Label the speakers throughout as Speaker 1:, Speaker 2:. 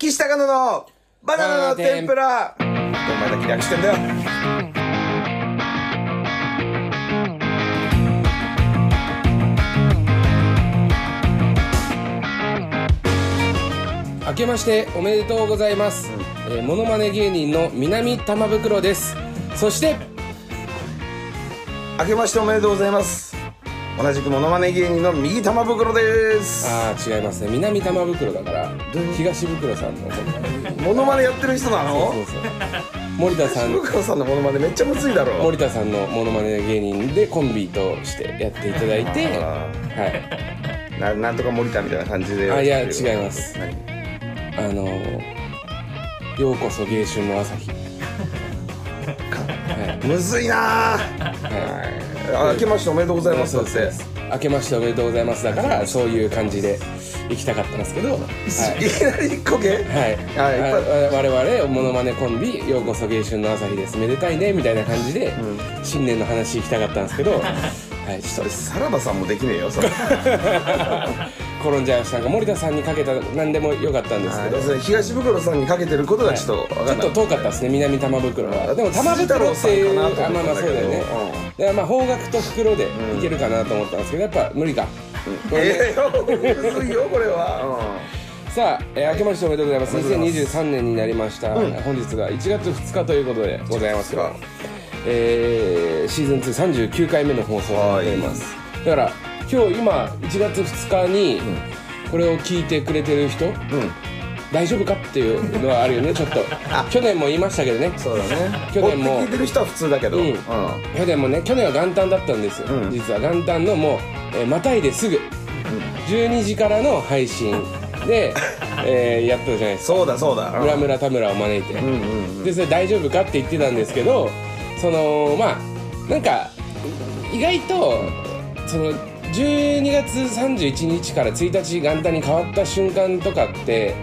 Speaker 1: 岸高野のバナナの天ぷらお前だけ略してんだよ
Speaker 2: 明けましておめでとうございます、えー、モノマネ芸人の南玉袋ですそして
Speaker 1: 明けましておめでとうございます同じくモノマネ芸人の右玉袋です
Speaker 2: ああ違いますね南玉袋だから東袋さんの
Speaker 1: モノマネやってる人なの
Speaker 2: そうそう森田さん
Speaker 1: 袋さんのモノマネめっちゃむずいだろ
Speaker 2: 森田さんのモノマネ芸人でコンビとしてやっていただいて
Speaker 1: あ
Speaker 2: はい
Speaker 1: ーななんとか森田みたいな感じで
Speaker 2: あいや違います
Speaker 1: 何
Speaker 2: あのー「ようこそ芸春の朝日」
Speaker 1: むずいなあはいあ明けましておめでとうございますだ
Speaker 2: そう
Speaker 1: っ
Speaker 2: そう
Speaker 1: て
Speaker 2: です明けましておめでとうございますだからそういう感じで行きたかったんですけどはい
Speaker 1: いきなりこけ
Speaker 2: はい、
Speaker 1: はい
Speaker 2: あ
Speaker 1: いっ
Speaker 2: 我々モノマネコンビ「ようこそ芸春の朝日ですめでたいね」みたいな感じで、新年の話行きたかったんです けどはいちょっと
Speaker 1: サラダさんもできねえよそれ
Speaker 2: 転んじゃいましたなんか森田さんにかけた何でもよかったんですけど、
Speaker 1: 要するに東袋さんにかけてることがちょっと分か
Speaker 2: ちょ
Speaker 1: ん
Speaker 2: っ
Speaker 1: ない
Speaker 2: と遠かったですね南玉袋は
Speaker 1: あ
Speaker 2: でも玉
Speaker 1: 辻太
Speaker 2: 袋
Speaker 1: 郎
Speaker 2: っ
Speaker 1: さ
Speaker 2: て
Speaker 1: ん
Speaker 2: いう
Speaker 1: かなと
Speaker 2: あ
Speaker 1: 思
Speaker 2: まあ
Speaker 1: っ
Speaker 2: ま
Speaker 1: た
Speaker 2: あ
Speaker 1: んだ
Speaker 2: そ
Speaker 1: けど
Speaker 2: うだよね、でまあ方角と袋でいけるかなと思ったんですけどやっぱ無理か、これね
Speaker 1: ええよむずいよこれは
Speaker 2: さあ、えー明けましておめでとうございます
Speaker 1: おめでとうござい
Speaker 2: 2023年になりました、本日が1月2日ということでございますけど
Speaker 1: 2日、
Speaker 2: えーシーズン239回目の放送になっていますだから今日今1月2日にこれを聞いてくれてる人、
Speaker 1: うん
Speaker 2: 大丈夫かっていうのはある よねちょっと去年も言いましたけどね
Speaker 1: そうだね
Speaker 2: 去年も
Speaker 1: 追って聞いてる人は普通だけど
Speaker 2: うん
Speaker 1: うん
Speaker 2: 去年もね去年は元旦だったんですよ、
Speaker 1: うん
Speaker 2: 実は元旦のもう、えーまたいですぐ12時からの配信 で、えーやったじゃないですか
Speaker 1: そうだそうだうん
Speaker 2: 村村田村を招いて、でそれ大丈夫かって言ってたんですけどそのまあなんか意外とその12月31日から1日元旦に変わった瞬間とかって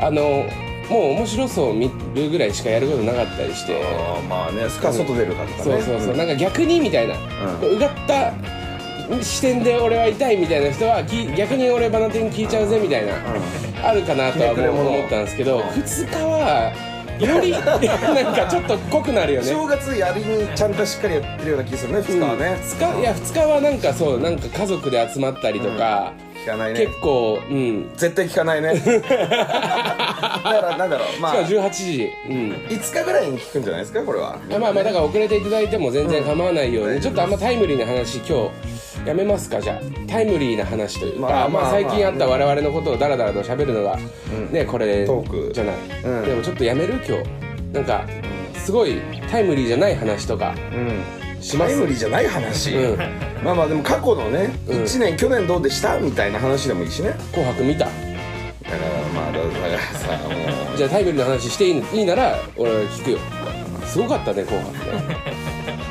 Speaker 2: あのもう面白そう見るぐらいしかやることなかったりして
Speaker 1: あーまあねすか外出るかとか
Speaker 2: そ
Speaker 1: ね
Speaker 2: うそうそう、なんか逆にみたいな、うがった視点で俺は痛いみたいな人はき逆に俺バナテン聞いちゃうぜみたいな、あるかなとは
Speaker 1: ひねくれ
Speaker 2: 思
Speaker 1: 者
Speaker 2: う思ったんですけど、2日は よりなんかちょっと濃くなるよね
Speaker 1: 正月やりにちゃんとしっかりやってるような気するね2日はね
Speaker 2: 2日いや2日はなんかそうなんか家族で集まったりとか、
Speaker 1: 聞かないね
Speaker 2: 結構うん
Speaker 1: 絶対聞かないねだからなんだろうまあ
Speaker 2: しかも18時うん
Speaker 1: 5日ぐらいに聞くんじゃないですかこれは
Speaker 2: まあまあだから遅れていただいても全然構わないように、ちょっとあんまタイムリーな話今日やめますかじゃあタイムリーな話という
Speaker 1: ま
Speaker 2: か、
Speaker 1: あ
Speaker 2: まあ
Speaker 1: まあまあ
Speaker 2: 最近あった我々のことをダラダラと喋るのが、ねこれ
Speaker 1: トーク
Speaker 2: じゃない、
Speaker 1: うん
Speaker 2: でもちょっとやめる今日なんかすごいタイムリーじゃない話とか
Speaker 1: うん
Speaker 2: しま
Speaker 1: タイ
Speaker 2: す
Speaker 1: ムリーじゃない話、
Speaker 2: うん
Speaker 1: まあまあでも過去のね、
Speaker 2: うん
Speaker 1: 1年去年どうでしたみたいな話でもいいしね
Speaker 2: 紅白見た
Speaker 1: だからまあだからさもう
Speaker 2: じゃあタイムリーの話していいいいなら俺は聞くよすごかったね紅白ね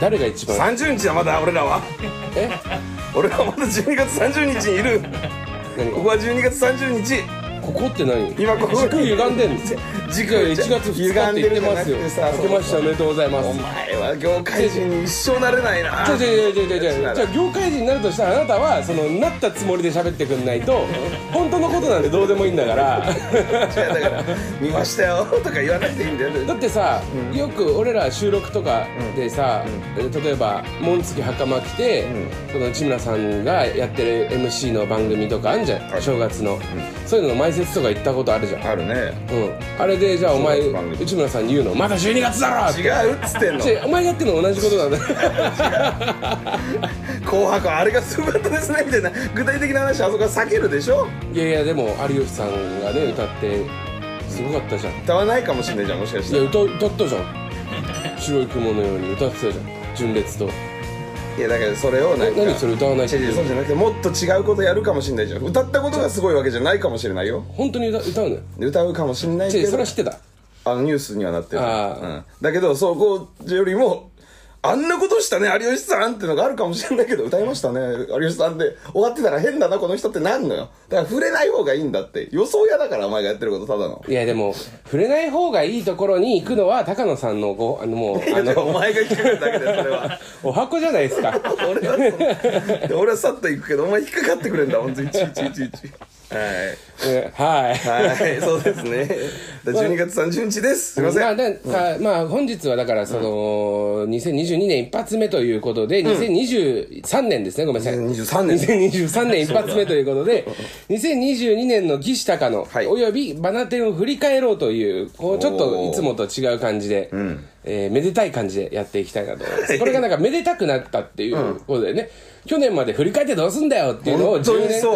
Speaker 2: 誰が一番
Speaker 1: 30日はまだ俺ら は
Speaker 2: え
Speaker 1: 俺らはまだ12月30日にいる
Speaker 2: 何
Speaker 1: ここは12月30日
Speaker 2: ここって何
Speaker 1: 今ここ
Speaker 2: 軸歪んでんの
Speaker 1: 軸
Speaker 2: いや1月2日って言ってますよ
Speaker 1: 歪んでるじゃなくてさ
Speaker 2: 明けましておめでとうございま
Speaker 1: お
Speaker 2: す
Speaker 1: 前は業界人に一生なれないな
Speaker 2: じゃじゃじゃじゃじゃじゃ
Speaker 1: 違う
Speaker 2: 業界人になるとしたらあなたはそのなったつもりで喋ってくんないと本当のことなんてどうでもいいんだから
Speaker 1: だから「見ましたよ」とか言わなくていいんだよ
Speaker 2: だってさよく俺ら収録とかでさ例えば紋付き袴着てその内村さんがやってる MC の番組とかあんじゃ
Speaker 1: は
Speaker 2: ん
Speaker 1: い
Speaker 2: 正月のそういうのの前説とか行ったことあるじゃん
Speaker 1: あるね
Speaker 2: うんあれでじゃあお前
Speaker 1: 正月番組
Speaker 2: 内村さんに言うのまだ12月だろって
Speaker 1: 違うっつってんの
Speaker 2: 違うお前がやってるの同じことなんだよ
Speaker 1: 紅白あれがすごかったですねみたいな具体的な話あそこは避けるでしょ
Speaker 2: いやいやでも有吉さんがね歌ってすごかったじゃん
Speaker 1: 歌わないかもしれないじゃんもしかし
Speaker 2: い
Speaker 1: た
Speaker 2: や
Speaker 1: ら
Speaker 2: 歌歌ったじ ゃん白い雲のように歌ってたじゃん純烈と
Speaker 1: いやだからそれをなんか
Speaker 2: え何それ歌わないって
Speaker 1: 違う違うそうじゃなくてもっと違うことやるかもしれないじゃん歌ったことがすごいわけじゃないかもしれないよ
Speaker 2: 本当に歌歌うのよ
Speaker 1: 歌うかもしれない
Speaker 2: 違
Speaker 1: け
Speaker 2: うそ
Speaker 1: ど
Speaker 2: れは知ってた
Speaker 1: あのニュースにはなってる、う
Speaker 2: あー
Speaker 1: ん、だけどそこよりもあんなことしたね有吉さんってのがあるかもしれないけど歌いましたね有吉さんで終わってたら変だなこの人ってなんのよだから触れない方がいいんだって予想屋だからお前がやってることただの
Speaker 2: いやでも触れない方がいいところに行くのは高野さんのごあのもう
Speaker 1: い
Speaker 2: あ
Speaker 1: や だからお
Speaker 2: の
Speaker 1: 前が聞くだけでそれ は
Speaker 2: お箱じゃな いですか
Speaker 1: 俺はそうで俺はさっと行くけどお前引っかかってくれんだほんといちいちいちいちはい
Speaker 2: うんはい
Speaker 1: はい、そうですね。 だ12月30日です。すいませ
Speaker 2: まあ
Speaker 1: ん。
Speaker 2: ださまあ、本日はだからその、2022年一発目ということで、2023年ですねごめんなさい
Speaker 1: 2023年
Speaker 2: 2023年一発目ということで2022年の義士高野、
Speaker 1: はい
Speaker 2: およびバナテンを振り返ろうというこうちょっといつもと違う感じで、えーめでたい感じでやっていきたいなと思いますこれがなんかめでたくなったっていうことでね、去年まで振り返ってどうすんだよっていうのを
Speaker 1: 本当に
Speaker 2: 10
Speaker 1: そう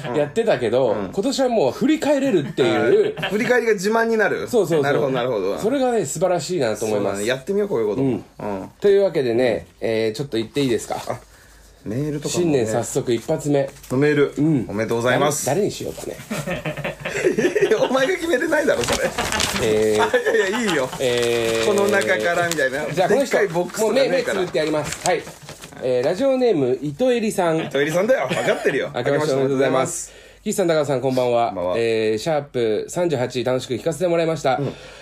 Speaker 2: 年間やってたけど、今年はもう振り返れるっていう、
Speaker 1: 振り返りが自慢になる。
Speaker 2: そうそうそう
Speaker 1: なるほど、なるほど。
Speaker 2: それがね素晴らしいなと思いま
Speaker 1: そうだ
Speaker 2: す、
Speaker 1: ねやってみよう、こういうことも。うん。
Speaker 2: というわけでね、えーちょっと言っていいですか
Speaker 1: メールとかも
Speaker 2: 新
Speaker 1: ね
Speaker 2: 年早速一発目
Speaker 1: メール。おめでとうございます。
Speaker 2: 誰にしようかね
Speaker 1: お前が決めてないだろ、それ。
Speaker 2: え ー
Speaker 1: あいやいや、いいよ。
Speaker 2: えー
Speaker 1: この中からみたいな。
Speaker 2: じゃあこの
Speaker 1: でっ
Speaker 2: 人
Speaker 1: かいボックスと
Speaker 2: もう
Speaker 1: か
Speaker 2: 目
Speaker 1: ね
Speaker 2: 目
Speaker 1: え
Speaker 2: つ
Speaker 1: か
Speaker 2: ぶ
Speaker 1: ら
Speaker 2: っ。てやりますはい、えーラジオネーム糸えりさん
Speaker 1: トイレさんだよ。分かってるよ。
Speaker 2: 明けましておめでとうございま。す。岸さん、高野さん、こんばんは。
Speaker 1: こんばんは
Speaker 2: えーシャープ38楽しく聞かせてもらいました。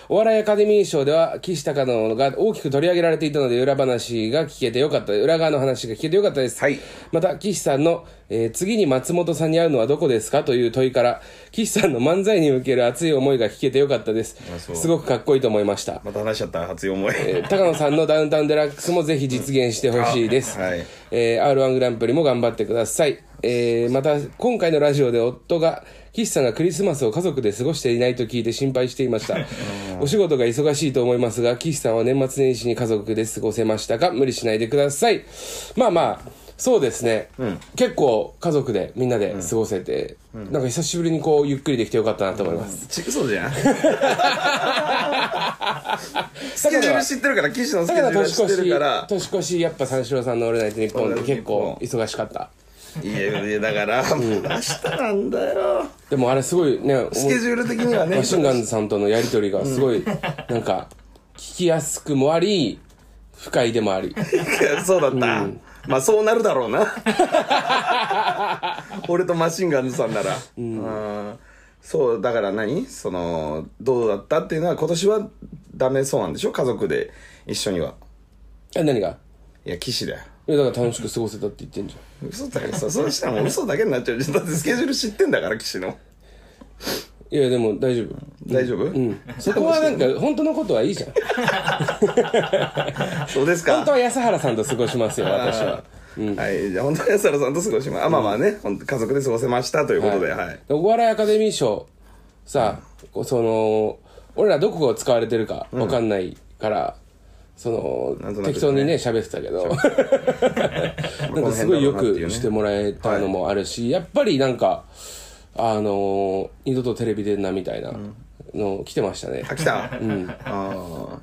Speaker 2: お笑いアカデミー賞では、岸高野が大きく取り上げられていたので、裏話が聞けてよかった、裏側の話が聞けてよかったです。
Speaker 1: はい
Speaker 2: また、岸さんの、えー次に松本さんに会うのはどこですかという問いから、岸さんの漫才に向ける熱い思いが聞けてよかったです
Speaker 1: あ。そう
Speaker 2: すごくかっこいいと思いました。
Speaker 1: また話しちゃった、熱い思い。
Speaker 2: えー高野さんのダウンタウンデラックスもぜひ実現してほしいです。
Speaker 1: うんあはい
Speaker 2: えー R1 グランプリも頑張ってください。えーまた、今回のラジオで夫が、岸さんがクリスマスを家族で過ごしていないと聞いて心配していま した。お仕事が忙しいと思いますが、岸さんは年末年始に家族で過ごせましたか無理しないでください。まあまあ、そうですね、結構家族でみんなで過ごせて、なんか久しぶりにこうゆっくりできてよかったなと思います。
Speaker 1: ちくそじゃん。スケジュール知ってるから、岸のスケ
Speaker 2: だ
Speaker 1: ジ
Speaker 2: か
Speaker 1: ュール
Speaker 2: ら年
Speaker 1: 知って
Speaker 2: 越
Speaker 1: る
Speaker 2: し
Speaker 1: から、。
Speaker 2: 年越しやっぱ三四郎さんの「オールナイトニッポン」って結構忙しかった
Speaker 1: いやいや、だから、もう明日なんだよ。
Speaker 2: でもあれすごいね
Speaker 1: スケジュール的にはね
Speaker 2: マ、シンガンズさんとのやり取りがすごいなんか聞きやすくもあり不快でもあり
Speaker 1: そうだった。まあそうなるだろう な。俺とマシンガンズさんなら。うんそう、だから何その、どうだったっていうのは今年はダメそうなんでしょ家族で一緒には。
Speaker 2: え何が
Speaker 1: いや、岸だよ。
Speaker 2: いやだから楽しく過ごせたって言ってんじゃ
Speaker 1: 嘘だよ。そそうしたらもう嘘だけになっちゃうじゃん。だってスケジュール知ってんだから、岸の。
Speaker 2: んいやでも大丈夫
Speaker 1: 大丈夫
Speaker 2: うんそこはなんか本当のことはいいじゃん
Speaker 1: そうです
Speaker 2: 本当
Speaker 1: か。
Speaker 2: は安原さんと過ごしますよ私は
Speaker 1: はい、じゃあ本当に安原さんと過ごします。あ、まあまあね、本当家族で過ごせましたということで、はい。
Speaker 2: お笑いアカデミー賞さこうその俺らどこが使われてるかわかんないから、そ
Speaker 1: なんと
Speaker 2: の
Speaker 1: なく
Speaker 2: 適当にね喋ってたけど なんかすごいよくしてもらえたのもあるし、やっぱりなんかあのー二度とテレビ出んなみたいなの来てましたね、
Speaker 1: あ、来た。うん。ああ、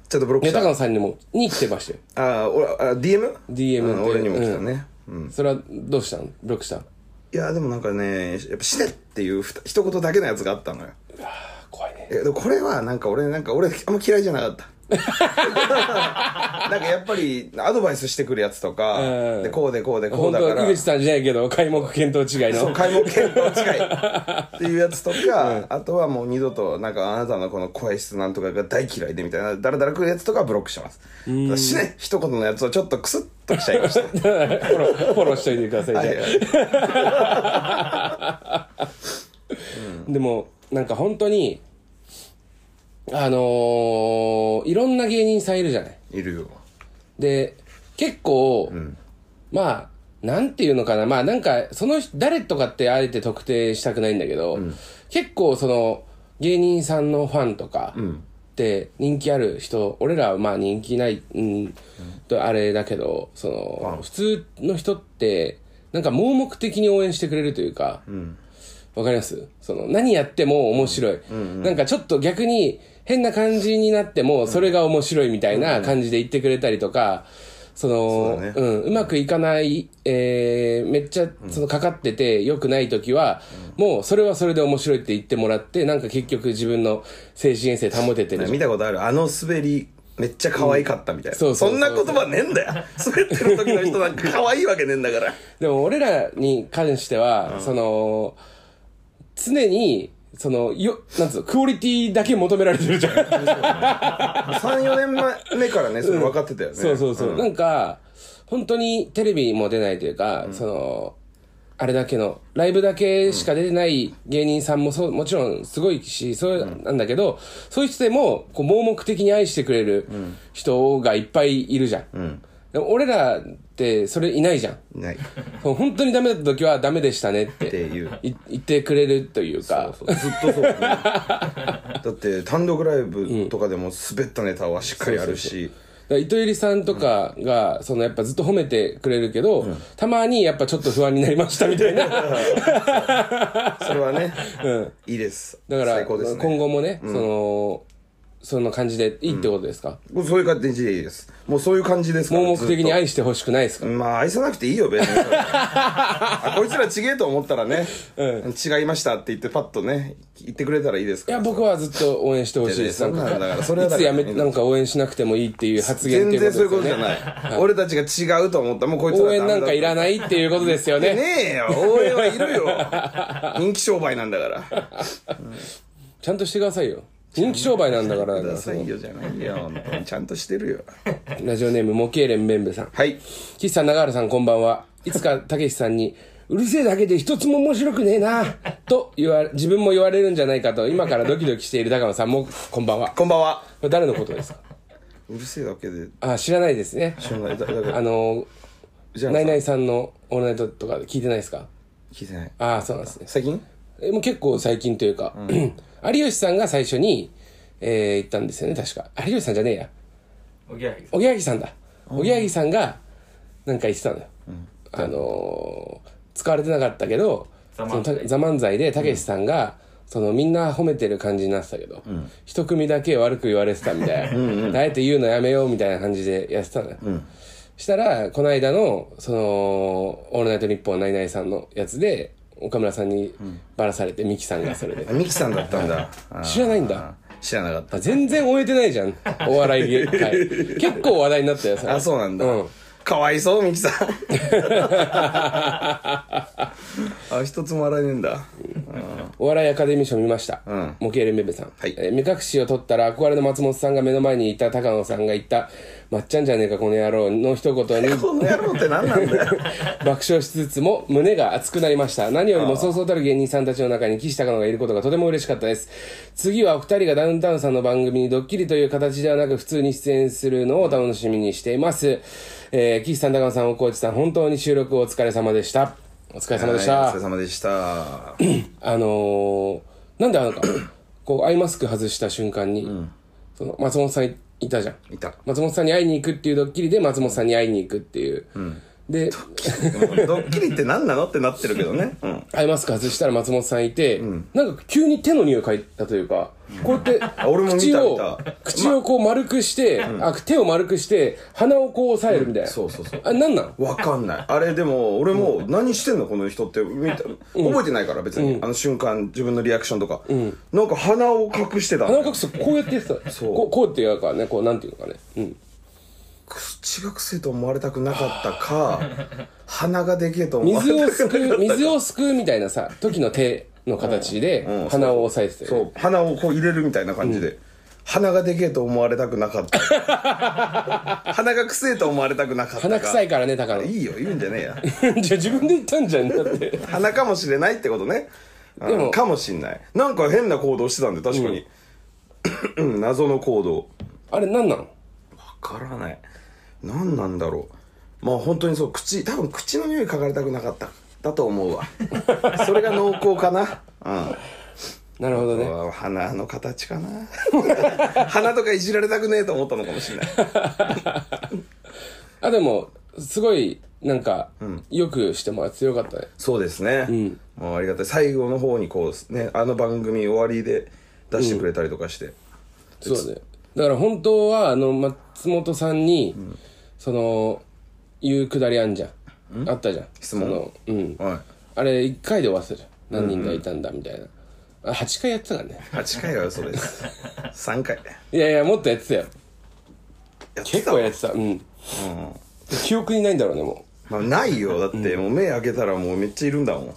Speaker 1: ちょっとブロック
Speaker 2: ね
Speaker 1: した。
Speaker 2: 高
Speaker 1: あ
Speaker 2: 野さんにもに来てましたよ
Speaker 1: あ、俺、あ DM?
Speaker 2: DM
Speaker 1: うん
Speaker 2: で
Speaker 1: 俺にも来たね。うん
Speaker 2: それはどうしたのブロックしたの
Speaker 1: いや、でもなんかね、やっぱ死ねっていうふた一言だけのやつがあったのよ。
Speaker 2: あ怖いね
Speaker 1: えでもこれはなんか俺なんか俺あんま嫌いじゃなかったなんかやっぱりアドバイスしてくるやつとか、
Speaker 2: ん
Speaker 1: でこうでこうでこう
Speaker 2: 本
Speaker 1: だから
Speaker 2: 当井口さんじゃないけど開目検討違い
Speaker 1: そう
Speaker 2: の
Speaker 1: 開門見当近いっていうやつとか、あとはもう二度となんかあなたのこの声質なんとかが大嫌いでみたいなだらだらくるやつとかはブロックしますただしね一言のやつをちょっとクスッときちゃいました
Speaker 2: フォローフォローしといてください
Speaker 1: は
Speaker 2: ね
Speaker 1: いはい
Speaker 2: でもなんか本当にあのーいろんな芸人さんいるじゃない
Speaker 1: いるよ
Speaker 2: で結構、まあなんていうのかなまあなんかその人誰とかってあえて特定したくないんだけど、結構その芸人さんのファンとかって人気ある人俺らはまあ人気ない、うん、とあれだけどその普通の人ってなんか盲目的に応援してくれるというか、わかりますその何やっても面白い、なんかちょっと逆に変な感じになってもそれが面白いみたいな感じで言ってくれたりとか、その
Speaker 1: そうだね
Speaker 2: うん、うまくいかない、えーめっちゃそのかかってて良くない時は、もうそれはそれで面白いって言ってもらってなんか結局自分の精神衛生保ててる
Speaker 1: 見たことあるあの滑りめっちゃ可愛かったみたいな、
Speaker 2: うんそうそうそ
Speaker 1: ん
Speaker 2: う
Speaker 1: な言葉ねえんだよ滑ってる時の人なんか可愛いわけねえん だから
Speaker 2: でも俺らに関しては、その、常に、その、よ、なんつうの、クオリティだけ求められてるじゃん。
Speaker 1: 34年前目からねそれ分かってたよね、
Speaker 2: そうそうそう。なんか、本当にテレビも出ないというか、その、あれだけの、ライブだけしか出てない芸人さんもそう、もちろんすごいし、そうなんだけど、そういう人でも、こう、盲目的に愛してくれる人がいっぱいいるじゃん。でも俺らって、それいないじ ゃん。
Speaker 1: ないっ
Speaker 2: そう本当にダメだった時は、ダメでしたねってて
Speaker 1: いう
Speaker 2: い言ってくれるという
Speaker 1: そう
Speaker 2: か、
Speaker 1: そうずっと そう、ね、だって単独ライブとかでも滑ったネタはしっかりあるし
Speaker 2: だから糸入さんとかが、そのやっぱずっと褒めてくれるけど、たまにやっぱちょっと不安になりましたみた いな。
Speaker 1: それはね、いいです
Speaker 2: だから、
Speaker 1: 最高ですね
Speaker 2: 今後もね、その、その感じでいいってことですか、
Speaker 1: もうそういう感じでいいですもうそういう感じですから
Speaker 2: 盲目的に
Speaker 1: 愛
Speaker 2: 愛してほしくないですか、
Speaker 1: まあ愛さなくていいよ 別にあこいつらちげえと思ったらね、違いましたって言ってパッとね言ってくれたらいいです
Speaker 2: い
Speaker 1: から
Speaker 2: や、僕はずっと応援してほしいです。
Speaker 1: い
Speaker 2: な
Speaker 1: やいや
Speaker 2: ん
Speaker 1: そんなの
Speaker 2: か、
Speaker 1: だからそれはいだ
Speaker 2: つ
Speaker 1: から
Speaker 2: やめ、なんか応援しなくてもいいっていう発言っ
Speaker 1: 全
Speaker 2: ていう
Speaker 1: 然
Speaker 2: こ
Speaker 1: そういうことと
Speaker 2: です
Speaker 1: じ
Speaker 2: よ
Speaker 1: ゃ
Speaker 2: ね。
Speaker 1: ない俺たちが違うと思ったらもうこいつら
Speaker 2: 応援なんかいら
Speaker 1: い
Speaker 2: ないっていうことですよね。
Speaker 1: ねえよ応援はいるよ 人気商売なんだから
Speaker 2: ちゃんとしてくださいよ。人気商売なんだから、
Speaker 1: くださいよじゃないよ本当にちゃんとしてるよ
Speaker 2: ラジオネーム、モケーレンベンベさん。
Speaker 1: はい
Speaker 2: 岸さん、長原さん、こんばんは。いつか、たけしさんに、うるせえだけで一つも面白くねえな、と言わ、自分も言われるんじゃないかと、今からドキドキしている高野さんも、こんばんは。こ
Speaker 1: こんばんは
Speaker 2: れ誰のことですか
Speaker 1: うるせえだけで
Speaker 2: あ、知らないですね。
Speaker 1: 知らないだだか
Speaker 2: あ
Speaker 1: ら
Speaker 2: の、
Speaker 1: じゃあ
Speaker 2: ナイナイさんのオールナイトとか聞いてないですか
Speaker 1: 聞いてない
Speaker 2: ああ、そうなんですね。
Speaker 1: 最近
Speaker 2: えもう結構最近というか、 有吉さんが最初に、えー、行ったんですよね、確か。有吉さんじゃねえや。
Speaker 3: おぎやはぎさ
Speaker 2: おぎやはぎさんだ。おぎやはぎさんが、なんか言ってたのよ。あのー使われてなかったけど、そ
Speaker 3: ザ
Speaker 2: の
Speaker 3: 漫才
Speaker 2: たザ・漫才で、たけしさんが、そのみんな褒めてる感じになってたけど、一組だけ悪く言われてたみたいな。あえて言うのやめようみたいな感じでやってたのよ。したら、この間の、その、オールナイトニッポンナイナイさんのやつで、岡村さんにバラされて、ミキさんがそれで
Speaker 1: あ。ミキさんだったんだあー
Speaker 2: 知らないんだ
Speaker 1: 知らなかった
Speaker 2: 全然終えてないじ ゃん、お笑い芸界。結構話題になったよ、それ
Speaker 1: あそうなんだ、
Speaker 2: うん
Speaker 1: かわいそうミキさん あ一つも笑えねえんだ
Speaker 2: お笑いアカデミー賞見ました。
Speaker 1: ん
Speaker 2: モケーレンベベさん。
Speaker 1: はい
Speaker 2: えー目隠しを取ったら憧れの松本さんが目の前にいた高野さんが言った、まっちゃんじゃねえかこの野郎の一言に
Speaker 1: この野郎って何なんだよ
Speaker 2: 爆笑しつつも胸が熱くなりました。何よりもそうそうたる芸人さんたちの中に岸高野がいることがとても嬉しかったです。次はお二人がダウンタウンさんの番組にドッキリという形ではなく普通に出演するのを楽しみにしています。えー、岸さん、高野さん、大河内さん、本当に収録お疲れ様でした。お疲れ様でした。
Speaker 1: はいお疲れ様でした
Speaker 2: あのー、なんであのか、こう、アイマスク外した瞬間に、その松本さんいたじゃん。
Speaker 1: いた
Speaker 2: 松本さんに会いに行くっていうドッキリで松本さんに会いに行くっていう。で、
Speaker 1: もうドッキリって何なのってなってるけどね、うん、
Speaker 2: アイマスク外したら松本さんいて、なんか急に手の匂い嗅いだというか、こう やって、
Speaker 1: 俺も見た
Speaker 2: 口
Speaker 1: 見
Speaker 2: を
Speaker 1: た、
Speaker 2: 口をこう丸くして、あ、手を丸くして、鼻をこう押さえるみたいな。
Speaker 1: そうそうそう
Speaker 2: あ、なんなん
Speaker 1: わかんないあれでも俺も何してんのこの人って見た覚えてないから別に、あの瞬間自分のリアクションとか、なんか鼻を隠してた
Speaker 2: 鼻を隠すとこうやってやってた。
Speaker 1: そう
Speaker 2: こう、こうってやるからね、こうなんていうのかね。うん。
Speaker 1: 口がくせえと思われたくなかった か鼻がでけえと思われ
Speaker 2: 水を
Speaker 1: た
Speaker 2: す
Speaker 1: くなか
Speaker 2: く
Speaker 1: っ
Speaker 2: う、水をすくうみたいなさ、時の手の形
Speaker 1: うんう
Speaker 2: で
Speaker 1: ん
Speaker 2: 鼻を押さえて
Speaker 1: た
Speaker 2: たよ
Speaker 1: そう鼻をこう入れるみたいな感じで、鼻がでけえと思われたくな かった鼻がくせえと思われたくなかったか
Speaker 2: 鼻臭い
Speaker 1: か
Speaker 2: からね、高野。
Speaker 1: いいよ言うんじゃねえや
Speaker 2: じゃあ自分で言ったんじゃん、だって。
Speaker 1: 鼻かもしれないってことねうん
Speaker 2: でも
Speaker 1: かもしんないなんか変な行動してたんで確かに、うん 謎の行動
Speaker 2: あれ、なんなの
Speaker 1: わからない何なんだろうまあ本当にそう口多分口の匂い嗅がれたくなかっただと思うわ それが濃厚かなうん
Speaker 2: なるほどね。
Speaker 1: あ鼻の形かな 鼻とかいじられたくねえと思ったのかもしれない
Speaker 2: あ、でも、すごい、なんか、よくしてもらってよかったね。
Speaker 1: そうですね、もうありがたい最後の方にこうねあの番組終わりで出してくれたりとかして、
Speaker 2: そうだね。だから本当は、あの、松本さんに、その、言うくだりあんじゃん。あったじゃん。
Speaker 1: 質問
Speaker 2: そのうん。
Speaker 1: はい
Speaker 2: あれ、1回で終わってたじゃん。何人がいたんだ、みたいな。あ、8回やってたからね。
Speaker 1: 8回は嘘 です3回
Speaker 2: いやいや、もっとやってたよ。
Speaker 1: やって
Speaker 2: 結
Speaker 1: た
Speaker 2: 構やってた。うん。記憶にないんだろうね、も。
Speaker 1: まあ、ない よだってもう目開けたらもうめっちゃいるんだ もん、う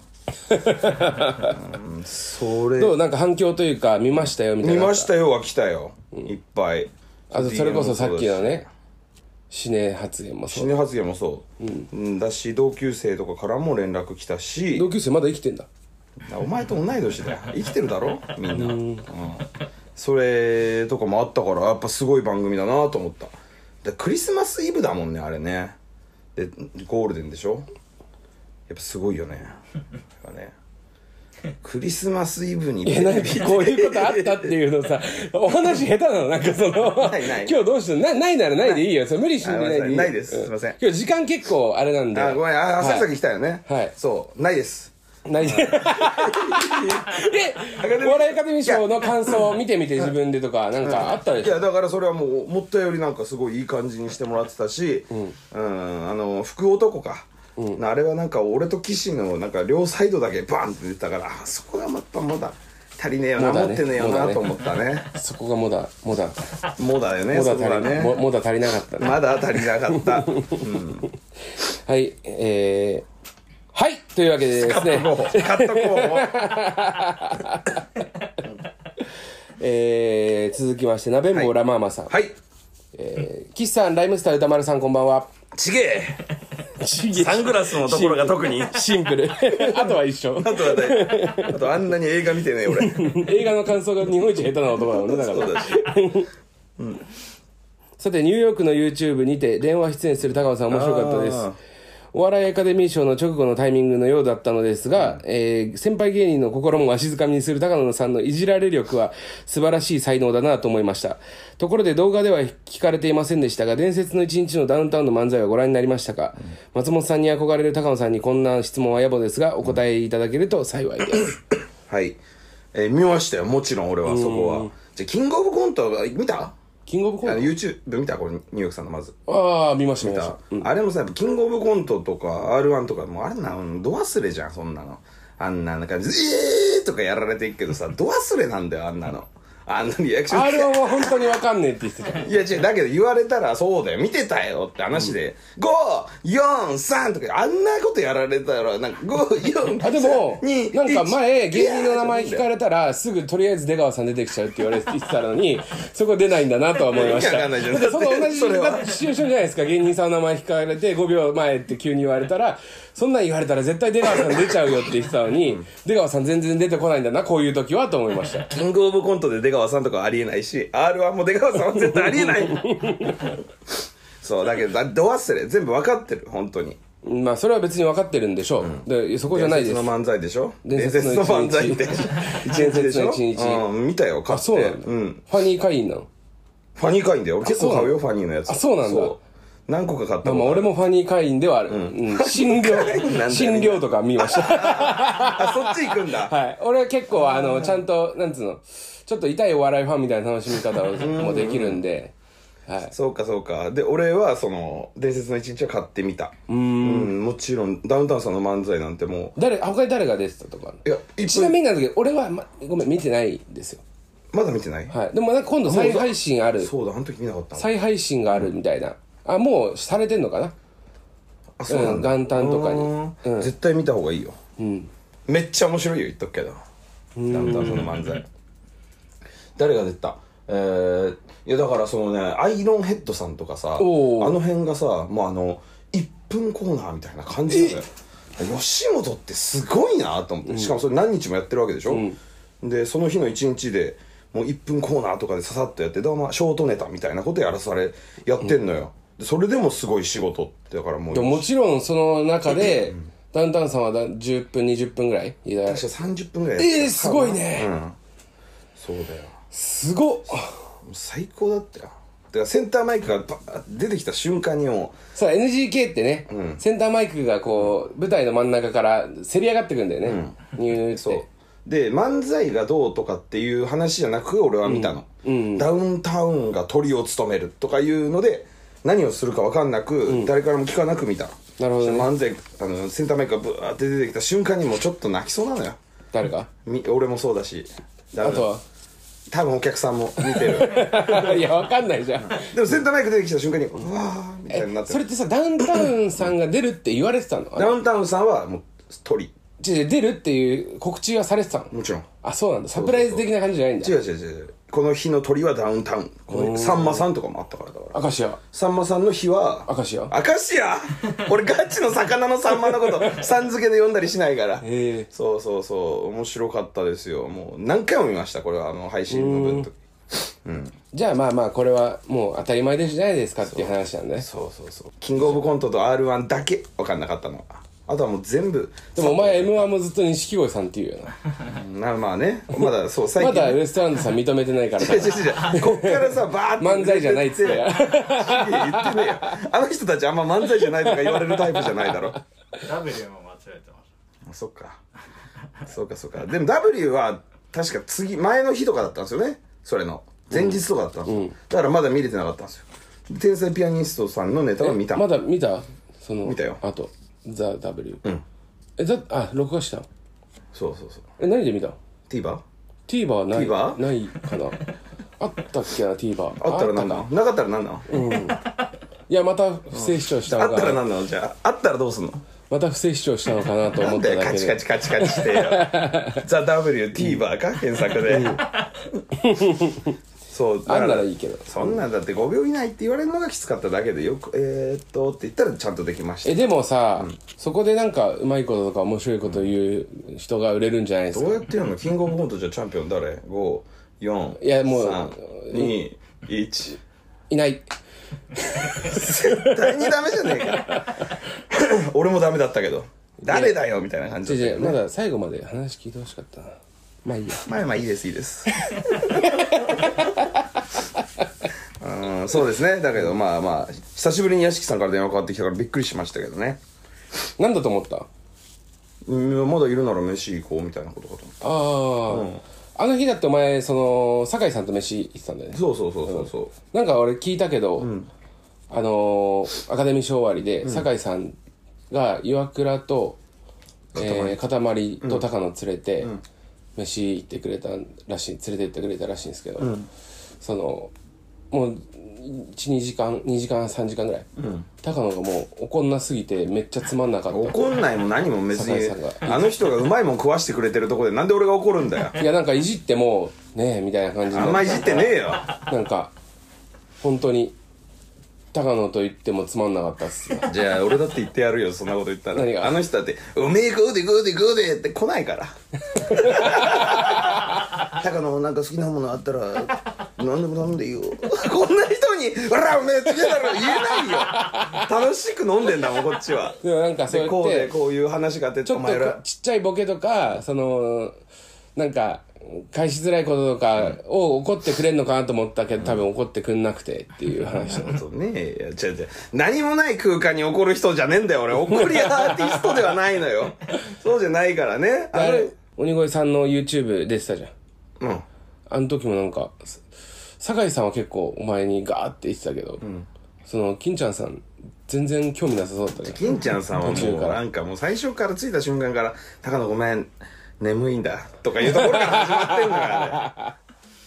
Speaker 1: んそうれ
Speaker 2: どうなんか反響というか、見ましたよ、みたい
Speaker 1: 見
Speaker 2: な。
Speaker 1: ましたよは来たよ、いっぱい
Speaker 2: あと、それこそさっきのね、死ね発言もそ
Speaker 1: 死
Speaker 2: う
Speaker 1: ね発言もそう、うん、だし同級生とかからも連絡来たし
Speaker 2: 同級生まだ生きてんだ
Speaker 1: お前と同い年だ よ生きてるだろみんな、うん、それとかもあったからやっぱすごい番組だなと思ったでクリスマスイブだもんねあれねでゴールデンでしょやっぱすごいよねやっぱね クリスマスイブに
Speaker 2: えなんかこういうことあったっていうのさお話下手なのなんかその
Speaker 1: ないない
Speaker 2: 今日どうしたのなないならないでいいよそれ無理しないでいいよ
Speaker 1: ないですすいません
Speaker 2: 今日時間結構あれなんで
Speaker 1: あごめんあ
Speaker 2: はい
Speaker 1: 浅草来たよね
Speaker 2: はい
Speaker 1: そう ないです
Speaker 2: ないでえお笑いアカデミー賞の感想を見てみて自分でとかなんかあったで
Speaker 1: い
Speaker 2: しょ
Speaker 1: やだからそれはもう思ったよりなんかすごいいい感じにしてもらってたし、うんあの福男か、あれはなんか俺と岸のなんか両サイドだけバンって出てたからあそこがまたまだ足りねえよな、
Speaker 2: まだ
Speaker 1: 持
Speaker 2: ね
Speaker 1: ってねえよ
Speaker 2: まだ
Speaker 1: な
Speaker 2: ね
Speaker 1: と思った ね
Speaker 2: そこがまだまだ
Speaker 1: もだよね
Speaker 2: まだ
Speaker 1: そ
Speaker 2: 足
Speaker 1: こ
Speaker 2: り
Speaker 1: だ
Speaker 2: なも
Speaker 1: ね
Speaker 2: まだ足りなかったね
Speaker 1: まだ足りなか った、うん、
Speaker 2: はいえーはいというわけでですね
Speaker 1: もう買っとこうもう
Speaker 2: えー続きまして鍋もラマーマさん、
Speaker 1: はい
Speaker 2: えー岸さんライムスター歌丸さんこんばんは
Speaker 1: ちげえサングラスのところが特にあ
Speaker 2: シンプル あとは一緒
Speaker 1: とはねあとあんなに映画見てねえ俺
Speaker 2: 映画の感想が日本一下手な男だもんねだから
Speaker 1: そうだし
Speaker 2: さてニューヨークの YouTube にて電話出演する高野さん面白かったです
Speaker 1: あー
Speaker 2: お笑いアカデミー賞の直後のタイミングのようだったのですが、えー先輩芸人の心もわしづかみにする高野さんのいじられ力は素晴らしい才能だなと思いましたところで動画では聞かれていませんでしたが伝説の一日のダウンタウンの漫才はご覧になりましたか、松本さんに憧れる高野さんにこんな質問は野暮ですがお答えいただけると幸いです、
Speaker 1: はい、えー見ましたよもちろん俺はそこはじゃあキングオブコント見た
Speaker 2: キングオブコ
Speaker 1: あ
Speaker 2: ン
Speaker 1: の
Speaker 2: ト
Speaker 1: YouTube 見たこれニューヨークさんのまず、
Speaker 2: ああ見ました見ました
Speaker 1: ああれもさやっぱキングオブコントとか r 1とかもうあれなんど忘れじゃんそんなのあんななんか「えー!」とかやられていくけどさど忘れなんだよあんなのあんなリアクション
Speaker 2: R1 は本当にわかんねえって言ってた
Speaker 1: いや違うだけど言われたらそうだよ見てたよって話で「543」とかあんなことやられたらなんか543
Speaker 2: あでも
Speaker 1: に
Speaker 2: なんか前芸人の名前聞かれたらすぐとりあえず出川さん出てきちゃうって言われて言ってたのにそこ出ないんだなとは思いまし
Speaker 1: 意味
Speaker 2: た
Speaker 1: わかんないじゃん
Speaker 2: だってその同じ
Speaker 1: それは
Speaker 2: だってシチュエーションじゃないですか芸人さんの名前聞かれて5秒前って急に言われ たらそんなん言われたら絶対出川さん出ちゃうよって言ってたのに出川さん全然出てこないんだなこういう時はと思いました
Speaker 1: キングオブコントで出川さんとかはありえないし r 1も出川さんは絶対ありえない そうだけどだど忘れ全部分かってる本当に
Speaker 2: まあそれは別に分かってるんでしょうでそこじゃないです
Speaker 1: 伝説の漫才でしょ
Speaker 2: 伝
Speaker 1: 伝
Speaker 2: 説
Speaker 1: 説
Speaker 2: の
Speaker 1: の
Speaker 2: 一日
Speaker 1: 漫才って
Speaker 2: 伝説の一日
Speaker 1: 一日でしょうん見たよ買
Speaker 2: あ
Speaker 1: って
Speaker 2: そうなんだ
Speaker 1: ん
Speaker 2: ファニー会員なの
Speaker 1: ファニー会員だよ俺結構買うよ
Speaker 2: あ
Speaker 1: ファニーのやつ
Speaker 2: あそうなんだ
Speaker 1: そう何個か買った
Speaker 2: まあまあ俺もファニー会員ではあるうん
Speaker 1: な
Speaker 2: 診
Speaker 1: んだ
Speaker 2: 療
Speaker 1: よ
Speaker 2: 診療とか見ました
Speaker 1: あそっち行くんだ
Speaker 2: はい。俺は結構、あの、ちゃんと、なんつうの、ちょっと痛いお笑いファンみたいな楽しみ方をもできるんで、はい。
Speaker 1: そうかそうかで俺はその伝説の一日は買ってみたうんもちろんダウンタウンさんの漫才なんても
Speaker 2: 誰、他に誰が出てたとか。
Speaker 1: ういや一
Speaker 2: ちなみになんだけど、俺は、ま、ごめん、見てないんですよ。
Speaker 1: まだ見てない
Speaker 2: はい。でもなんか今度再配信ある。
Speaker 1: そうだあの時見なかったの
Speaker 2: 再配信があるみたいな。あ、もうされてんのかな
Speaker 1: あそうなんだ
Speaker 2: うん元旦とかに
Speaker 1: うん絶対見た方がいいよ、めっちゃ面白いよ言っとくけどダウンタウンさんの漫才誰が出てたえー、いやだからそのねアイロンヘッドさんとかさあ
Speaker 2: おー
Speaker 1: の辺がさもうあの1分コーナーみたいな感じなのよ吉本ってすごいなと思って、しかもそれ何日もやってるわけでしょ、でその日の1日でもう1分コーナーとかでささっとやってどうもショートネタみたいなことやらされやってんのよ、でそれでもすごい仕事ってだからもう
Speaker 2: でももちろんその中で、ダウンタウンさんはだ10分、20分ぐらいいや
Speaker 1: 確か30分ぐらいやってた
Speaker 2: えー、すごいね。
Speaker 1: そうだよ
Speaker 2: すごっ。
Speaker 1: もう最高だったよだからセンターマイクがバーッ出てきた瞬間にも
Speaker 2: そう NGK ってね、センターマイクがこう舞台の真ん中からせり上がってくんだよね、ニューって
Speaker 1: うで漫才がどうとかっていう話じゃなく俺は見たの、ダウンタウンがトリを務めるとかいうので何をするか分かんなく、誰からも聞かなく見た
Speaker 2: なるほどね
Speaker 1: 漫才あのセンターマイクがブワーって出てきた瞬間にもうちょっと泣きそうなのよ
Speaker 2: 誰か
Speaker 1: み俺もそうだし
Speaker 2: あ
Speaker 1: あ
Speaker 2: と
Speaker 1: 多分お客さんも見 てる
Speaker 2: はいやわかんないじゃん
Speaker 1: でもセンターマイク出てきた瞬間にうわーみたいになって
Speaker 2: それってさダウンタウンさんが出るって言われてたのあ
Speaker 1: ダ
Speaker 2: れ
Speaker 1: ウンタウンさんはもう鳥
Speaker 2: 違う違う出るっていう告知はされてたの
Speaker 1: もちろん
Speaker 2: あそうなんだサプライズ的な感じじゃないんだ
Speaker 1: 違う違う違うこの日の鳥はダウンタウンこのさんまさんとかもあったからだから
Speaker 2: 明石家
Speaker 1: さんまさんの日は
Speaker 2: 明石家
Speaker 1: 明石 家俺ガチの魚のさんまのことさん付けで呼んだりしないから
Speaker 2: へえ
Speaker 1: そうそうそう面白かったですよもう何回も見ましたこれはあの配信の分と
Speaker 2: じゃあまあまあこれはもう当たり前でじゃないですかっていう話なんで
Speaker 1: そうそうそうキングオブコントと r 1だけ分かんなかったのはあとはもう全部
Speaker 2: でもお前 m 1もずっと錦鯉さんっていうよな
Speaker 1: なまあねまだそう最
Speaker 2: ま
Speaker 1: 近
Speaker 2: だウエストランドさん認めてないから
Speaker 1: 違う違う違うこっからさバーッと
Speaker 2: 漫才じゃないっつって
Speaker 1: 言ってねえよあの人たちあんま漫才じゃないとか言われるタイプじゃないだろ
Speaker 3: W も間違えてまし
Speaker 1: そっかそうかそうかでも W は確か次前の日とかだったんですよねそれの前日とかだったんですよ、だからまだ見れてなかったんですよ天才ピアニストさんのネタは見た
Speaker 2: まだ見たその
Speaker 1: 見たよ
Speaker 2: あと「ザ・ w えだあ録画した
Speaker 1: そうそうそう
Speaker 2: え何で見た
Speaker 1: TVer?
Speaker 2: TVer ない
Speaker 1: TVer？
Speaker 2: ないかな あったっけな TVer
Speaker 1: あったらなんな
Speaker 2: あ
Speaker 1: の
Speaker 2: か
Speaker 1: なかったらなんなの、
Speaker 2: いやまた不正視聴した
Speaker 1: あ
Speaker 2: の
Speaker 1: ったら
Speaker 2: か
Speaker 1: なんなのじゃああったらどうすんの
Speaker 2: また不正視聴したのかなと
Speaker 1: な
Speaker 2: 思
Speaker 1: ん
Speaker 2: っ
Speaker 1: だ
Speaker 2: た
Speaker 1: よ
Speaker 2: だ
Speaker 1: カ
Speaker 2: け
Speaker 1: チカ
Speaker 2: で
Speaker 1: チカチカチしてよ 「ザ・ WTVer」か検索でそう
Speaker 2: あんなら
Speaker 1: だから
Speaker 2: いいけど
Speaker 1: そんなんだって5秒以内って言われるのがきつかっただけでよく「えー、っと」って言ったらちゃんとできまし
Speaker 2: え
Speaker 1: た
Speaker 2: でもさそこでなんかうまいこととか面白いこと言う人が売れるんじゃないです
Speaker 1: ど
Speaker 2: か
Speaker 1: うやってやるのキングオブコントじゃチャンピオン誰 ?54
Speaker 2: いやもう
Speaker 1: 321
Speaker 2: いない
Speaker 1: 絶対にダメじゃねえか俺もダメだったけど誰だよみたいな感
Speaker 2: 違う
Speaker 1: じだったよ
Speaker 2: 違う
Speaker 1: ね
Speaker 2: まだ最後まで話聞いてほしかったなまあいいや
Speaker 1: まあまあいいですいいですうんそうですねだけどまあまあ久しぶりに屋敷さんから電話かかってきたからびっくりしましたけどね
Speaker 2: なんだと思った
Speaker 1: うんまだいるなら飯行こうみたいなことかと思っ
Speaker 2: ああ、あの日だってお前その酒井さんと飯行ってたんだよね
Speaker 1: たそうそうそうそうそう
Speaker 2: なんか俺聞いたけど、あのーアカデミー賞終わりで、酒井さんが岩倉と、えー、塊と高野連れて、飯行ってくれたらしい連れて行ってくれたらしいんですけど、そのもう12時間2時間3時間ぐらい、高野がもう怒んなすぎてめっちゃつまんなかった
Speaker 1: 怒んないも何も別
Speaker 2: 酒
Speaker 1: に
Speaker 2: 井さんが
Speaker 1: あの人がうまいもん食わしてくれてるとこでなんで俺が怒るんだよ
Speaker 2: いやなんかいじってもねえみたいな感じで
Speaker 1: あんまいじってねえよ
Speaker 2: なんか本当に高野と言ってもつまんなかったっす
Speaker 1: じゃあ俺だって言ってやるよそんなこと言った
Speaker 2: 何が
Speaker 1: らあの人だって「うめえ食うで食うで食うで」って来ない から高野なんか好きなものあったら何でも頼んでいいよこんな人に「ほらおめえつけだろ」言えないよ楽しく飲んでんだもんこっちは
Speaker 2: でもなんかそう
Speaker 1: で
Speaker 2: や
Speaker 1: こうで
Speaker 2: って
Speaker 1: こういう話があって
Speaker 2: ちょ
Speaker 1: お
Speaker 2: っ
Speaker 1: 前
Speaker 2: と
Speaker 1: ら
Speaker 2: ちっちゃいボケとかそのなんか返しづらいこととかを怒ってくれんのかなと思ったけど多分怒ってくんなくてっていう話
Speaker 1: ちょっとねいや違う違う何もない空間に怒る人じゃねえんだよ俺怒りアーティストではないのよそうじゃないからね あ
Speaker 2: あ
Speaker 1: れ
Speaker 2: れ鬼越さんの YouTube 出てたじゃん
Speaker 1: うん
Speaker 2: あの時もなんかす酒井さんは結構お前にガーって言ってたけど、その金ちゃんさん全然興味なさそうだったね
Speaker 1: 金ちゃんさんは
Speaker 2: 途
Speaker 1: も
Speaker 2: 中
Speaker 1: う
Speaker 2: から
Speaker 1: なんかもう最初から着いた瞬間から「高野ごめん眠いんだ」とかいうところから始まってんだ から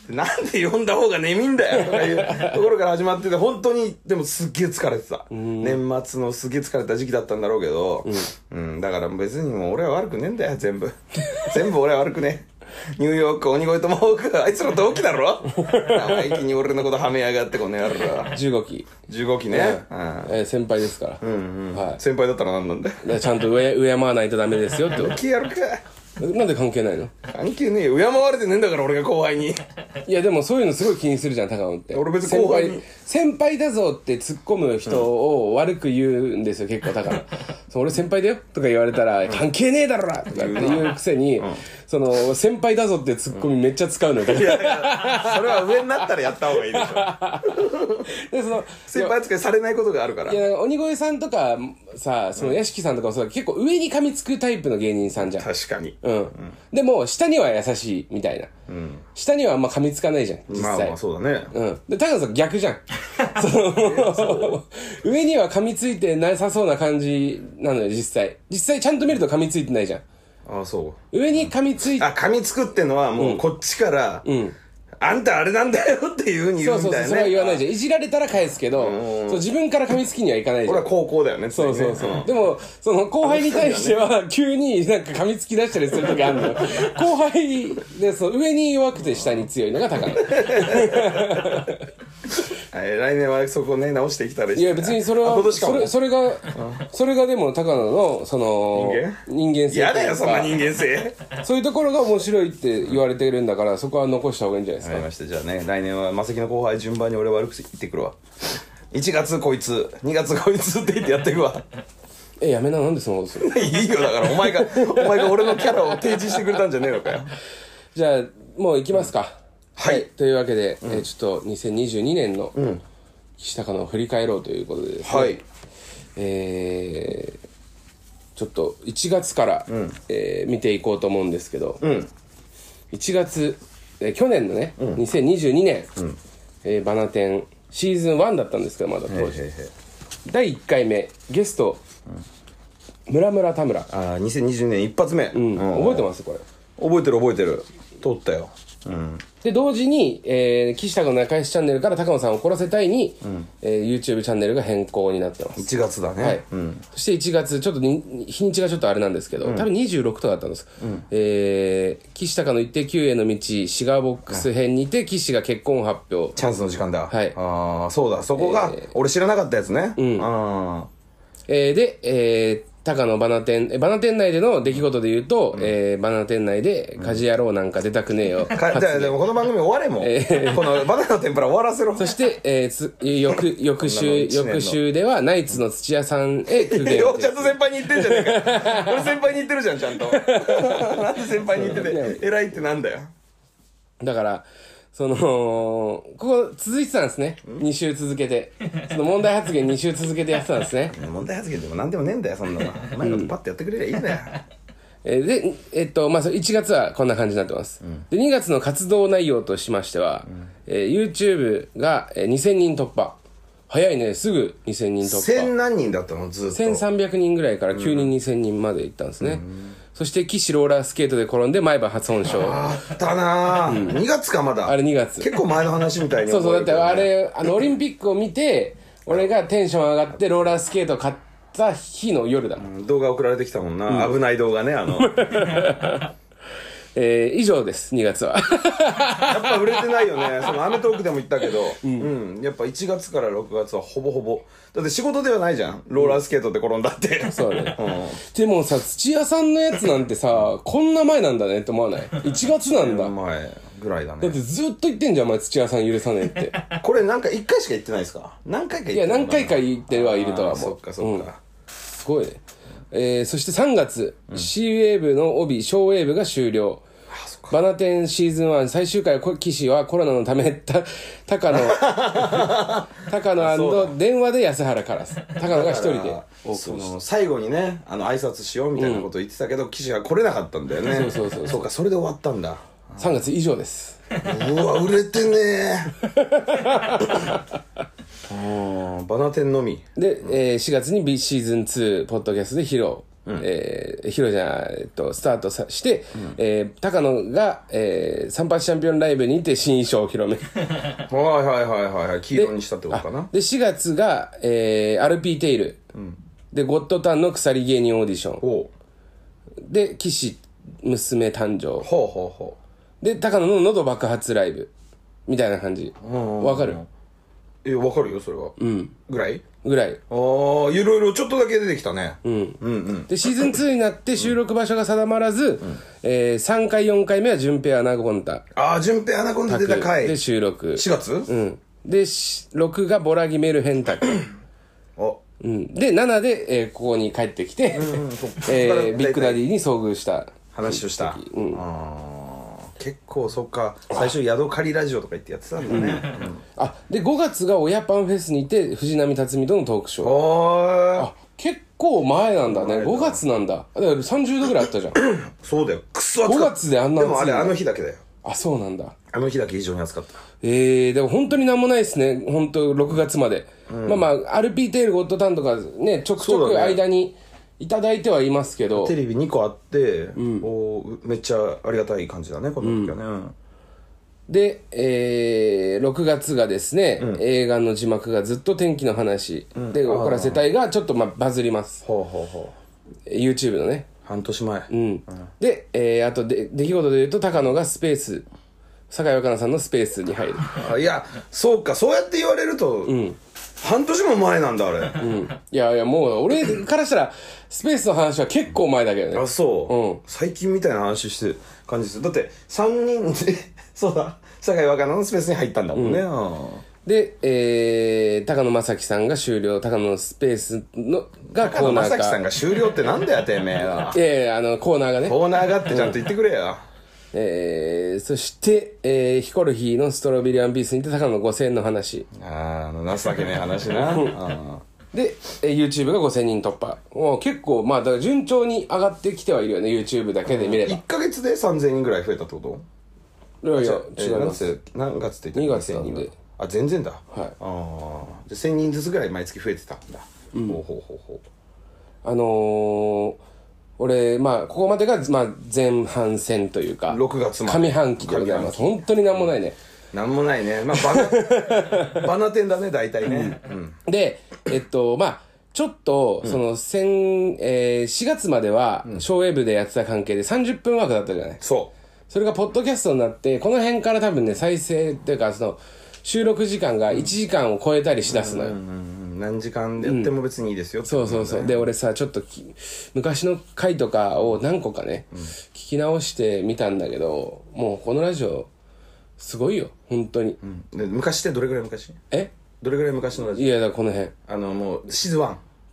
Speaker 1: ねなんで呼んだ方が眠いんだよとかいうところから始まってて本当にでもすっげえ疲れてた年末のすっげえ疲れた時期だったんだろうけど、うんだから別にもう俺は悪くねえんだよ全部 全部俺は悪くねえニューヨーク鬼越トマホークあいつら同期だ ろ生意気に俺のことはめやがってこの野郎
Speaker 2: 15期、
Speaker 1: 15期ね、うん
Speaker 2: えー先輩ですから、はい
Speaker 1: 先輩だったら何なんだよ
Speaker 2: だからちゃんと上敬わないとダメですよってこ
Speaker 1: 気やるか
Speaker 2: となんで関係ないの
Speaker 1: 関係ねえよ敬われてねえんだから俺が後輩に
Speaker 2: いやでもそういうのすごい気にするじゃん高野って
Speaker 1: 俺別に後輩に
Speaker 2: 先輩先輩だぞって突っ込む人を悪く言うんですよ結 構高野そう俺先輩だよとか言われたら関係ねえだろとかっていうくせに、その先輩だぞって突っ込みめっちゃ使うのよだか
Speaker 1: い
Speaker 2: ら
Speaker 1: やだからそれは上になったらやった方がいいでしょ
Speaker 2: でその
Speaker 1: 先輩扱いされないことがあるから
Speaker 2: いやなんか鬼越さんとかさその屋敷さんとかもそうだけど結構上に噛みつくタイプの芸人さんじゃん
Speaker 1: 確かに
Speaker 2: うん、でも下には優しいみたいな、下にはあんま噛みつかないじゃん実際、
Speaker 1: まあまあそうだね
Speaker 2: うん。で、高野さん逆 じゃん。その、上には噛みついてなさそうな感じなのよ、実際。実際ちゃんと見ると噛みついてないじゃん。
Speaker 1: ああそう
Speaker 2: 上に噛みついて、
Speaker 1: あ噛みつくってのはもうこっちからあんたあれなんだよっていうふうに言
Speaker 2: そう
Speaker 1: う
Speaker 2: そ
Speaker 1: み
Speaker 2: うそ
Speaker 1: た
Speaker 2: う、
Speaker 1: い
Speaker 2: それ
Speaker 1: な
Speaker 2: は言わない
Speaker 1: ね
Speaker 2: じゃん。いじられたら返すけど、そう自分から噛みつきにはいかないじ
Speaker 1: こ
Speaker 2: ゃ
Speaker 1: れは
Speaker 2: ん。
Speaker 1: 高校だよね
Speaker 2: そうそう
Speaker 1: 常
Speaker 2: そ
Speaker 1: にね
Speaker 2: う。でも、その後輩に対しては、急になんか噛みつき出したりする時あるのよ。後輩で、そ の上に弱くて下に強いのが高野。
Speaker 1: はい来年は回そこね直していきたらいい
Speaker 2: いや別にそれ
Speaker 1: あ
Speaker 2: は
Speaker 1: 今年か
Speaker 2: そ
Speaker 1: も
Speaker 2: れそれがそれがでも高野のその人間性
Speaker 1: 嫌
Speaker 2: と
Speaker 1: だ
Speaker 2: い
Speaker 1: よ
Speaker 2: う
Speaker 1: そんな
Speaker 2: か
Speaker 1: 人間性
Speaker 2: そういうところが面白いって言われてるんだからそこは残した方がいいんじゃないです
Speaker 1: わ
Speaker 2: か
Speaker 1: かりましたじゃあね来年はマセキの後輩順番に俺悪く言ってくるわ1月こいつ2月こいつって言ってやっていくわ
Speaker 2: えやめななんでそのことする
Speaker 1: いいよだからお前がお前が俺のキャラを提示してくれたんじゃねえのかよ
Speaker 2: じゃあもう行きますか、
Speaker 1: はい
Speaker 2: というわけで、えーちょっと2022年の岸高野を振り返ろうということでですね
Speaker 1: はい
Speaker 2: えーちょっと1月から、えー見ていこうと思うんですけど、1月、えー去年のね、2022年、えーバナテンシーズン1だったんですけどまだ当時、第1回目ゲスト、村村田村、
Speaker 1: ああ2020年一発目、う
Speaker 2: うんん、覚えてますこれ
Speaker 1: 覚えてる覚えてる通ったようん
Speaker 2: で同時に、えー、岸田君の仲良しチャンネルから高野さんを怒らせたいに、えー YouTube チャンネルが変更になってます、
Speaker 1: 1月だね、
Speaker 2: はい
Speaker 1: うん、
Speaker 2: そして1月ちょっとに日にちがちょっとあれなんですけど、多分26とかだったんです、えー、岸高の一定休への道シガーボックス編にて岸が結婚を発表
Speaker 1: チャンスの時間だ
Speaker 2: はい
Speaker 1: ああそうだそこが俺知らなかったやつねうんあ
Speaker 2: えーで、えー高野バナ店、えバナ店内での出来事で言うと、えーバナ店内で、家事野郎なんか出たくねえよ。
Speaker 1: ー かじゃあでもこの番組終われもうこのバナナの天ぷら終わらせろ
Speaker 2: そして、えーつ翌、翌
Speaker 1: こんなの
Speaker 2: 週、
Speaker 1: 一年の
Speaker 2: 翌週では、ナイツの土屋さんへ苦言を
Speaker 1: よちゃんと先輩に言ってんじゃねえかよ 俺先輩に言ってるじゃんちゃんと なんで先輩に言ってて偉いってなんだよ
Speaker 2: だから、その、ここ続いてたんですね。2週続けて。その問題発言2週続けてやってたんですね。
Speaker 1: 問題発言でも何でもねえんだよそんなのお前がパッとやってくれりゃいいんだよ
Speaker 2: えーで、えっと、まあ、そう1月はこんな感じになってます。で、2月の活動内容としましては、えー YouTube がえー2000人突破。早いね、すぐ2000人突破。
Speaker 1: 千何人だったのずっと
Speaker 2: 1300人ぐらいから急に2000人まで行ったんですね。そして、岸ローラースケートで転んで前歯 破損傷。
Speaker 1: あったなあ、2月かまだ
Speaker 2: あれ2月。
Speaker 1: 結構前の話みたいに
Speaker 2: そうそう、だっ
Speaker 1: 覚
Speaker 2: て
Speaker 1: える
Speaker 2: あ
Speaker 1: けどね
Speaker 2: れ、あの、オリンピックを見て、俺がテンション上がってローラースケート買った日の夜だもん。
Speaker 1: 動画送られてきたもんな、危ない動画ねあの
Speaker 2: えー、以上です、2 月は。
Speaker 1: やっぱ売れてないよ ねその『アメトーーク』でも言ったけど、うんやっぱ1月から6月はほぼほぼだって仕事ではないじゃんローラースケートで転んだって、
Speaker 2: そうだね。
Speaker 1: うん
Speaker 2: でもさ、土屋さんのやつなんてさ、こんな前なんだねって思わない ?1 月なんだ。だ
Speaker 1: 前ぐらいだ
Speaker 2: っ
Speaker 1: ね
Speaker 2: てずっと言ってんじゃん、お前土屋さん許さねえって。
Speaker 1: これなんか1回しか言ってないですか何回か言って
Speaker 2: いや、何回か言ってはいるとは
Speaker 1: あー
Speaker 2: 思う。
Speaker 1: そっかそっか、
Speaker 2: すごいね。えー、そして3月、シーウェーブの帯、ショーウェーブが終了。バナテンシーズン1最終回、こ岸はコロナのため、た、 高野、高野電話で安原カラス。高野が一人でお送
Speaker 1: そ
Speaker 2: りし
Speaker 1: の最後にねあの挨拶しようみたいなこと言ってたけど、記事が来れなかったんだよね
Speaker 2: そうそうそうそう
Speaker 1: そうかそれで終わったん だ
Speaker 2: 3月以上です。
Speaker 1: うわ売れて ねえうんバナテンのみ
Speaker 2: で、えー4月に B シーズン2、ポッドキャストで披露。えー、披露じゃない、えっと、スタートさして、えー高野が、えー、三八チャンピオンライブにて新衣装を披露目。
Speaker 1: はいはいはいはいはい黄色にしたってことかな
Speaker 2: で4月が、えー、RP テイル、でゴッドタンの鎖芸人オーディション
Speaker 1: おう
Speaker 2: で岸娘誕生
Speaker 1: ほうほうほ
Speaker 2: で高野の喉爆発ライブみたいな感じわか
Speaker 1: う
Speaker 2: る
Speaker 1: えわかるよそれはうんぐらい
Speaker 2: ぐら
Speaker 1: あ
Speaker 2: い
Speaker 1: あいろいろちょっとだけ出てきたね、
Speaker 2: でシーズン2になって収録場所が定まらず、えー、3回4回目は順平アナゴンタ
Speaker 1: ああ順平アナコンダ出た回
Speaker 2: で
Speaker 1: 4
Speaker 2: 収録、
Speaker 1: 月、
Speaker 2: うん、でし6がボラギメルヘンタク、
Speaker 1: あ
Speaker 2: うん、で7で、えーここに帰ってきて、
Speaker 1: そっか
Speaker 2: えービッグダディに遭遇した
Speaker 1: 話をした、あー結構そっか最初宿借りラジオとか言ってやってたんだね、
Speaker 2: あで5月が親パンフェスにて藤波辰巳とのトークショー
Speaker 1: おー
Speaker 2: あ結構前なんだね5月なんだだから30度ぐらいあったじゃん
Speaker 1: そうだよくっそ暑かった
Speaker 2: 5月であんな暑い
Speaker 1: で
Speaker 2: の
Speaker 1: もあれあの日だけだよ
Speaker 2: あそうなんだ
Speaker 1: あの日だけ異常に暑かった
Speaker 2: えー、でも本当になんもないですね本当6月まで、まあまあ RP テールゴッドタンとかねちょくちょ
Speaker 1: そう
Speaker 2: く
Speaker 1: だね
Speaker 2: 間にいただいてはいますけど、
Speaker 1: テレビ2個あって、おーめっちゃありがたい感じだねこの時はね、
Speaker 2: で、えー、6月がですね、映画の字幕がずっと天気の話、で怒らせたいがちょっとまあバズります
Speaker 1: ほうほうほう
Speaker 2: YouTube のね
Speaker 1: 半年前、
Speaker 2: うん、で、えーあとで出来事で言うと高野がスペース酒井若菜さんのスペースに入る
Speaker 1: あいやそうかそうやって言われると、半年も前なんだあれ、
Speaker 2: いやいや、もう、俺からしたら、スペースの話は結構前だけど
Speaker 1: あ
Speaker 2: ね。
Speaker 1: そう、
Speaker 2: うん
Speaker 1: 最近みたいな話して感じでするだって3人で そうだ酒井若菜のスペースに入ったんだもんね、うん
Speaker 2: で、えー、高野正樹さんが終了、高野のスペースの、がコ
Speaker 1: 高
Speaker 2: ー
Speaker 1: 野
Speaker 2: ナー
Speaker 1: 正樹さん
Speaker 2: か
Speaker 1: が。終了ってなんだよてめえ は
Speaker 2: いやいや、あの、コーナーがね。
Speaker 1: コーナーがってちゃんと言ってくれ よ
Speaker 2: えー、そして、えー、ヒコロヒーのストロベリーワンピースにて高野5000円の話。
Speaker 1: あーあの情けねえ話なうん
Speaker 2: で、えー YouTube が5000人突破。もう結構、まあ、だから順調に上がってきてはいるよね、YouTube だけで見れば。
Speaker 1: 1ヶ月で3000人ぐらい増えたってこと
Speaker 2: いやいや、
Speaker 1: え
Speaker 2: 違い
Speaker 1: ー
Speaker 2: ます。
Speaker 1: 何月って
Speaker 2: 二
Speaker 1: 言っ
Speaker 2: 月
Speaker 1: て
Speaker 2: なんで
Speaker 1: あ全然だ
Speaker 2: はい
Speaker 1: ああじゃあ1000人ずつぐらい毎月増えてたんだ、ほうほうほうほう
Speaker 2: あのー、俺、まあ、ここまでが、まあ、前半戦というか、
Speaker 1: 6月まで
Speaker 2: 上半期でございます。本当になんもないね。
Speaker 1: なんもないねまあバ ナバナテンだね大体ね、うん
Speaker 2: で、えっと、まあ、ちょっと、その、先、えー、4月までは、ショーウェブでやってた関係で30分枠だったじゃない。
Speaker 1: そう
Speaker 2: それがポッドキャストになって、この辺から多分ね、再生っていうか、その、収録時間が1時間を超えたりしだすのよ。
Speaker 1: うん何時間でやっても別にいいですよ、
Speaker 2: そうそうそう。で、俺さ、ちょっとき昔の回とかを何個かね、聞き直してみたんだけど、もうこのラジオ、すごいよ。本当に。
Speaker 1: で昔ってどれぐらい昔
Speaker 2: え
Speaker 1: どれぐらい昔のラジ
Speaker 2: いや、だからこの辺。
Speaker 1: オあのもうシーズン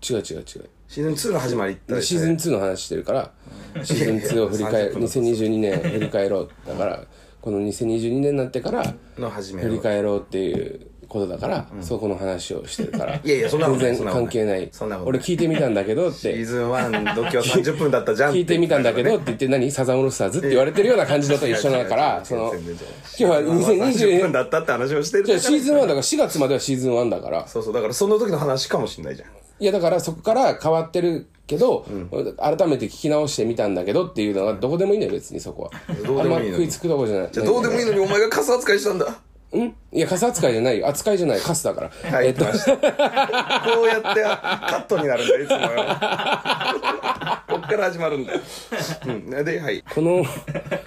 Speaker 1: 1
Speaker 2: 違う違う違う。
Speaker 1: シーズン2の始まりって
Speaker 2: シーズン2の話してるから、シーズン2を振 り返る、2022年振り返ろう。だから、この2022年になってから、
Speaker 1: の始め
Speaker 2: 振り
Speaker 1: の
Speaker 2: 返ろうっていうことだから、そこの話をしてるから。
Speaker 1: いやいやそんなことない
Speaker 2: 全然関係ない。
Speaker 1: そんなことない
Speaker 2: 俺聞いてみたんだけどっ
Speaker 1: シー
Speaker 2: て。
Speaker 1: ズン1度胸30分だったじゃん
Speaker 2: 聞いてみたんだけどって言って何サザンオールスターズって言われてるような感じだと一緒だから、その、今日は
Speaker 1: 2020
Speaker 2: 2020
Speaker 1: 分だったって話をしてる
Speaker 2: じゃあシーズン1だから4月まではシーズン1だから。
Speaker 1: そうそうだからその時の話かもしんないじゃん
Speaker 2: いやだからそこから変わってるけど、改めて聞き直してみたんだけどっていうのはどこでもいいんだよ別にそこは。
Speaker 1: どうでもいいの
Speaker 2: あんま食いつくとこじゃない。
Speaker 1: じゃあどうでもいいのにお前が傘扱いしたんだ
Speaker 2: んいや、カス扱いじゃないよ。扱いじゃない。カスだから。
Speaker 1: はい、
Speaker 2: えっと
Speaker 1: 来、ま したこうやってカットになるんだよいつもよこっから始まるんだよ、うん、ではい
Speaker 2: この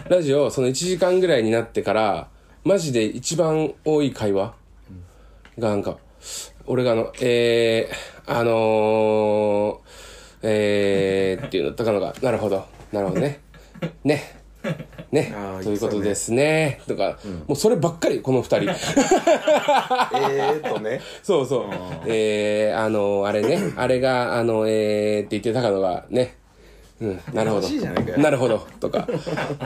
Speaker 2: ラジオ、その1時間ぐらいになってから、マジで一番多い会話がなんか、俺があの、えー、あのー、えー、っていうのだったのが、なるほど、なるほどね。ね。ね
Speaker 1: あー。
Speaker 2: ということですね。とか、もうそればっかり、この二人。
Speaker 1: えーっとね
Speaker 2: そうそう。えー、あのあれね、あれが、あの、えー、って言って高野が、ね。うん、なるほど
Speaker 1: しいじゃないか。よ
Speaker 2: なるほど。とか、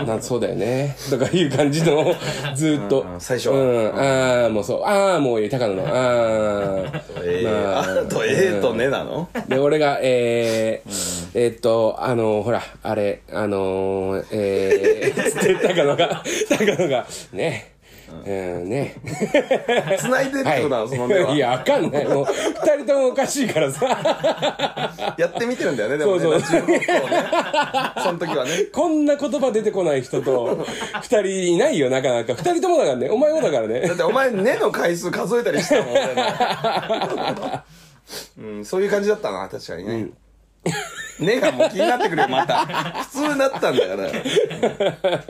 Speaker 2: なそうだよね。とかいう感じの、ずーっと
Speaker 1: うん。最初は
Speaker 2: うん、あー、もうそう。あー、もういい。高野の、あ
Speaker 1: え
Speaker 2: ー。
Speaker 1: ー、
Speaker 2: ま
Speaker 1: あとえーっとねなの
Speaker 2: で、俺が、えー、えーっと、あの、ほら、あれ、あのー、えー、つ って、高野が、高野が、ね、うん、ね。
Speaker 1: 繋いでるってことなの、その目はい
Speaker 2: や、あかんない。もう、二人ともおかしいからさ。
Speaker 1: やってみてるんだよねでもね
Speaker 2: そう
Speaker 1: ラ
Speaker 2: そ
Speaker 1: ジ
Speaker 2: う
Speaker 1: オの方をねその時はね
Speaker 2: こんな言葉出てこない人と、二人いないよ、なかなか。二人ともだからね。お前もだから
Speaker 1: だ
Speaker 2: ね
Speaker 1: っ。てお前「ね」の回数数えたりしたもん俺 のうんそういう感じだったな確かにね「ね」がもう気になってくるよまた普通になったんだから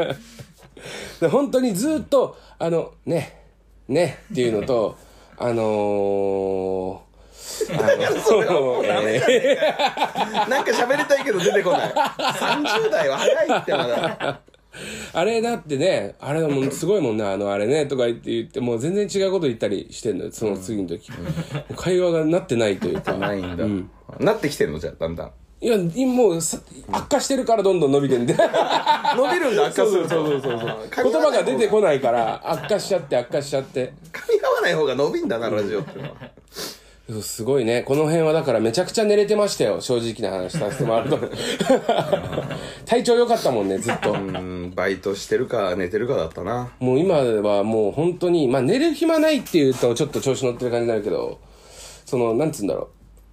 Speaker 2: で本当にずっと、あの、ね、ね、っていうのと、あのー、あの
Speaker 1: それはもうダメじゃね
Speaker 2: え
Speaker 1: えかよなんか喋りたいけど出てこない30代は早いってまだ
Speaker 2: ーあれだってね、あれもすごいもんね、あの、あれね、とか言って言って、もう全然違うこと言ったりしてんのよ、その次の時。もう会話がなってないというか。
Speaker 1: ないんだ、なってきてんのじゃあだんだん
Speaker 2: いや、いもうさ悪化してるからどんどん伸びてんで。
Speaker 1: 伸びるんだ悪化すると
Speaker 2: そうそうそう言葉が出てこないから悪化しちゃって悪化しちゃって
Speaker 1: 噛み合わない方が伸びんだなラジオってのは
Speaker 2: そうすごいねこの辺はだからめちゃくちゃ寝れてましたよ正直な話させてもら うと体調良かったもんねずっと
Speaker 1: うんバイトしてるか寝てるかだったな
Speaker 2: もう今はもう本当にまあ寝る暇ないっていうとちょっと調子乗ってる感じになるけどそのなんつうんだろう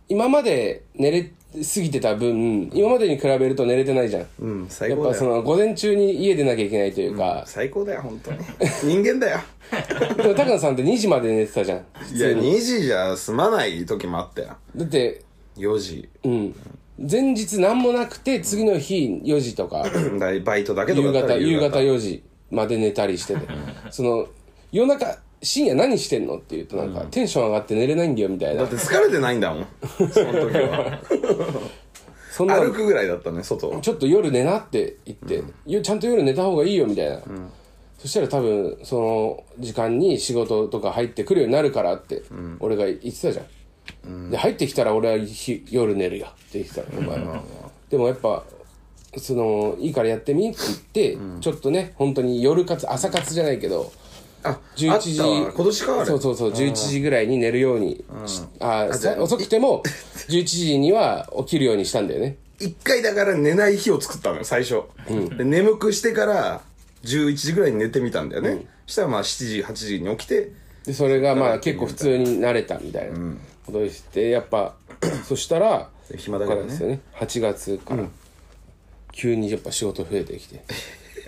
Speaker 2: 今まで寝れすぎてた分今までに比べると寝れてないじゃん、
Speaker 1: うん最
Speaker 2: やっ
Speaker 1: 高
Speaker 2: ぱ
Speaker 1: だ
Speaker 2: そ
Speaker 1: よ
Speaker 2: の午前中に家出なきゃいけないというか、
Speaker 1: 最高だよ本当に人間 だよ
Speaker 2: でも高野さんって2時まで寝てたじゃん普
Speaker 1: いや
Speaker 2: 通に
Speaker 1: 2時じゃ済まない時もあったよ
Speaker 2: だって
Speaker 1: 4時
Speaker 2: うん。前日何もなくて、次の日4時とか、
Speaker 1: だいバイトだけと
Speaker 2: 夕
Speaker 1: かだった
Speaker 2: 方、
Speaker 1: ら
Speaker 2: 夕方4時まで寝たりしてて、その、夜中、深夜何してんのって言うとなんか、テンション上がって寝れないんだよみたい
Speaker 1: だ
Speaker 2: な
Speaker 1: って疲れてないんだもんその時は
Speaker 2: そんな
Speaker 1: 歩くぐらいだったね外
Speaker 2: ちょっと夜寝なって言って、よちゃんと夜寝た方がいいよみたいな、そしたら多分その時間に仕事とか入ってくるようになるからって俺が言ってたじゃん、で入ってきたら俺はひ夜寝るよって言ってたのお前は、でもやっぱそのいいからやってみって言って、ちょっとね本当に夜活朝活じゃないけど
Speaker 1: ああ
Speaker 2: 11
Speaker 1: っ
Speaker 2: 時
Speaker 1: たわ今年かあれ
Speaker 2: そうそうそう11時ぐらいに寝るようにしあーさ遅くても11時には起きるようにしたんだよね
Speaker 1: 一回だから寝ない日を作ったのよ最初、で眠くしてから11時ぐらいに寝てみたんだよね、そしたらまあ7時8時に起きて
Speaker 2: でそれがまあ結構普通に慣れたみたいなことでしてや っぱそしたら
Speaker 1: 暇だからね
Speaker 2: ですよね8月から急にやっぱ仕事増えてきて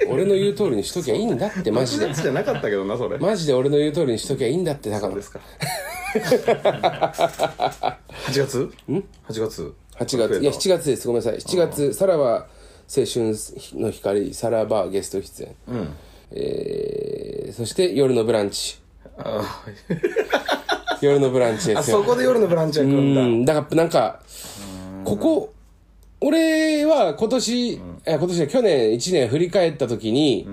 Speaker 2: 俺の言う通りにしときゃいいんだってマジ
Speaker 1: 8
Speaker 2: で
Speaker 1: 月じゃなかったけどなそれ
Speaker 2: マジで俺の言う通りにしときゃいいんだってだか
Speaker 1: そう
Speaker 2: ら
Speaker 1: ですか8月ん ?8 月
Speaker 2: 8月いや7月ですごめんなさい7月さらば青春の光さらばゲスト出演、えーそして夜のブランチ
Speaker 1: あ
Speaker 2: 夜のブランチですよ
Speaker 1: あそこで夜のブランチは行くんだ、
Speaker 2: うん、だからなんか、ここ、俺は今年、え今年じゃない去年1年振り返った時に、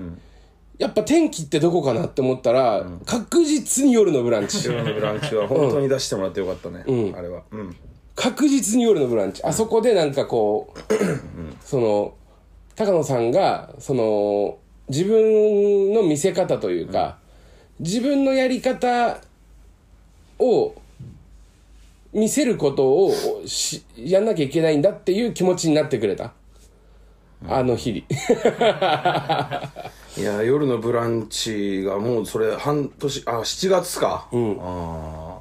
Speaker 2: やっぱ天気ってどこかなって思ったら、確実に夜のブランチ。
Speaker 1: 夜のブランチは本当に出してもらってよかったね、あれはうん
Speaker 2: 確実に夜のブランチ。あそこでなんかこう、その、高野さんが、その、自分の見せ方というか、自分のやり方を見せることをしやんなきゃいけないんだっていう気持ちになってくれた。あの日々。
Speaker 1: いや夜のブランチがもうそれ半年あ7月かうんああ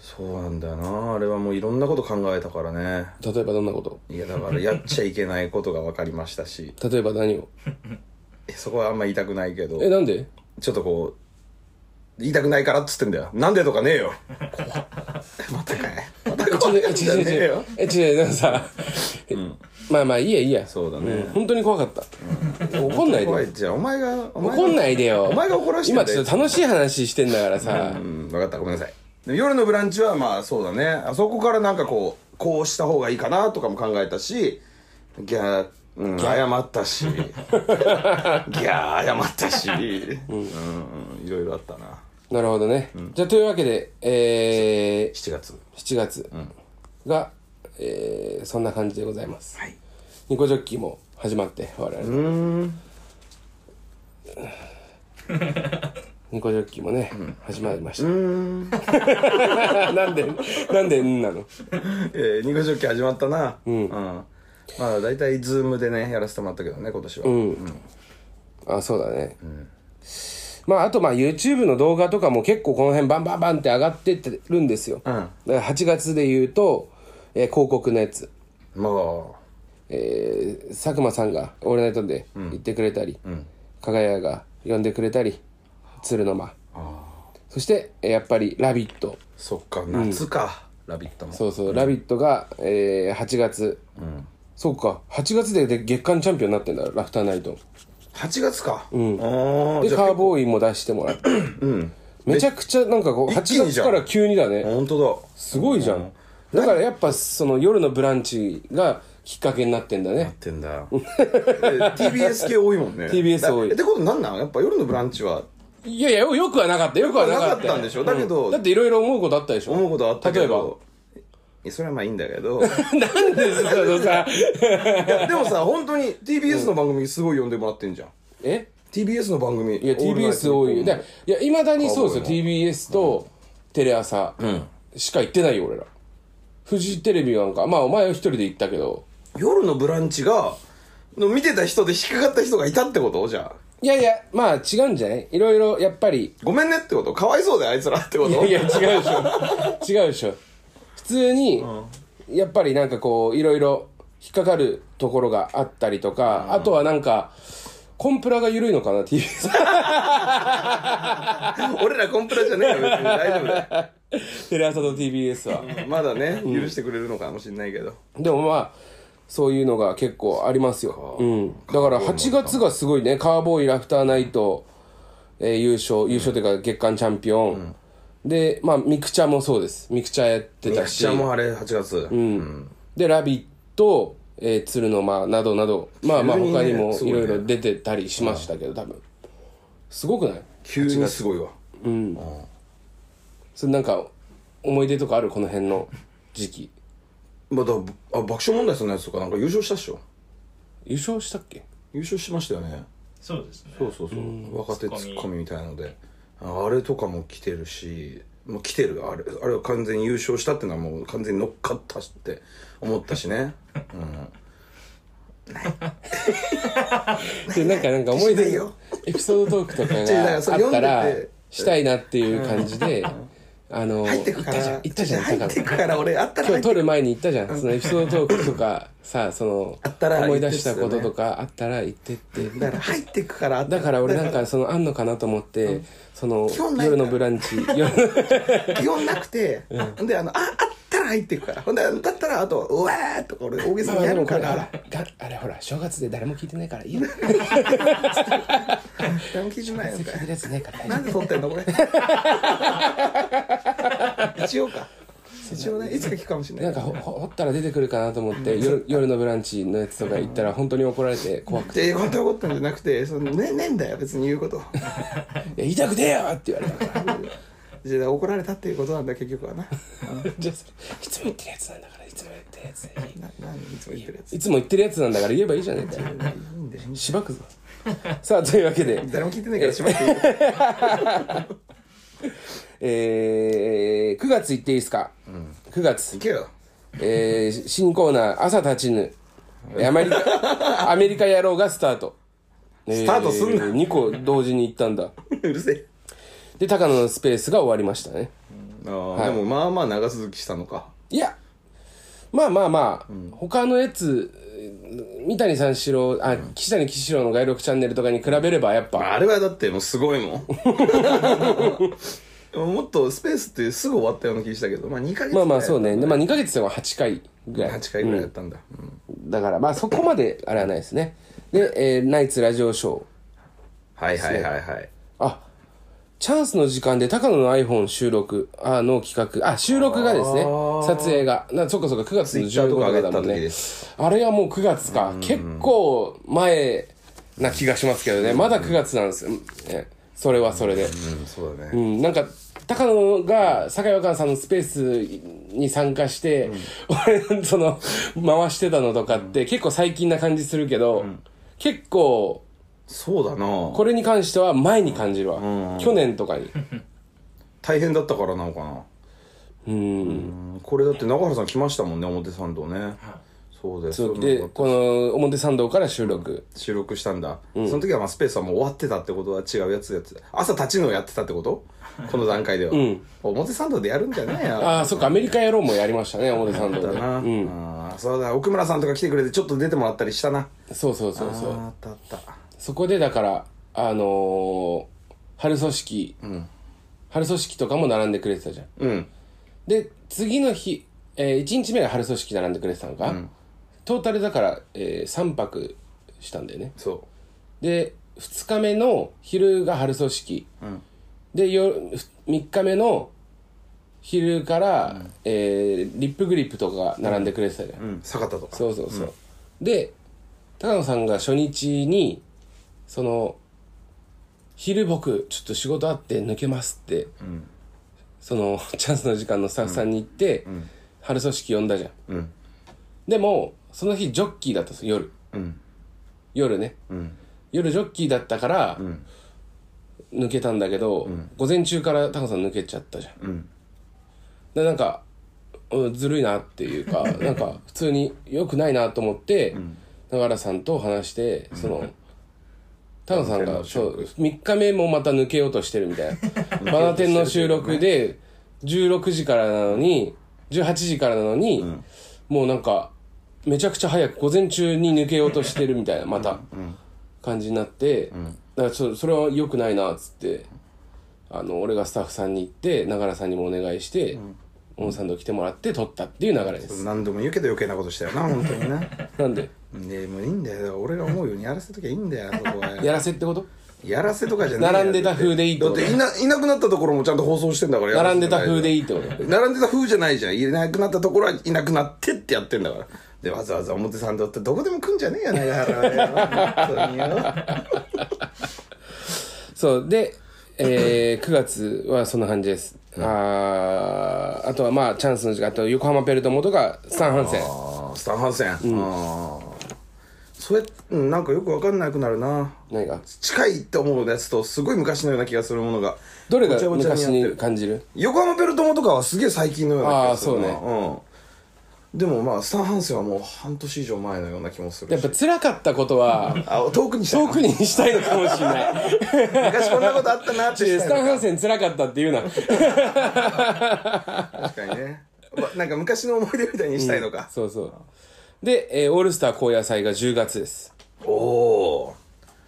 Speaker 1: そうなんだよなあれはもういろんなこと考えたからね
Speaker 2: 例えばどんなこと
Speaker 1: いやだからやっちゃいけないことが分かりましたし
Speaker 2: 例えば何を
Speaker 1: そこはあんま言いたくないけど
Speaker 2: え、なんで
Speaker 1: ちょっとこう言いたくないからっつってんだよなんでとかねえ よまたかいまた
Speaker 2: え、
Speaker 1: こういうんじゃねえよ
Speaker 2: え、違う違う、なんかさ、えまあまあいいやいいや。
Speaker 1: そうだ
Speaker 2: うん
Speaker 1: ね
Speaker 2: 本当に怖かった。怒んないでよ
Speaker 1: 怖。いじゃあお前がお前が
Speaker 2: 怒んないでよ。
Speaker 1: お前が怒らして
Speaker 2: 今ちょっと楽しい話してんだからさ
Speaker 1: う。ん分かったごめんなさいで夜のブランチはまあそうだねあそこからなんかこうこうした方がいいかなとかも考えたしギャーうん、謝った しギャー謝ったし、うんうん、いろいろあったな
Speaker 2: なるほどね。じゃあというわけで、えー、
Speaker 1: 7月
Speaker 2: 7月が、えー、そんな感じでございます。
Speaker 1: はい
Speaker 2: ニコジョッキーも始まって、我々。ニコジョッキーもね、始まりました。なんで、なんで、んなの
Speaker 1: えー、ニコジョッキ始まったなうん、まあ大体ズームでねやらせてもらったけどね今年は、
Speaker 2: あそうだね、まああとまあ YouTube の動画とかも結構この辺バンバンバンって上がってってるんですよ、だから8月で言うと、えー広告のやつ、
Speaker 1: まあ
Speaker 2: えー佐久間さんが「オールナイト」で言ってくれたり、加賀谷が呼んでくれたり鶴の間そしてえーやっぱり「ラビット!
Speaker 1: そっか夏か、ラビット」も
Speaker 2: そうそう「ラビットが」えー8月、そうか8月でで月間チャンピオンになってんだラフターナイト
Speaker 1: 8月かうんああ
Speaker 2: で
Speaker 1: じゃあ
Speaker 2: カーボーイも出してもらって、めちゃくちゃなんかこう8
Speaker 1: 一気にじ
Speaker 2: 月
Speaker 1: ゃん
Speaker 2: から急にだね
Speaker 1: 本当だ
Speaker 2: すごいじゃんだからやっぱその夜のブランチがきっかけになってんだ
Speaker 1: やっ
Speaker 2: ね
Speaker 1: てんだえ TBS 系多いもんね
Speaker 2: TBS 多い
Speaker 1: だってことなんなんやっぱ夜のブランチはい
Speaker 2: やいやよよくはなかったよくはなかった
Speaker 1: なかったんでしょだけど
Speaker 2: だっていろいろ思うことあったでしょ
Speaker 1: 思うことあったけ
Speaker 2: 例えば
Speaker 1: どいやそれはまあいいんだけど
Speaker 2: なん でそのさ
Speaker 1: いやでもさ本当に TBS の番組すごい呼んでもらってんじゃん
Speaker 2: え
Speaker 1: TBS の番組
Speaker 2: い
Speaker 1: オールナ
Speaker 2: や
Speaker 1: イトニッ
Speaker 2: TBS
Speaker 1: ポン
Speaker 2: 多いよでいやいまだにそう
Speaker 1: あ
Speaker 2: で
Speaker 1: 多
Speaker 2: すよ TBS とテレ朝しか行ってないよ俺らフジテレビなんかまあお前は一人で行ったけど
Speaker 1: 夜のブランチがの見てた人で引っかかった人がいたってことじゃあ
Speaker 2: いやいやまあ違うんじゃないいろいろやっぱり
Speaker 1: ごめんねってことかわいそうだよあいつらってこと
Speaker 2: いやいや違うでしょ違うでしょ普通に、やっぱりなんかこういろいろ引っかかるところがあったりとか、あとはなんかコンプラが緩いのかな TBS
Speaker 1: 俺らコンプラじゃねえよ別に大丈夫だよ
Speaker 2: テレ朝と TBS は
Speaker 1: まだね許してくれるのかもしれないけど、
Speaker 2: でもまあそういうのが結構ありますよ、うん、だから8月がすごいねカーボーイラフターナイト、えー優勝、優勝というか月間チャンピオン。で、まあ、ミクチャもそうです。ミクチャやって
Speaker 1: ミ
Speaker 2: た
Speaker 1: ク
Speaker 2: し
Speaker 1: チャ。もあれ8月うん
Speaker 2: で、ラビット、えー、鶴の間などなど、まあまあ
Speaker 1: 急にね
Speaker 2: 他にも
Speaker 1: そう
Speaker 2: い
Speaker 1: ね
Speaker 2: ろいろ出てたりしましたけど、多分。すごくない
Speaker 1: 急にすごいわ
Speaker 2: それなんか、思い出とかあるこの辺の時期。
Speaker 1: まあだからあ爆笑問題さんのやつとかなんか優勝したっしょ
Speaker 2: 優勝したっけ
Speaker 1: 優勝しましたよね
Speaker 3: そうですね
Speaker 1: そうそうそう若手ツッコミみたいなのでああれとかも来てるしもう来てるあれあれは完全に優勝したっていうのはもう完全に乗っかったって思ったしね
Speaker 2: で、なんかなんか思い
Speaker 1: しない
Speaker 2: 出
Speaker 1: よ、
Speaker 2: エピソードトークとか
Speaker 1: 違うだから
Speaker 2: が
Speaker 1: それ
Speaker 2: あったら
Speaker 1: 読んでて、
Speaker 2: したいなっていう感じで、あの、
Speaker 1: 入ってく
Speaker 2: 行っ
Speaker 1: か
Speaker 2: たじゃ
Speaker 1: ら
Speaker 2: ん、行ったじゃん、
Speaker 1: 入
Speaker 2: だ
Speaker 1: っ
Speaker 2: か
Speaker 1: て
Speaker 2: ら。
Speaker 1: くから俺あったら入
Speaker 2: 今日
Speaker 1: って
Speaker 2: 撮る前に行ったじゃん。そのエピソードトークとか、さ、その
Speaker 1: あったら、
Speaker 2: 思い出した
Speaker 1: 言
Speaker 2: こ
Speaker 1: ってっすよね
Speaker 2: ととかあったら言ってって。
Speaker 1: だから入ってくからあった
Speaker 2: だから俺なんかそのあんのかなと思って、その
Speaker 1: 基本ない
Speaker 2: 夜のブランチ、 夜の
Speaker 1: 基本なくて、であのああったら入ってくからほんでだったらあと「うわー」とか俺大げさ
Speaker 2: まあ
Speaker 1: にや
Speaker 2: で
Speaker 1: る
Speaker 2: もこ
Speaker 1: か
Speaker 2: れあ
Speaker 1: ら
Speaker 2: れがあれほら正月で誰も聞いてないからいいよ
Speaker 1: 誰も聞いてないよみたいな
Speaker 2: 聞いてるやつねえから大丈
Speaker 1: なんで撮ってん のこれ一応か一応ねいつか聞くかもしれ
Speaker 2: 夫
Speaker 1: な
Speaker 2: ないんかほほほったら出てくるかなと思って夜夜のブランチのやつとか行ったら本当に怒られて怖くて
Speaker 1: でこんなことんじゃなくてそのねねえんだよ別に言うこと
Speaker 2: 「いや言いたくねえよ!」って言われたから
Speaker 1: じゃあ怒られたっていうことなんだ結局はな
Speaker 2: じゃあそれいつも言ってるやつなんだからいつも言ってるやつでいい
Speaker 1: な何いつも言ってるやつ
Speaker 2: いつも言ってるやつなんだから言えばいいじゃねえかよ
Speaker 1: いいんだよ
Speaker 2: しばくぞ さあというわけで
Speaker 1: 誰も聞いてないからしまっていいよ
Speaker 2: えー、9月行っていいですか、9月
Speaker 1: 行け よ
Speaker 2: えー、新コーナー、朝立ちぬ。アメ リカ、アメリカ野郎がスタート。ス
Speaker 1: タートすんな
Speaker 2: 2個同時に行ったんだ。
Speaker 1: うるせえ
Speaker 2: で、高野のスペースが終わりましたね。
Speaker 1: あー、でもまあまあ長続きしたのか
Speaker 2: いや、まあまあまあ、他のやつ、三谷三四郎、あ、岸谷岸四郎の外録チャンネルとかに比べればやっぱ、
Speaker 1: あれはだってもうすごいも んもっとスペースってすぐ終わったような気したけどまあ2ヶ月
Speaker 2: まあまあそう
Speaker 1: ね
Speaker 2: ね。で、まあ2ヶ月では8回ぐらい。
Speaker 1: 8回ぐらいやったんだ、うん
Speaker 2: だから、まあそこまであれはないですね。で、えーナイツラジオショー。
Speaker 1: はいはいはいはい
Speaker 2: あチャンスの時間で高野の iPhone 収録あの企画あ収録がですね撮影がなそっかそっか9月の
Speaker 1: Twitter とか上
Speaker 2: 15日
Speaker 1: げ
Speaker 2: だ
Speaker 1: た
Speaker 2: もん
Speaker 1: 時
Speaker 2: ね
Speaker 1: です
Speaker 2: あれはもう9月か結構前な気がしますけどねまだ9月なんですよ、ねそれはそれで
Speaker 1: うんそうだね、
Speaker 2: うん、なんか高野が酒井若菜さんのスペースに参加して、俺その回してたのとかって結構最近な感じするけど、結構
Speaker 1: そうだな
Speaker 2: これに関しては前に感じるわ、去年とかに
Speaker 1: 大変だったからなのかな
Speaker 2: うん
Speaker 1: うんこれだって永原さん来ましたもんね表参道ね、そうです
Speaker 2: そうでこの表参道から収録
Speaker 1: 収録したんだ、その時はまあスペースはもう終わってたってことは違うやつやつ朝立ちのやってたってことこの段階では、表参道でやるんじゃないよ
Speaker 2: ああそっかアメリカ野郎もやりましたね表参道
Speaker 1: だ
Speaker 2: で
Speaker 1: な、あーそうだ奥村さんとか来てくれてちょっと出てもらったりしたな
Speaker 2: そうそうそう
Speaker 1: あ
Speaker 2: そう
Speaker 1: ーあったあった
Speaker 2: そこでだからあのー春組織、春組織とかも並んでくれてたじゃん
Speaker 1: うん
Speaker 2: で次の日、え1日目が春組織並んでくれてたのか、トータルだから、え3泊したんだよね
Speaker 1: そ
Speaker 2: で2日目の昼が春組織、でよ3日目の昼から、えーリップグリップとかが並んでくれてたじゃん、
Speaker 1: う、うん、坂田とか
Speaker 2: そうそうそう、で高野さんが初日にその昼僕ちょっと仕事あって抜けますって、その チャンスの時間のスタッフさんに行って、春組織呼んだじゃん
Speaker 1: うん
Speaker 2: でもその日ジョッキーだったんです夜
Speaker 1: うん
Speaker 2: 夜ね、
Speaker 1: ん
Speaker 2: 夜ジョッキーだったから、抜けたんだけど、午前中からタカさん抜けちゃったじゃん、
Speaker 1: ん
Speaker 2: でなんかうんずるいなっていうかなんか普通に良くないなと思って、永原さんと話してその、タカさんがそう3日目もまた抜けようとしてるみたい なバナテンの収録で16時からなのに18時からなのに、もうなんかめちゃくちゃ早く午前中に抜けようとしてるみたいなまた感じになって、だからそそれは良くないなっつってあの俺がスタッフさんに行って永原さんにもお願いして、オンサンド来てもらって撮ったっていう流れです
Speaker 1: 何度も言うけど余計なことしたよな本当にな
Speaker 2: なんで
Speaker 1: ねもういいんだよ俺が思うようにやらせときゃいいんだよそこは
Speaker 2: やらせってこと
Speaker 1: やらせとかじゃない
Speaker 2: 並んでた風でいいって
Speaker 1: だ
Speaker 2: こ
Speaker 1: っ
Speaker 2: と
Speaker 1: ていないなくなったところもちゃんと放送してんだからやら
Speaker 2: 並
Speaker 1: せじ
Speaker 2: んで
Speaker 1: ゃな
Speaker 2: た
Speaker 1: い
Speaker 2: 風でいいってこと
Speaker 1: 並んでた風じゃないじゃんいなくなったところはいなくなってってやってんだからでわざわざ表参道ってどこでも来んじゃねえよ永原はよ本当によ
Speaker 2: そうで、えー、9月はそんな感じです、あーあとはまあチャンスの時間あと横浜ペルトモとかスタンハンセン
Speaker 1: あースタンハンセン、あーそれうんなんかよくわかんなくなるな
Speaker 2: 何が
Speaker 1: 近いって思うやつとすごい昔のような気がするものが
Speaker 2: どれが
Speaker 1: ごちゃごちゃ
Speaker 2: 昔
Speaker 1: やって
Speaker 2: に
Speaker 1: る
Speaker 2: 感じる
Speaker 1: 横浜ペルトモとかはすげえ最近のような気がするな
Speaker 2: あーそう
Speaker 1: ね、うん、でもまあスタンハンセンはもう半年以上前のような気もするし
Speaker 2: やっぱ辛かったことは
Speaker 1: あ遠くにしたい
Speaker 2: 遠くにしたいのかもし れない
Speaker 1: 昔こんなことあったなって
Speaker 2: で
Speaker 1: し
Speaker 2: ス
Speaker 1: た
Speaker 2: タ
Speaker 1: い
Speaker 2: ン
Speaker 1: の
Speaker 2: ハ
Speaker 1: か
Speaker 2: ンセン辛かったっていうな
Speaker 1: 確かにねまなんか昔の思い出みたいにしたいのか、
Speaker 2: そうそうで、えーオールスター高野祭が10月です
Speaker 1: おお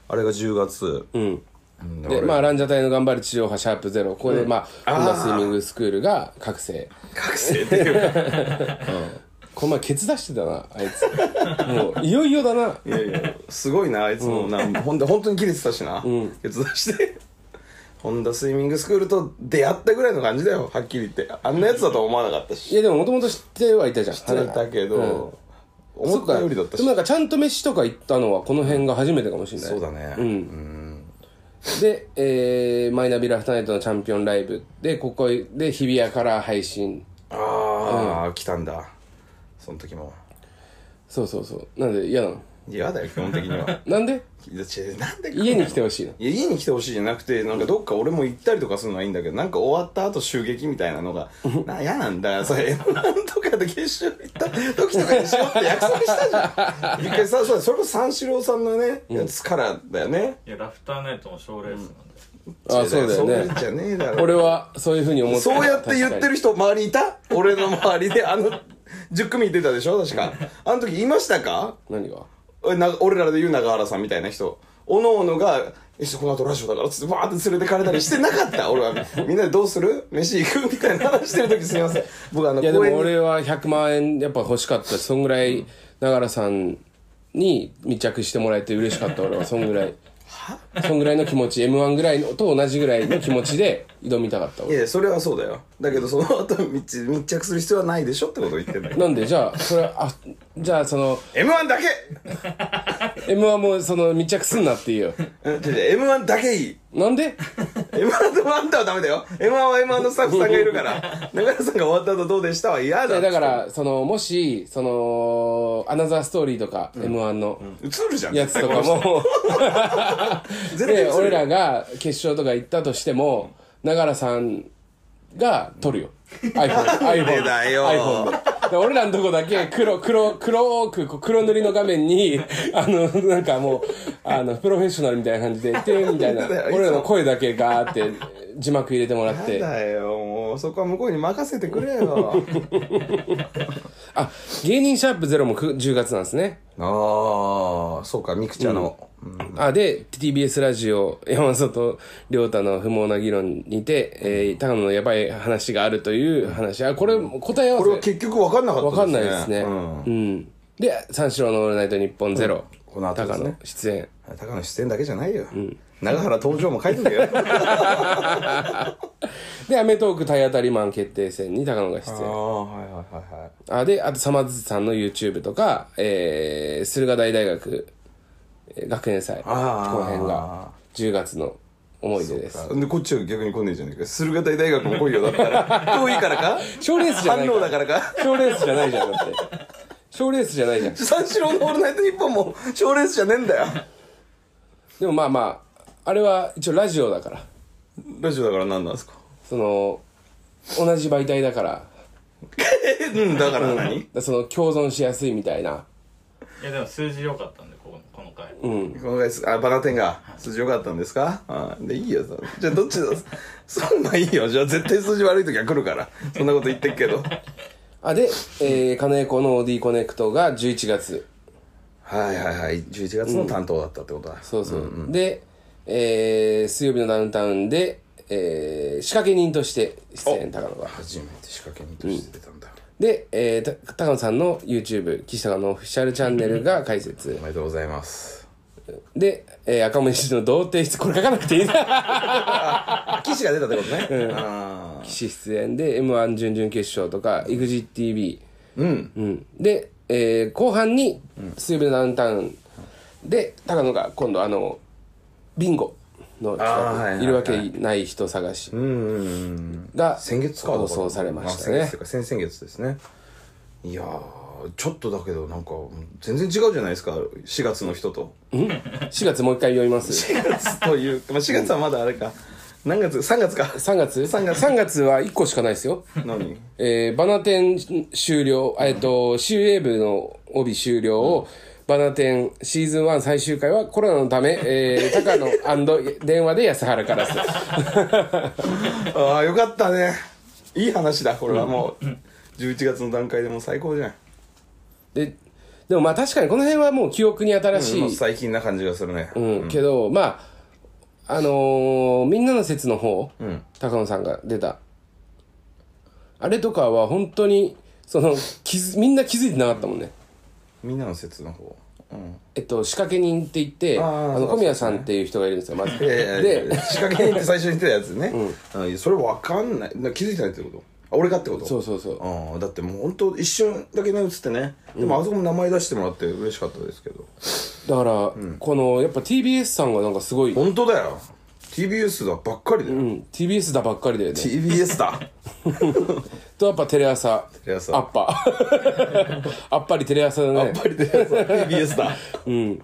Speaker 1: あれが10月
Speaker 2: うん
Speaker 1: うん
Speaker 2: でまあランジャタイの頑張る地上波シャープゼロこれでまあホンダスイミングスクールが覚醒
Speaker 1: 覚醒っていうか
Speaker 2: この前ケツ出してたなあいつ もういよいよだない
Speaker 1: やいやすごいなあいつもな、ほんで本当に切れてたしな、決断してホンダスイミングスクールと出会ったぐらいの感じだよはっきり言ってあんなやつだとは思わなかった
Speaker 2: い
Speaker 1: し
Speaker 2: やでももともと知ってはいたじゃん知っ
Speaker 1: 出たけど、思ったよりだったし
Speaker 2: でもなんかちゃんと飯とか行ったのはこの辺が初めてかもしれない
Speaker 1: そうだね、
Speaker 2: で、えーマイナビラフターナイトのチャンピオンライブでここで日比谷から配信
Speaker 1: ああ、来たんだその時も
Speaker 2: そうそうそうなんで嫌なの
Speaker 1: 嫌だよ基本 的にはだ
Speaker 2: なんで
Speaker 1: ってなんで
Speaker 2: 家に来てほしいの
Speaker 1: いや家に来てほしいじゃなくてなんかどっか俺も行ったりとかするのはいいんだけどなんか終わった後襲撃みたいなのがな嫌なんだよそれ M−1 とかで決勝行った時とかにしようって約束したじゃん一回さそうそれこそ三四郎さんのねやつからだよね
Speaker 3: いやラフターナイトも賞レースなんで、
Speaker 2: あそうだよ
Speaker 1: そ
Speaker 2: ね
Speaker 1: うじゃねえだろ
Speaker 2: 俺はそういうふうに思って
Speaker 1: そうやって言って
Speaker 2: る
Speaker 1: る人周りいた俺の周りであの10組出たでしょ確かあの時いましたか
Speaker 2: 何が
Speaker 1: えな俺らで言う永原さんみたいな人おのおのが「えこの後ラジオだから」っつってバーって連れてかれたりしてなかった俺はみんなで「どうする飯行く?」みたいな話してる時すみません僕あの
Speaker 2: いやで
Speaker 1: 公園
Speaker 2: も
Speaker 1: に
Speaker 2: 俺は100万円やっぱ欲しかったしそんぐらい永良さんに密着してもらえて嬉しかった俺はそんぐらいそんぐらいの気持ち m 1ぐらいのと同じぐらいの気持ちで挑みたかった
Speaker 1: い
Speaker 2: 俺
Speaker 1: やそれはそうだよだけどその後密密着する必要はないでしょってことを言ってんだけど
Speaker 2: なんでじゃあそれあじゃあその
Speaker 1: m 1だけ
Speaker 2: m 1もその密着すんなって言うよ
Speaker 1: うん違う違う m 1だけいい
Speaker 2: なんで
Speaker 1: m 1とあんたはダメだよ m 1は m 1のスタッフさんがいるから永原さんが終わった後どうでしたは嫌
Speaker 2: いや
Speaker 1: だ
Speaker 2: だからそのもしそのアナザーストーリーとか m 1の
Speaker 1: 映るじゃん
Speaker 2: やつと かも
Speaker 1: 絶対映
Speaker 2: で
Speaker 1: る
Speaker 2: 俺らが決勝とか行ったとしても永原さんが撮るよ iPhone
Speaker 1: で
Speaker 2: iPhone
Speaker 1: だよ
Speaker 2: iPhone でで俺らのとこだけ黒黒黒くこう黒塗りの画面にあのなんかもうあのプロフェッショナルみたいな感じで「てん」みたいな
Speaker 1: だよ
Speaker 2: 俺らの声だけガーって字幕入れてもらって
Speaker 1: やだよもうそこは向こうに任せてくれよ
Speaker 2: あ芸人シャープゼロもく10月なんですね
Speaker 1: ああそうかミクちゃんの、
Speaker 2: あで TBS ラジオ山里亮太の不毛な議論にて、えー、高野のやばい話があるという話あこれ答え合わ
Speaker 1: こ
Speaker 2: せ
Speaker 1: れは結局分かんなか
Speaker 2: わ
Speaker 1: っ
Speaker 2: か
Speaker 1: た
Speaker 2: んないですね。
Speaker 1: う
Speaker 2: うんん。で、三四郎のオールナイトニッポンゼロ。
Speaker 1: この後です
Speaker 2: 高
Speaker 1: ね
Speaker 2: 野出演。
Speaker 1: 高野出演だけじゃないよ、長原登場も書いてるよ あ
Speaker 2: で、アメトーク体当たりマン決定戦に高野が出演。
Speaker 1: あはいはいはいはい
Speaker 2: あで、あと、さまずさんの YouTube とか、えー、駿河台大学、えー学園祭、
Speaker 1: あー
Speaker 2: 後編が、10月の思い出です。
Speaker 1: でこっちは逆に来ねえじゃねえか駿河台大学も来いよだった ら遠いからか
Speaker 2: 賞レースじゃない
Speaker 1: 反応だからか
Speaker 2: 賞レースじゃないじゃん、だって。賞レースじゃないじゃん。
Speaker 1: 三四郎の「オールナイトニッポン」も賞レースじゃねえんだよ
Speaker 2: でもまあまあ、あれは一応ラジオだから、
Speaker 1: ラジオだから何なんですか
Speaker 2: その、同じ媒体だから、
Speaker 1: うんだから何、
Speaker 2: その共存しやすいみたいな。
Speaker 3: いやでも数字良かったんでこのこの回、
Speaker 1: この回すあバナテンが数字良かったんですかあでいいよそじゃあどっちだ そんなんいいよじゃあ絶対数字悪い時は来るからそんなこと言ってっけど
Speaker 2: あで、えー、金子の OD コネクトが11月
Speaker 1: はいはいはい11月の担当だったってことだ、
Speaker 2: そうそう、で、えー、水曜日のダウンタウンで、えー、仕掛け人として出演高野が
Speaker 1: 初めて仕掛け人として出たんだ、
Speaker 2: で、えー、た高野さんの YouTube 岸高野のオフィシャルチャンネルが開設
Speaker 1: おめでとうございます
Speaker 2: で、えー赤文字の童貞室、これ書かなくていいな。
Speaker 1: あ騎士が出たってことね、あー
Speaker 2: 岸出演で、M1 準々決勝とか、EXITV。
Speaker 1: うん
Speaker 2: うん。で、えー後半に、水曜日のダウンタウンで、高野が今度あの、ビンゴの企
Speaker 1: あーはいはいは
Speaker 2: 画、
Speaker 1: い
Speaker 2: いるわけない人探し
Speaker 1: うんうんうん
Speaker 2: が、
Speaker 1: 先月か
Speaker 2: 放送されました
Speaker 1: あ先
Speaker 2: ね
Speaker 1: 月という。か先々月ですねいやーちょっとだけどなんか全然違うじゃないですか4月の人と
Speaker 2: 4月もう一回読み ます。
Speaker 1: 4月というか、まあ、4月はまだあれか何月3月か
Speaker 2: 3月 ?3 月。3月は1個しかないですよ。
Speaker 1: 何
Speaker 2: えーバナテン終了、えっと、シューエーブの帯終了を、バナテンシーズン1最終回はコロナのため、えー、高野電話で安原からす。
Speaker 1: ああよかったねいい話だこれはもう11月の段階でもう最高じゃん
Speaker 2: で、でもまあ確かにこの辺はもう記憶に新し
Speaker 1: もう
Speaker 2: い、
Speaker 1: 最近な感じがするね
Speaker 2: うん、けど、まあ、あのーみんなの説の方、
Speaker 1: ん
Speaker 2: 高野さんが出た。あれとかは本当に、その、気づ、みんな気づいてなかったもんね。
Speaker 1: みんなの説の方うん
Speaker 2: えっと、仕掛け人って言って、
Speaker 1: あ
Speaker 2: あ
Speaker 1: ー
Speaker 2: の、
Speaker 1: そう
Speaker 2: 小宮さんっていう人がいるんですよ、まず。
Speaker 1: で
Speaker 2: で、
Speaker 1: 仕掛け人って最初に言ってたやつね、うん、それ分かんないな気づいてないってことあ俺がってこと
Speaker 2: そうそうそう。
Speaker 1: ああだってもう本当一瞬だけ目映ってねでもあそこも名前出してもらって嬉しかったですけど、
Speaker 2: だから、この、やっぱ TBS さんがなんかすごい、う
Speaker 1: 本当だよ TBS だばっかりだよ、
Speaker 2: ん、TBS だばっかりだよね。
Speaker 1: TBS だ
Speaker 2: と、やっぱテレ朝。
Speaker 1: テレ朝
Speaker 2: アッパ。 あっぱりテレ朝だ
Speaker 1: やっ
Speaker 2: ね。
Speaker 1: ぱりだよ TBS だ
Speaker 2: うん。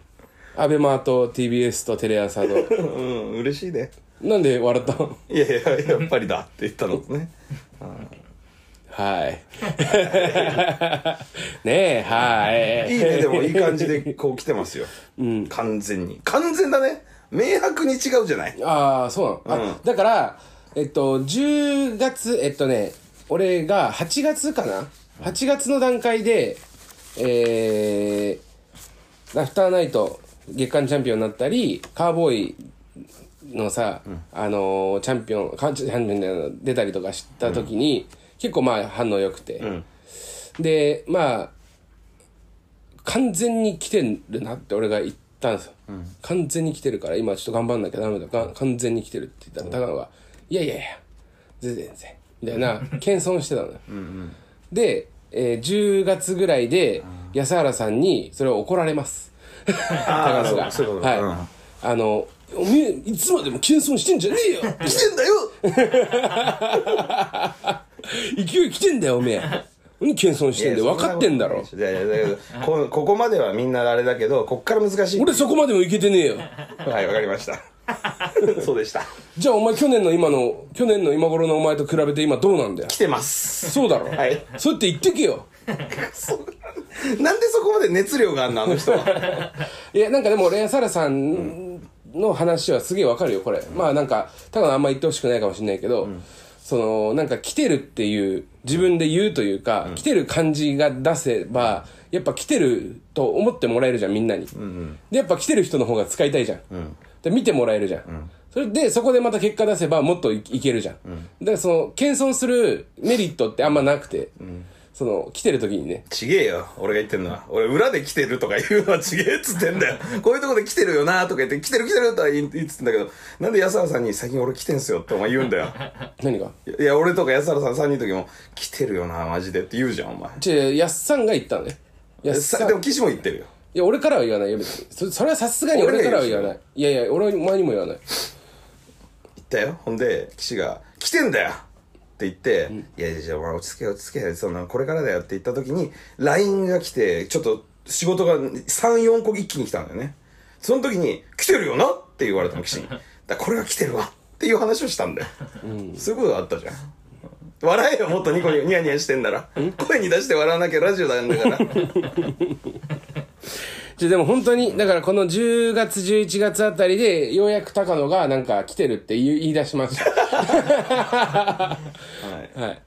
Speaker 2: アベマと TBS とテレ朝 の。
Speaker 1: うん嬉しいね
Speaker 2: なんで笑ったの
Speaker 1: いやいややっぱりだって言 ったのね
Speaker 2: はい。ねえ、はい。
Speaker 1: いいねでもいい感じでこう来てますよ、完全に完全だね明白に違うじゃない
Speaker 2: ああそうなの、あだからえっと10月えっとね俺が8月かな8月の段階でえー、ラフターナイト月間チャンピオンになったりカーボーイのさ、あのーチャンピオンカーチャンピオンじゃない出たりとかした時に、結構まあ反応良くて、でまあ完全に来てるなって俺が言ったんですよ、完全に来てるから今ちょっと頑張んなきゃダメだか完全に来てるって言ったら高野が「いやいやいや全然全然」みたいな謙遜してたのよで、えー10月ぐらいで安原さんにそれを怒られます高野が
Speaker 1: そういうこと
Speaker 2: はい、
Speaker 1: うん
Speaker 2: あのおめえいつまでも謙遜してんじゃねえよ
Speaker 1: 来てんだよ
Speaker 2: 勢い来てんだよおめえ何謙遜してんだよ分かってんだろ
Speaker 1: いやいやだけどこここまではみんなあれだけどこっから難しい
Speaker 2: 俺そこまでもいけてねえよ
Speaker 1: はいわかりました そうでした
Speaker 2: じゃあお前去年の今の、去年の今頃のお前と比べて今どうなんだよ
Speaker 1: 来。てます
Speaker 2: そうだろ。
Speaker 1: はい
Speaker 2: そうやって言ってけよ。
Speaker 1: そうなんでそこまで熱量があんのあの人は
Speaker 2: いや、なんかでも、レアサラさんの話はすげえわかるよ、これ。まあなんか、多分あんま言ってほしくないかもしれないけど、その、なんか来てるっていう、自分で言うというか、来てる感じが出せば、やっぱ来てると思ってもらえるじゃん、みんなに。で、やっぱ来てる人の方が使いたいじゃん。で、見てもらえるじゃん。それで、そこでまた結果出せば、もっといいけるじゃん。だからその、謙遜するメリットってあんまなくて、その、来てる時にね。
Speaker 1: ちげえよ俺が言ってんのは俺裏で来てるとか言うのはちげえっつってんだよこういうとこで来てるよなとか言って来てる来てるとは言い言いつってんだけどなんで安原さんに最近俺来てんすよってお前言うんだよ
Speaker 2: 何が
Speaker 1: いや俺とか安原さん3人の時も来てるよなマジでって言うじゃんお前
Speaker 2: 違う、やっさんが言ったのね。やっさ
Speaker 1: さ
Speaker 2: ん
Speaker 1: でも岸も言ってるよ
Speaker 2: いや、俺からは言わないよ、別に。そそれはさすがに俺からは言わない。いやいや、俺、お前にも言わない。
Speaker 1: 言ったよほんで岸が「来てんだよ!」って言って「いやいやいやお前落ち着け落ち着けそんなこれからだよ」って言った時に LINE が来てちょっと仕事が34個一気に来たんだよねその時に「来てるよな!」って言われたの 岸にだからこれが来てるわっていう話をしたんだよ、そういうことがあったじゃん笑えよもっとニコニコニヤニヤしてんなら声に出して笑わなきゃラジオなんだ から
Speaker 2: じゃでも本当に、だからこの10月、11月あたりで、ようやく高野がなんか来てるって言い言い出しまし た。
Speaker 1: はい
Speaker 2: はい。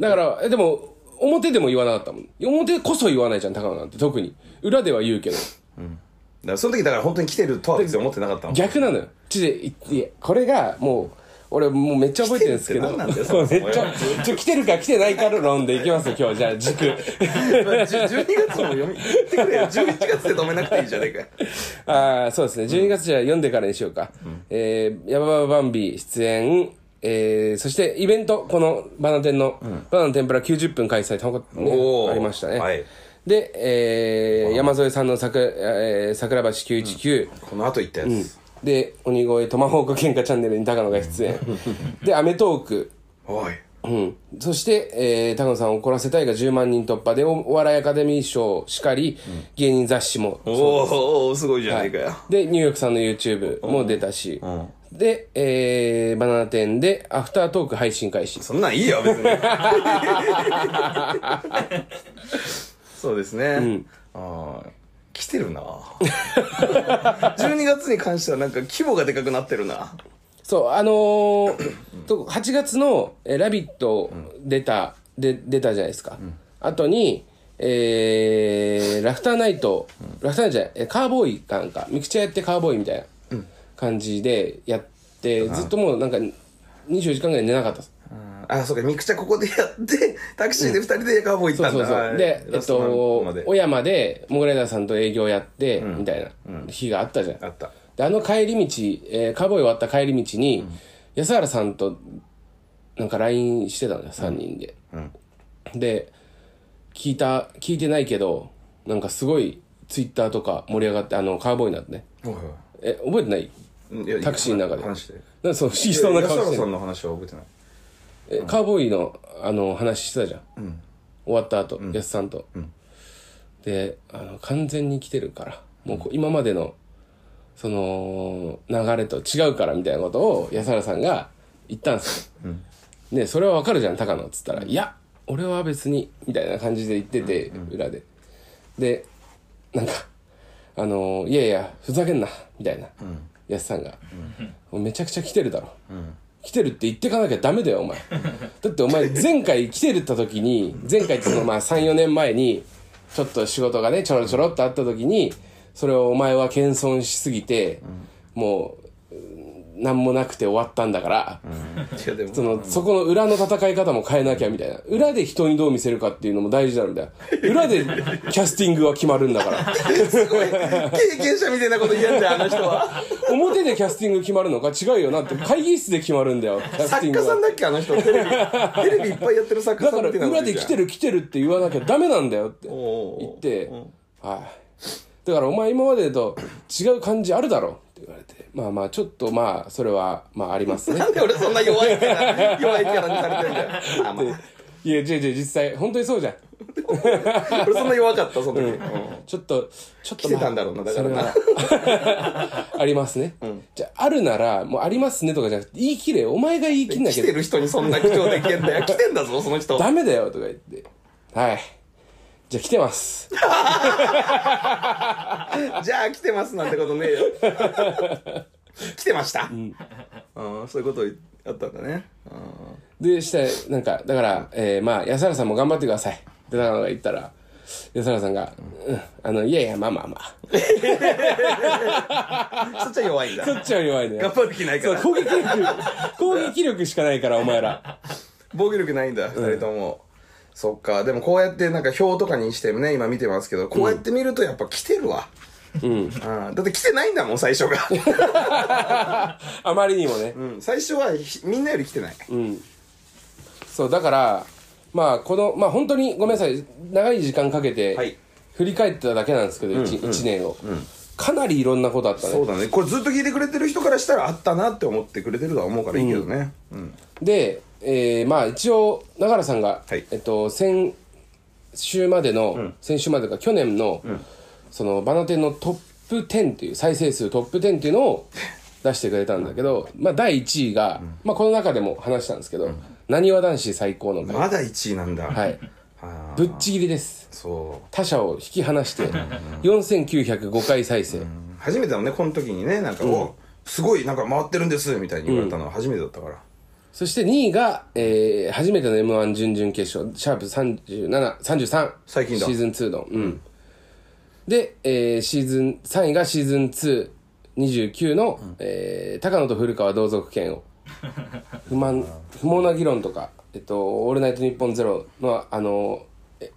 Speaker 2: だから、えでも、表でも言わなかったもん。表こそ言わないじゃん、高野なんて、特に。裏では言うけど。
Speaker 1: だからその時だから本当に来てるとは別に思ってなかったの
Speaker 2: 逆なのよ。ちで、いいやこれがもう、俺もうめっちゃ覚えてるんですけど
Speaker 1: 来てるって何なんだよそ
Speaker 2: そ
Speaker 1: も
Speaker 2: う
Speaker 1: そも
Speaker 2: めっちゃちょ来てるか来てないかの論でいきますよ今日じゃあ軸
Speaker 1: 12月も読み言ってくれよ11月で止めなくていいじゃねえか
Speaker 2: ああそうですね12月じゃあ読んでからにしようか、えー、ヤバババンビ出演えー、そしてイベントこのバナ店の、バナの天ぷら90分開催とか、
Speaker 1: お
Speaker 2: ね、
Speaker 1: ー
Speaker 2: ありましたね、
Speaker 1: はい
Speaker 2: で、えー、山添さんの桜,、えー、桜橋919、
Speaker 1: この後言ったやつ、
Speaker 2: で鬼越トマホーク喧嘩チャンネルに高野が出演で『アメトーク
Speaker 1: おい』
Speaker 2: うん、そして、えー高野さんを怒らせたいが10万人突破でおお笑いアカデミー賞しかり、芸人雑誌も
Speaker 1: おおすごいじゃ
Speaker 2: は
Speaker 1: ね
Speaker 2: い
Speaker 1: えかよ、
Speaker 2: でニューヨークさんの YouTube も出たし、で、えーバナナ店でアフタートーク配信開始
Speaker 1: そんなんいいよ 別にそうですね、ああ来てるな 12月に関してはなんか規模がでかくなってるな
Speaker 2: そうあのー と8月の「えーラビット!」出た、で出たじゃないですか、後にえーラフターナイト、ラフターナイトじゃないえーカーボーイかなんかミクチャやってカーボーイみたいな感じでやって、ずっともうなんか24時間ぐらい寝なかったです
Speaker 1: うんあそうかミクチャここでやってタクシーで2人でカーボーイ行
Speaker 2: そ
Speaker 1: っ
Speaker 2: う
Speaker 1: たん
Speaker 2: そう
Speaker 1: だ、
Speaker 2: そう。で、え
Speaker 1: ラ
Speaker 2: っ
Speaker 1: ストの
Speaker 2: と
Speaker 1: まで、
Speaker 2: 小山で、モグライダーさんと営業やって、みたいな日があったじゃん。
Speaker 1: あった
Speaker 2: で、あの帰り道、えーカーボーイ終わった帰り道に、安原さんと、なんか LINE してたんだよ、3人で。で、聞いた、聞いてないけど、なんかすごい、ツイッターとか盛り上がって、あの、カーボーイになってね。
Speaker 1: おいおい
Speaker 2: え、覚えてない
Speaker 1: うんいや
Speaker 2: タクシーの中で
Speaker 1: 話して
Speaker 2: なんかそう、不思議そうな顔
Speaker 1: いや安
Speaker 2: し
Speaker 1: 原
Speaker 2: て
Speaker 1: さ
Speaker 2: る
Speaker 1: んの話は覚えてない
Speaker 2: えカーボーイのあの話してたじゃん、終わった後、やすさんと、であの完全に来てるからもうこう今までのその流れと違うからみたいなことを安原さんが言ったんですよ、でそれはわかるじゃん高野っつったら「いや俺は別に」みたいな感じで言ってて、裏ででなんかあのいやいやふざけんな」みたいな、やすさんが、もうめちゃくちゃ来てるだろ」来てるって言ってかなきゃダメだよお 前だってお前前回来てるった時に前回ってそのまあ34年前にちょっと仕事がねちょろちょろっとあった時にそれをお前は謙遜しすぎて、もううん何もなくて終わったんだから、
Speaker 1: いやでも
Speaker 2: そのそこの裏の戦い方も変えなきゃみたいな裏で人にどう見せるかっていうのも大事だみたいな裏でキャスティングは決まるんだから
Speaker 1: すごい経験者みたいなこと言うんだよあの人は
Speaker 2: 表でキャスティング決まるのか違うよなって会議室で決まるん だよキャスティ
Speaker 1: 作
Speaker 2: ング
Speaker 1: 家
Speaker 2: は
Speaker 1: さんだっけあの人テレビテレビいっぱいやってる作家さ
Speaker 2: だか
Speaker 1: ん
Speaker 2: ら
Speaker 1: っていうの
Speaker 2: 裏で来て
Speaker 1: る
Speaker 2: る来てるって言わなきゃダメなんだよって
Speaker 1: おうおうおう
Speaker 2: 言って、はい。だからお前今までと違う感じあるだろって言われて、まあまあちょっとまあそれはまあありま すね
Speaker 1: な。んで俺そんな弱いキャラ弱いキャラにされてんだ よあ、ま
Speaker 2: いや、じゃあじゃあ実際本当にそうじゃん。
Speaker 1: あ、俺そんな弱かったその時、うん
Speaker 2: ちょっと、ちょっと
Speaker 1: 来てたんだろうなだからな
Speaker 2: それは ありますね。じゃああるなら、もうありますねとかじゃなくて、言い切れよお前が言い切んな
Speaker 1: 来
Speaker 2: きゃ
Speaker 1: てる人にそんな口調できん だよ来てんだぞその人
Speaker 2: ダメだよとか言って、はい。じゃあ来てます。
Speaker 1: じゃあ来てますなんてことねえよ 来てました、ああそういうことあったんだねああ
Speaker 2: でしてなんかだから、えーまあ安原さんも頑張ってくださいって高野が言ったら安原さんが「うん、あのいやいやまあまあまあ」
Speaker 1: そっちは弱いんだ
Speaker 2: そっちは弱いね
Speaker 1: 頑張る気ないか
Speaker 2: そう
Speaker 1: ら
Speaker 2: 攻撃力攻撃力しかないからお前ら
Speaker 1: 防御力ないんだ、二人とも。そっか。でもこうやってなんか表とかにしてもね、今見てますけど、こうやって見るとやっぱ来てるわ。うん。だって来てないんだもん、最初が。
Speaker 2: あまりにもね、
Speaker 1: うん。最初はひみんなより来てない。
Speaker 2: そうだからまあこのまあ本当にごめんなさい長い時間かけ
Speaker 1: は
Speaker 2: て
Speaker 1: い
Speaker 2: 振り返っただけなんですけど、一一年を、かなりいろんなことあったね
Speaker 1: そうだね。これずっと聞いてくれてる人からしたらあったなって思ってくれてるとは思うからいいけどね。うん。
Speaker 2: で、えーまあ一応永原さんが、
Speaker 1: はい
Speaker 2: えっと、先週までの、先週までか去年の、そのバナテンのトップ10という再生数トップ10っていうの を出してくれたんだけど、まあ、第1位が、まあ、この中でも話したんですけどなにわ男子最高の回、
Speaker 1: まだ1位なんだ。
Speaker 2: はい、
Speaker 1: ああ。
Speaker 2: ぶっちぎりです
Speaker 1: そ
Speaker 2: 他者を引き離して4905回再生、
Speaker 1: う。初めてだもんね、この時にね、なんか、おすごいなんか回ってるんです、みたいに言われたのは初めてだったから。
Speaker 2: そして2位が、えー初めての m 1準々決勝シャープ3733
Speaker 1: 最近だ
Speaker 2: シーズン2の、うん、で、えーシーズン3位がシーズン229の、えー高野と古川同族権を 不満不毛な議論とか「えっと、オールナイトニッポンゼロのあのえ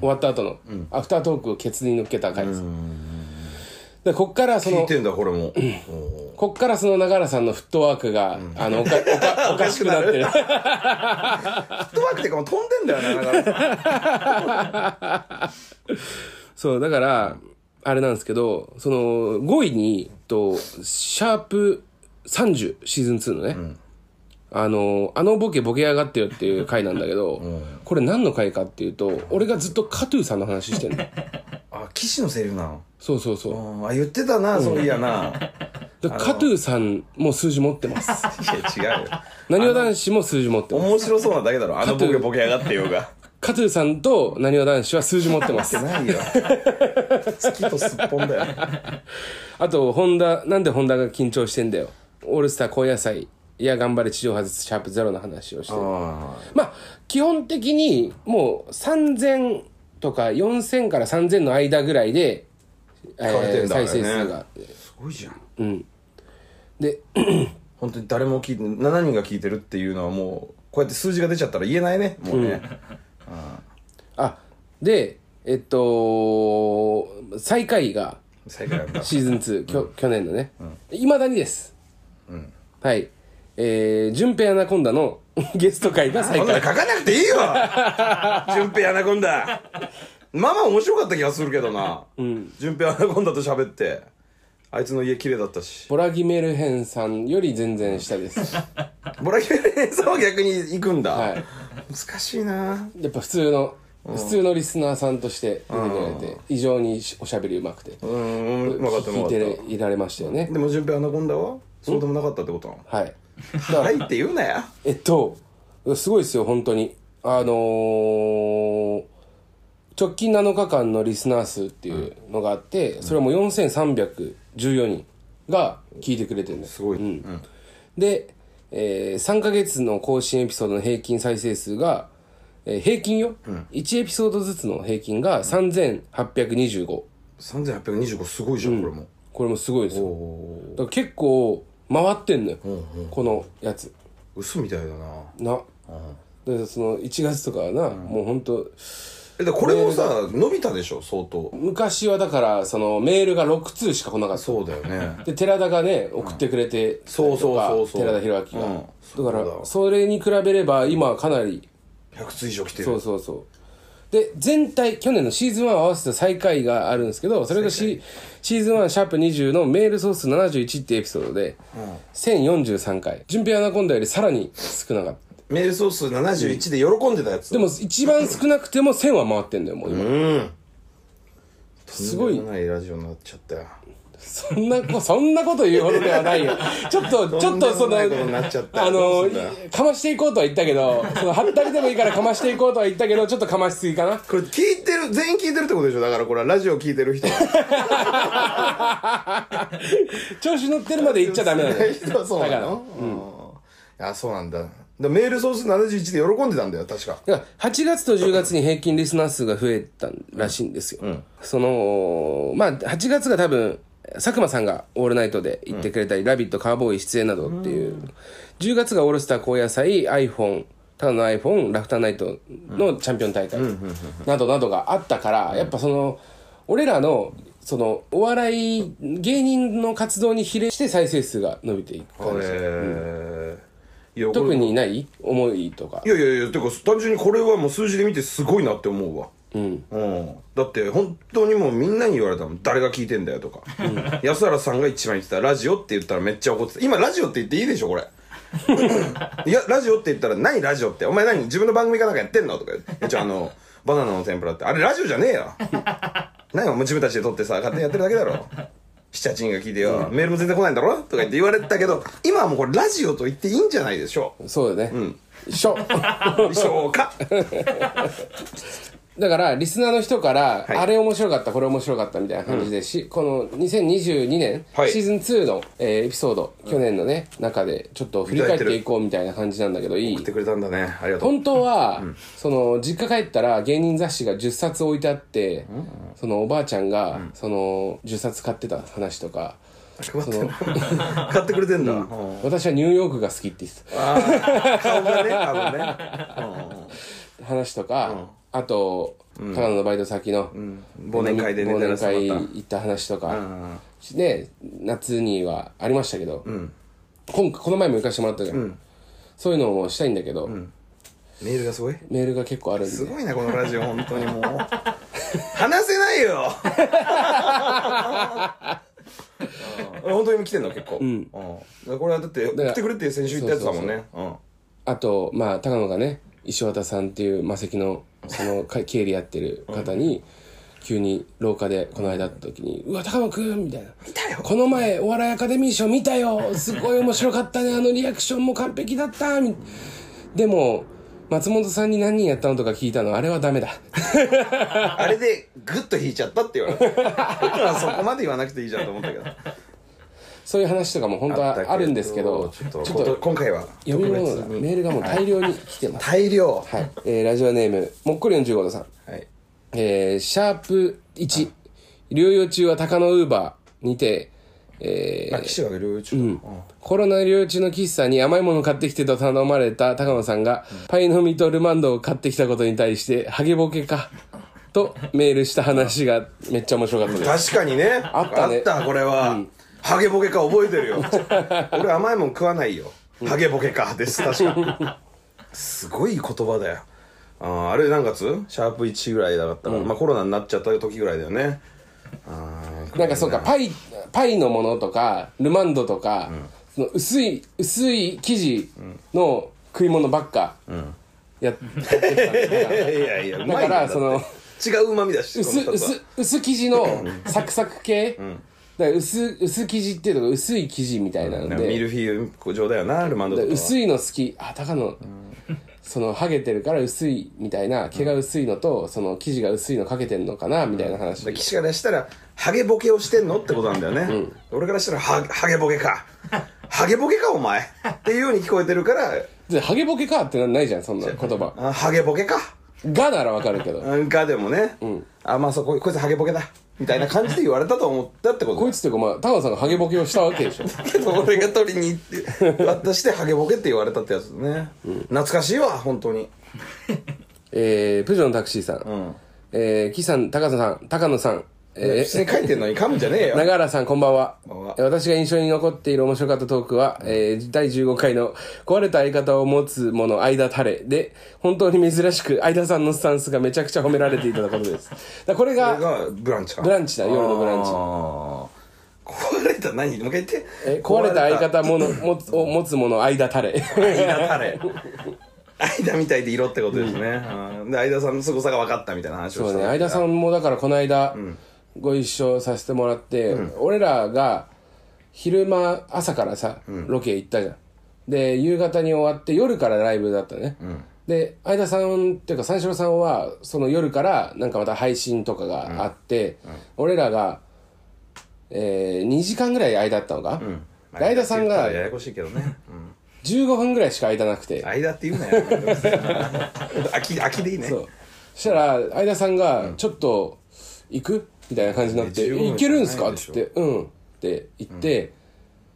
Speaker 2: 終わった後の、アフタートークをケツに乗っけた回です、でこっからそ
Speaker 1: 聞い
Speaker 2: の
Speaker 1: てんだこれもおー
Speaker 2: こっからその永原さんのフットワークが、あのおかおかおかしくなってる
Speaker 1: フットワークっていうかもう飛んでんだよなだから
Speaker 2: そうだからあれなんですけどその5位にとシャープ30シーズン2のね、あの「あのボケボケ上がってよ」って いう回なんだけど、これ何の回かっていうと俺がずっとカトゥーさんの話してん の
Speaker 1: あ騎士のセリフなの
Speaker 2: そうそうそううん
Speaker 1: あ言ってたなそういやな
Speaker 2: でカトゥーさんも数字持ってます
Speaker 1: いや違うよ
Speaker 2: なにわ男子も数字持ってます
Speaker 1: 面白そうなだけだろあのボケボケ上がってようが
Speaker 2: カトゥーさんとなにわ男子は数字持ってま
Speaker 1: して
Speaker 2: す
Speaker 1: ないよ月とすっぽんだよ
Speaker 2: あとホンダなんでホンダが緊張してんだよオールスター高野菜いや頑張れ地上波ずつシャープゼロの話をしてる
Speaker 1: あ
Speaker 2: まあ基本的にもう3000とか4000から3000の間ぐらいで、え
Speaker 1: 聞かれてんだからね
Speaker 2: 再生数が
Speaker 1: すごいじゃん
Speaker 2: で
Speaker 1: 本当に誰も聞いて7人が聞いてるっていうのはもうこうやって数字が出ちゃったら言えないねもうね、
Speaker 2: あでえっと最下位が
Speaker 1: 最下位なんだ
Speaker 2: シーズン2きょ、去年のねいま、未だにです、はいえー、順平アナコンダの ゲスト会が最
Speaker 1: こんな
Speaker 2: 下
Speaker 1: の
Speaker 2: 位
Speaker 1: 書かなくていいよ順平アナコンダまあまあ面白かった気がするけどな、順平アナコンダと喋ってあいつの家綺麗だったし
Speaker 2: ボラギメルヘンさんより全然下で すは
Speaker 1: ボラキュレンさんは逆に行くんだ、
Speaker 2: い
Speaker 1: 難しいな
Speaker 2: やっぱ普通の普通のリスナーさんとして出てこられて異常におしゃべりうまくて
Speaker 1: うんうまかったうま
Speaker 2: 聞
Speaker 1: か
Speaker 2: い
Speaker 1: ってた、
Speaker 2: ねいられましたよね
Speaker 1: でも順平アナコンダはそうでもなかったってことなの
Speaker 2: はい
Speaker 1: はいって言うなや
Speaker 2: えっとすごいですよ本当にあのー直近7日間のリスナー数っていうのがあって、それはもう4314人が聞いてくれてるんです
Speaker 1: すごい、うん
Speaker 2: で、え3ヶ月の更新エピソードの平均再生数が、えー平均よ、1エピソードずつの平均が3825
Speaker 1: 3825すごいじゃん、これも
Speaker 2: これもすごいですよ
Speaker 1: お
Speaker 2: だから結構回ってんのよ、このやつ
Speaker 1: 嘘みたいだな
Speaker 2: な、でその1月とかはな、もう本当
Speaker 1: えだからこれもさ伸びたでしょ相当
Speaker 2: 昔はだからそのメールが6通しか来なかった
Speaker 1: そうだよね
Speaker 2: で寺田がね送ってくれて、
Speaker 1: そうそうそうそう
Speaker 2: とか寺田博明が、
Speaker 1: うん
Speaker 2: だか
Speaker 1: そう
Speaker 2: ら
Speaker 1: だ
Speaker 2: それに比べれば今はかなり
Speaker 1: 100通以上来てる
Speaker 2: そうそうそうで全体去年のシーズン1を合わせた最下位があるんですけどそれがシシーズン1シャープ20のメールソース71ってエピソードで、1043回順平アナコンダよりさらに少なかった
Speaker 1: メールソース71で喜んでたやつ
Speaker 2: でも一番少なくても1000は回ってんだよもう今、すごい
Speaker 1: とんでもないラジオになっちゃったよ
Speaker 2: そんなこ、そんなこと言うほどで はないよ。ちょっと、ちょっとその、
Speaker 1: と
Speaker 2: あ
Speaker 1: んでもないことになっちゃったど
Speaker 2: の
Speaker 1: うすんだ、
Speaker 2: かましていこうとは言ったけど、その、はったりでもいいからかましていこうとは言ったけど、ちょっとかましすぎかな。
Speaker 1: これ聞いてる全員聞いてるってことでしょだからこれはラジオ聞いてる人
Speaker 2: 調子乗ってるまで言っちゃダメなのよ。
Speaker 1: 人はそうな
Speaker 2: だから
Speaker 1: のうんいやそうなんだでメールソース71で喜んでたんだよ確か
Speaker 2: だから8月と10月に平均リスナー数が増えたらしいんですよ、そのまあ8月が多分佐久間さんが「オールナイト」で言ってくれたり「ラビット!」カーボーイ出演などっていう、10月が「オールスター高野菜」iPhone ただの iPhone ラフターナイトのチャンピオン大会などなどがあったから、やっぱその俺らのそのお笑い芸人の活動に比例して再生数が伸びていく
Speaker 1: こ
Speaker 2: 感
Speaker 1: れ、
Speaker 2: じ
Speaker 1: いやこれ
Speaker 2: 特にない思いとか
Speaker 1: いやいやいやてか単純にこれはもう数字で見てすごいなって思うわうん、だって本当にもうみんなに言われたもん誰が聞いてんだよとか、安原さんが一番言ってたラジオって言ったらめっちゃ怒ってた今ラジオって言っていいでしょこ れいやラジオって言ったら何ラジオってお前何自分の番組かなんかやってんのとか言って一応あのバナナの天ぷらってあれラジオじゃねえよ何お前自分たちで撮ってさ勝手にやってるだけだろ七八人が聞いてよ、メールも全然来ないんだろとか言って言われてたけど今はもうこれラジオと言っていいんじゃないでしょう
Speaker 2: そうだね、一緒
Speaker 1: でしょうか
Speaker 2: だからリスナーの人から、
Speaker 1: い
Speaker 2: あれ面白かったこれ面白かったみたいな感じでし、この2022年、
Speaker 1: はい
Speaker 2: シーズン2の、えーエピソード、去年のね中でちょっと振り返っていこうみたいな感じなんだけどい
Speaker 1: 送っ
Speaker 2: い
Speaker 1: てくれたんだねありがとう
Speaker 2: 本当は、その実家帰ったら芸人雑誌が10冊置いてあって、そのおばあちゃんが、その10冊買ってた話とか
Speaker 1: 配ってんだ買ってくれてんだ、うん
Speaker 2: 私はニューヨークが好きって言ってた
Speaker 1: あー顔がね多分ね、
Speaker 2: 話とか、あとカナダのバイト先の、
Speaker 1: うん、忘年会でね
Speaker 2: 忘
Speaker 1: 寝ら
Speaker 2: 年
Speaker 1: さ
Speaker 2: 会
Speaker 1: まっ
Speaker 2: 行った話とか、
Speaker 1: た、うん、
Speaker 2: で夏にはありましたけど、今回この前も行かせてもらったじゃん、そういうのもしたいんだけど、
Speaker 1: メールがすごい
Speaker 2: メールが結構あるん
Speaker 1: す
Speaker 2: で
Speaker 1: ごいなこのラジオ本当にもう話せないよ本当に来てんの結構、うんこれはだって
Speaker 2: ら
Speaker 1: 来てくれって先週言ったやつだもんねうん
Speaker 2: あとまあ高野がね石渡さんっていう魔石のそ のか経理やってる方に、急に廊下でこの間会った時に「うわ高野くん」みたいな「見たよこの前お笑いアカデミー賞見たよすごい面白かったねあのリアクションも完璧だった」みでも松本さんに何人やったのとか聞いたのあれはダメだ
Speaker 1: あれでグッと引いちゃったって言われ てそこまで言わなくていいじゃんと思ったけど
Speaker 2: そういう話とかも本当
Speaker 1: ったけ
Speaker 2: は
Speaker 1: ど
Speaker 2: あるんですけど
Speaker 1: ちょっとこと今回は
Speaker 2: 読み物がメールがもう大量に来てます
Speaker 1: 大量
Speaker 2: はい、えーラジオネームもっこり45度さん
Speaker 1: はい
Speaker 2: えーシャープ1療養中は高野ウーバーにて、えー
Speaker 1: あ、騎士がいるうちのうん
Speaker 2: コロナ療養中の喫茶に甘いものを買ってきてと頼まれた高野さんが、パイの実とルマンドを買ってきたことに対してハゲボケかとメールした話がめっちゃ面白かったです
Speaker 1: 確かにね
Speaker 2: あったね
Speaker 1: これは、ハゲボケか覚えて るよ俺甘いもん食わないよハゲボケかです確かすごい言葉だよあーあれ何月シャープ1ぐらいだったから、まあコロナになっちゃった時ぐらいだよねあ ー
Speaker 2: なんかそうかパイパイのものとかルマンドとか、その薄い薄い生地の食い物ばっか やってたんで
Speaker 1: いやいやいやうまい
Speaker 2: だ
Speaker 1: ん
Speaker 2: か
Speaker 1: だ
Speaker 2: らその
Speaker 1: って違ううまみだし
Speaker 2: 薄
Speaker 1: この二つは
Speaker 2: 薄薄生地のサクサク系、だから薄薄生地っていうのが薄い生地みたいなの
Speaker 1: な
Speaker 2: で、
Speaker 1: んかミルフィーユ上だよなルマンドとか
Speaker 2: だから
Speaker 1: は
Speaker 2: 薄いの好きあ高野、そのハゲてるから薄いみたいな毛が薄いのと、その生地が薄いのかけてんのかなみたいな話、
Speaker 1: 騎士からしたらハゲボケをしてんのってことなんだよね、俺からしたらハハゲボケかハゲボケかお前っていうように聞こえてるから
Speaker 2: でハゲボケかってなんないじゃんそんな言葉
Speaker 1: あハゲボケか
Speaker 2: がならわかるけど
Speaker 1: うんかでもね、あまあそここいつハゲボケだみたいな感じで言われたと思ったってこと
Speaker 2: こいつっていうかまあ高野さんがハゲボケをしたわけで しょ
Speaker 1: けど俺が取りに行って渡してハゲボケって言われたってやつね、懐かしいわ本当に
Speaker 2: えー、プジョのタクシーさん、えー、キさん高野さん高野さん
Speaker 1: 普
Speaker 2: えー
Speaker 1: 通に書いてんのに噛むんじゃねえよ
Speaker 2: 永原さんこんばんは
Speaker 1: こんばんは
Speaker 2: えー私が印象に残っている面白かったトークは、えー第15回の「壊れた相方を持つ者間タレ」で本当に珍しく相田さんのスタンスがめちゃくちゃ褒められていたことですだからこ
Speaker 1: これ
Speaker 2: れが
Speaker 1: がブランチか
Speaker 2: ブランチだ夜のブランチ
Speaker 1: あー壊れた何もう一回言って
Speaker 2: えー壊れた相方ものもつを持つ者間 タレ
Speaker 1: 間タレ間みたいで色ってことですね、うん、で間さんの凄さが分かったみたいな話を
Speaker 2: そ
Speaker 1: し
Speaker 2: う
Speaker 1: た
Speaker 2: ね相田さんもだからこの間、ご一緒させてもらって、俺らが昼間朝からさロケ行ったじゃん、で夕方に終わって夜からライブだったね、で相田さんっていうか三四郎さんはその夜からなんかまた配信とかがあって、俺らが、えー、2時間ぐらい間あったのか、で相田さんが
Speaker 1: ややこしいけどね、うん、
Speaker 2: 15分ぐらいしか間なくて、
Speaker 1: 間って言うな よ飽き飽きでいいね
Speaker 2: そうそしたら相田さんが「ちょっと行く?」みたいな感じになって「
Speaker 1: ね15
Speaker 2: 行けるんす
Speaker 1: じゃな
Speaker 2: か?」っ
Speaker 1: いでし
Speaker 2: つ
Speaker 1: ょ
Speaker 2: って「うん」って言って、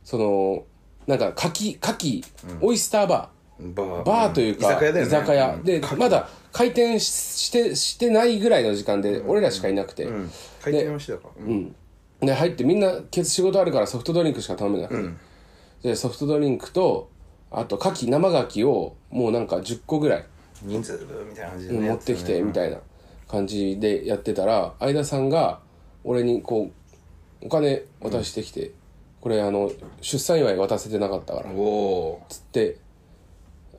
Speaker 2: そのなんか柿柿オイスターバ
Speaker 1: バ
Speaker 2: ー
Speaker 1: ー
Speaker 2: バーというか、
Speaker 1: 居酒屋だよね
Speaker 2: 屋
Speaker 1: うん
Speaker 2: で
Speaker 1: か
Speaker 2: まだ開店ししてしてないぐらいの時間で俺らしかいなくて、
Speaker 1: うん回転をしてたか、うん
Speaker 2: で入ってみんなケツ仕事あるからソフトドリンクしか頼めなくて、でソフトドリンクとあと牡蠣生牡蠣をもうなんか10個ぐらい
Speaker 1: 人数分みたいな感じで、ね、
Speaker 2: 持ってきてみたいな感じでやってたら相田さんが俺にこうお金渡してきて、これあの出産祝い渡せてなかったから
Speaker 1: おお
Speaker 2: つって、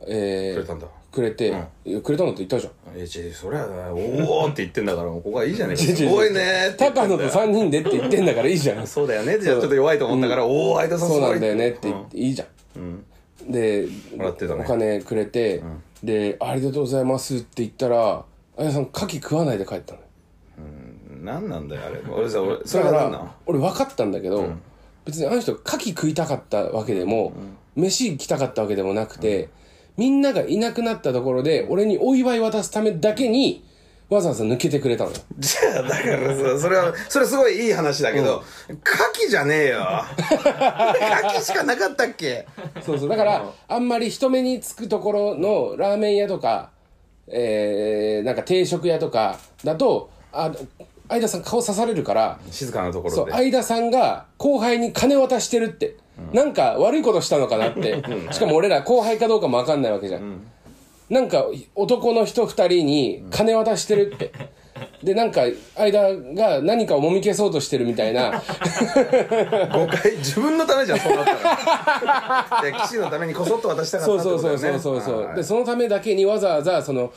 Speaker 2: えー
Speaker 1: くれたんだ
Speaker 2: くれて、いやくれたのって言ったじゃん
Speaker 1: ーえじゃそりゃおおって言ってんだからここがいいじゃねえか
Speaker 2: 違う違う
Speaker 1: すごいねーって言って
Speaker 2: 高
Speaker 1: んだ
Speaker 2: 野
Speaker 1: よ
Speaker 2: と3人でって言ってんだからいいじゃん
Speaker 1: そうだよねじゃあちょっと弱いと思ったから、おお相田さんす
Speaker 2: そう
Speaker 1: ごい
Speaker 2: なんだよねって言っていいじゃん、で
Speaker 1: もらってたね
Speaker 2: お金くれて、で「ありがとうございます」って言ったら相田さん牡蠣食わないで帰ったの
Speaker 1: 何なんだよあれ俺さ俺そ
Speaker 2: だ
Speaker 1: れ
Speaker 2: か
Speaker 1: が何な
Speaker 2: ら
Speaker 1: の
Speaker 2: 俺分かったんだけど、別にあの人牡蠣食いたかったわけでも、飯行きたかったわけでもなくて、みんながいなくなったところで俺にお祝い渡すためだけにわざわざ抜けてくれたのよ
Speaker 1: じゃあ、だからさ、それは、それはすごいいい話だけど、牡蠣じゃねえよ。牡蠣しかなかったっけ
Speaker 2: そうそうだからあんまり人目につくところのラーメン屋とかえー、なんか定食屋とかだとあ相田さん顔刺されるから
Speaker 1: 静かなとこ
Speaker 2: そ
Speaker 1: ろ
Speaker 2: う
Speaker 1: で。
Speaker 2: 相田さんが後輩に金渡してるって、なんか悪いことしたのかなってしかも俺ら後輩かどうかも分かんないわけじゃん、なんか男の人2人に金渡してるってでなんか間が何かをもみ消そうとしてるみたいな
Speaker 1: 誤解、自分のためじゃん、そうなったら。 で、騎士のために こそっと渡したかった
Speaker 2: そ
Speaker 1: っ
Speaker 2: う
Speaker 1: て
Speaker 2: そ
Speaker 1: ことだ
Speaker 2: うそ
Speaker 1: よ
Speaker 2: う
Speaker 1: ね。
Speaker 2: そうそうそう、
Speaker 1: はい
Speaker 2: でそのためだけにわざわざその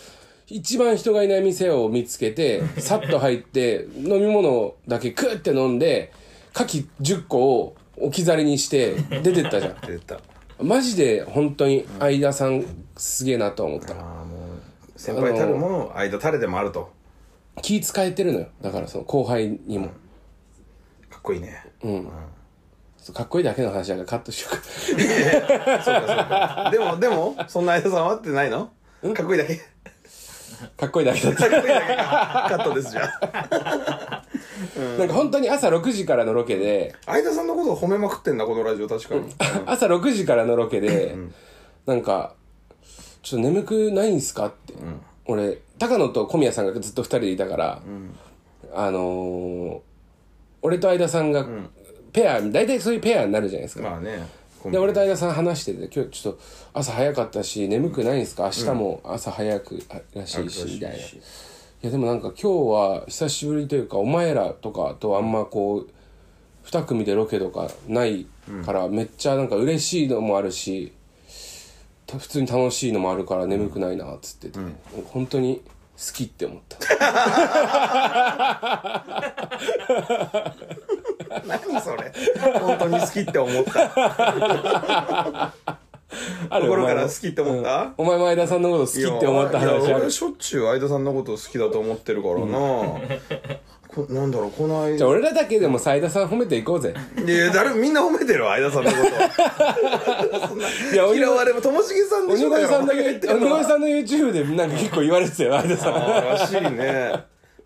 Speaker 2: 一番人がいない店を見つけてさっと入って飲み物だけクーって飲んで牡蠣10個を置き去りにして出てったじゃん
Speaker 1: 出た。
Speaker 2: マジで本当に相田さんすげえなと思った、
Speaker 1: ああ、もう、先輩たるもの、間たれでもあると。
Speaker 2: 気使えてるのよだからその後輩にも、
Speaker 1: かっこいいね。
Speaker 2: かっこいいだけの話だからカットしようか
Speaker 1: でも、でも、そんな相田さんはってないのかっこいいだけ。
Speaker 2: かっ こいいだけだった
Speaker 1: かっこいいだけか。カットです、じゃあ。
Speaker 2: なんか本当に朝6時からのロケで、
Speaker 1: 相田さんのことを褒めまくってんだ、このラジオ、確かに。
Speaker 2: 朝6時からのロケで、なんか「ちょっと眠くないんすか?」って、俺高野と小宮さんがずっと2人でいたから、あのー俺と相田さんがペア、大体そういうペアになるじゃないですか、
Speaker 1: まあね。
Speaker 2: で俺と相田さん話してて今日ちょっと朝早かったし眠くないんですか明日も朝早くあらしいしみたいないやでもなんか今日は久しぶりというかお前らとかとあんまこう2組でロケとかないからめっちゃなんか嬉しいのもあるし、た普通に楽しいのもあるから眠くないなっつってて、本当に好きって思った
Speaker 1: 何それ本当に好きって思った 心から好きって思った、
Speaker 2: お前も相田さんのこと好きって思った
Speaker 1: い
Speaker 2: 話
Speaker 1: や
Speaker 2: ある
Speaker 1: 俺しょっちゅう相田さんのこと好きだと思ってる からな、こなんだろうこの
Speaker 2: じゃあ
Speaker 1: 間
Speaker 2: 俺らだけでも相田さん褒めていこうぜ
Speaker 1: いや誰みんな褒めてるわ相田さんの ことそんない
Speaker 2: や
Speaker 1: 嫌われもともしげさんで
Speaker 2: 鬼
Speaker 1: しょ
Speaker 2: 越さんだけ、
Speaker 1: 言
Speaker 2: 鬼
Speaker 1: ってるの
Speaker 2: 越さんの YouTube でなんか結構言われてたよ、相田さん。
Speaker 1: あーらしいね、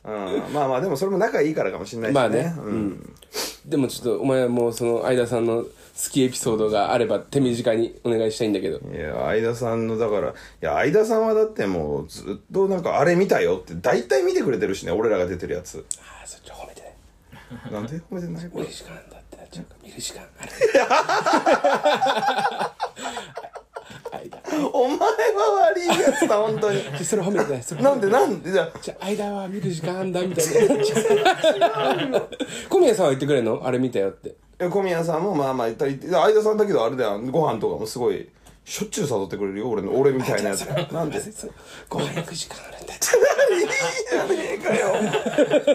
Speaker 1: うん、まあまあでもそれも仲いいからかもしれないしね,、
Speaker 2: まあね
Speaker 1: うん
Speaker 2: でもちょっとお前もその相田さんの好きエピソードがあれば手短にお願いしたいんだけど。
Speaker 1: いや相田さんのだからいや相田さんはだってもうずっとなんかあれ見たよって大体見てくれてるしね俺らが出てるやつ
Speaker 2: ああ、そっち褒めてね。
Speaker 1: なんで褒めてない
Speaker 2: 見る時間だってなっちゃうから、見る時間あれ。
Speaker 1: お前は悪いやつだ本当に
Speaker 2: それ褒めてない、それ褒めてない
Speaker 1: なんでなんでじゃ
Speaker 2: じゃあ間は見る時間あんだみたいになっちゃう小宮さんは言ってくれんのあれ見たよって
Speaker 1: あ小宮さんもまあまあ言ったり相田さんだけどあれだよご飯とかもすごいしょっちゅう誘ってくれるよ俺の俺みたい なやつなんでいい
Speaker 2: そうご飯行く時間あるんだって
Speaker 1: じゃねえかよ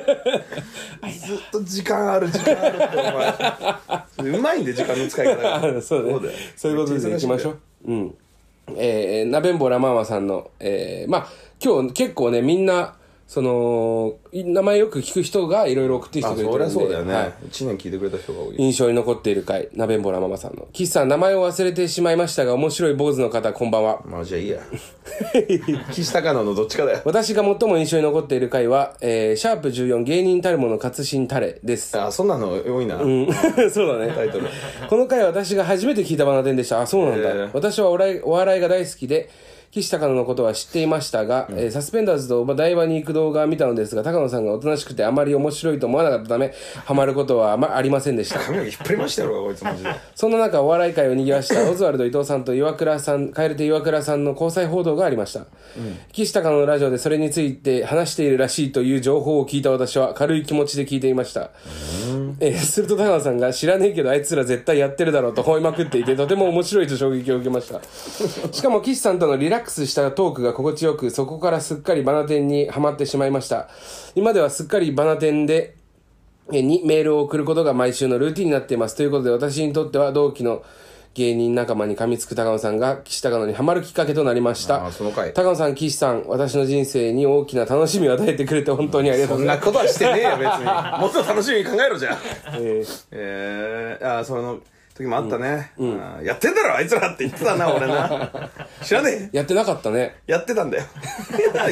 Speaker 1: ずっと時間ある時間あるってお前うまいんで時間の使い方が
Speaker 2: あ そうね。
Speaker 1: だよ
Speaker 2: そういうことで行きましょう。うん。えー、なべんぼらママさんの、えー、まあ、今日結構ね、みんな、その、い名前よく聞く人がいろいろ送ってきて
Speaker 1: あ
Speaker 2: くれて
Speaker 1: そ
Speaker 2: るん
Speaker 1: りゃそう
Speaker 2: で。
Speaker 1: だよね、
Speaker 2: はい
Speaker 1: 一年聞いてくれた人が多い
Speaker 2: 印象に残っている回、なべんぼらママさんの。岸さん、名前を忘れてしまいましたが、面白い坊主の方、こんば んは。
Speaker 1: まあじゃあいいや岸高野のどっちかだよ
Speaker 2: 私が最も印象に残っている回は、えー、シャープ14、芸人たるもの活心たれ です。
Speaker 1: あそんなの多いな、
Speaker 2: うんそうだね。
Speaker 1: タイトル
Speaker 2: この回は私が初めて聞いたバナテンでした。あ、そうなんだ。
Speaker 1: へー
Speaker 2: 私はお笑いお笑いが大好きで、岸高野のことは知っていましたが、えーサスペンダーズとお台場に行く動画を見たのですが、高野さんがおとなしくてあまり面白いと思わなかったため、ハマることはあまありませんでした。
Speaker 1: 髪の毛引っ張りましたよこいつマジで
Speaker 2: そんな中、お笑い界を賑わしたオズワルド伊藤さんと岩倉さん、蛙亭岩倉さんの交際報道がありました。岸高野のラジオでそれについて話しているらしいという情報を聞いた私は軽い気持ちで聞いていました。えーすると高野さんが知らねえけどあいつら絶対やってるだろうと吠えまくっていてとても面白いと衝撃を受け ました。しかも岸さんとのリラックスしたトークが心地よく、そこからすっかりバナテンにはまってしまいました。今ではすっかりバナテンでえーにメールを送ることが毎週のルーティンになっています。ということで、私にとっては同期の芸人仲間に噛みつく高野さんが岸高野にハマるきっかけとなりました。
Speaker 1: あーその回
Speaker 2: 高野さん、岸さん、私の人生に大きな楽しみを与えてくれて本当にありがとう
Speaker 1: そ
Speaker 2: ござ
Speaker 1: ん
Speaker 2: いま
Speaker 1: な ことはしてねえよ別にもっと楽しみに考えろじゃん
Speaker 2: す。えー
Speaker 1: えー、あーその時もあったね、うんやってんだろあいつらって言ってた な俺な知らねえ
Speaker 2: やってなかったね
Speaker 1: やってたんだ よ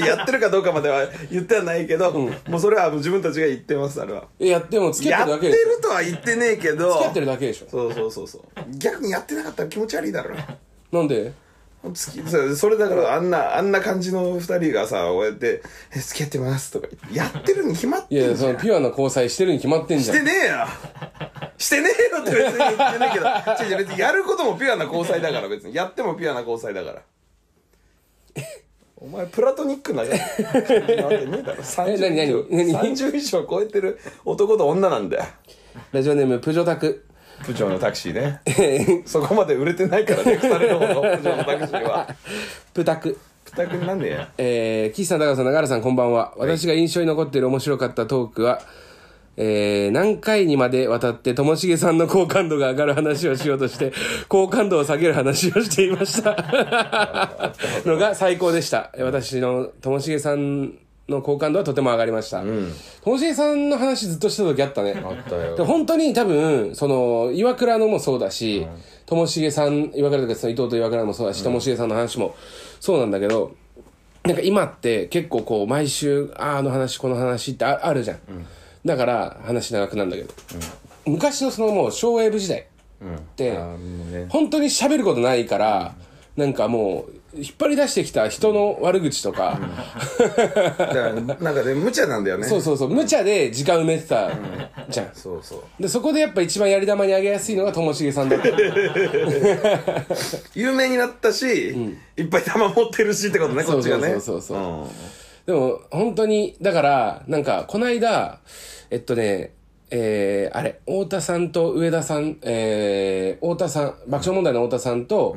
Speaker 1: やってるかどうかまでは言ってはないけど、もうそれはもう自分たちが言ってますあれは
Speaker 2: えやっても付き合
Speaker 1: や
Speaker 2: ってる
Speaker 1: って
Speaker 2: だけでしょ
Speaker 1: るとは言ってねえけど
Speaker 2: 付き合ってるだけでしょ
Speaker 1: そうそうそうそう逆にやってなかったら気持ち悪いだろ
Speaker 2: なんで
Speaker 1: つきそそれだからあんなあんな感じの二人がさこうやって「え付き合ってます」とか言ってやってるに決まっ
Speaker 2: い
Speaker 1: て
Speaker 2: やい
Speaker 1: ん
Speaker 2: や
Speaker 1: じ
Speaker 2: そ
Speaker 1: ゃん
Speaker 2: のピュアな交際してるに決まってんじ
Speaker 1: し
Speaker 2: ゃん
Speaker 1: てねえよしてねえよって別に言ってないけど違う違う別にやることもピュアな交際だから別にやってもピュアな交際だからお前プラトニックなわけねえだろ
Speaker 2: え何何
Speaker 1: 30以
Speaker 2: 何
Speaker 1: 上30以上超えてる男と女なんだよ
Speaker 2: ラジオネームプジョタク
Speaker 1: 部長のタクシーね そこまで売れてないからね腐れる方の部長のタクシーは
Speaker 2: プタク
Speaker 1: プタクになんねえよ
Speaker 2: えー、岸さん、高野さん、長原さん、こんばんは。私が印象に残っている面白かったトークは、えー、何回にまでわたって、ともしげさんの好感度が上がる話をしようと して、好感度を下げる話をしていま した。のが最高でした。私のともしげさんの好感度はとても上がりました。ともしげさんの話ずっとしてた時あったね。
Speaker 1: ったよ
Speaker 2: で本当に多分その岩倉のもそうだしともしげさん岩倉とかその伊藤と岩倉もそうだしともしげさんの話もそうなんだけどなんか今って結構こう毎週あーあの話この話ってああるじゃん、だから話長くなるんだけど、昔のそのもう昭和部時代って、本当に喋ることないから、なんかもう引っ張り出してきた人の悪口とか、
Speaker 1: だからなんかね無茶なんだよね
Speaker 2: そうそうそう無茶で時間埋めてたじゃん、
Speaker 1: そうそう
Speaker 2: でそこでやっぱ一番やり玉にあげやすいのがともしげさ んだった
Speaker 1: 有名になったし、いっぱい玉持ってるしってことねこっちがね
Speaker 2: そうそうそうそう
Speaker 1: うん
Speaker 2: でも本当にだからなんかこの間えっとねえー、あれ太田さんと上田さん、えー、太田さん爆笑問題の太田さんと、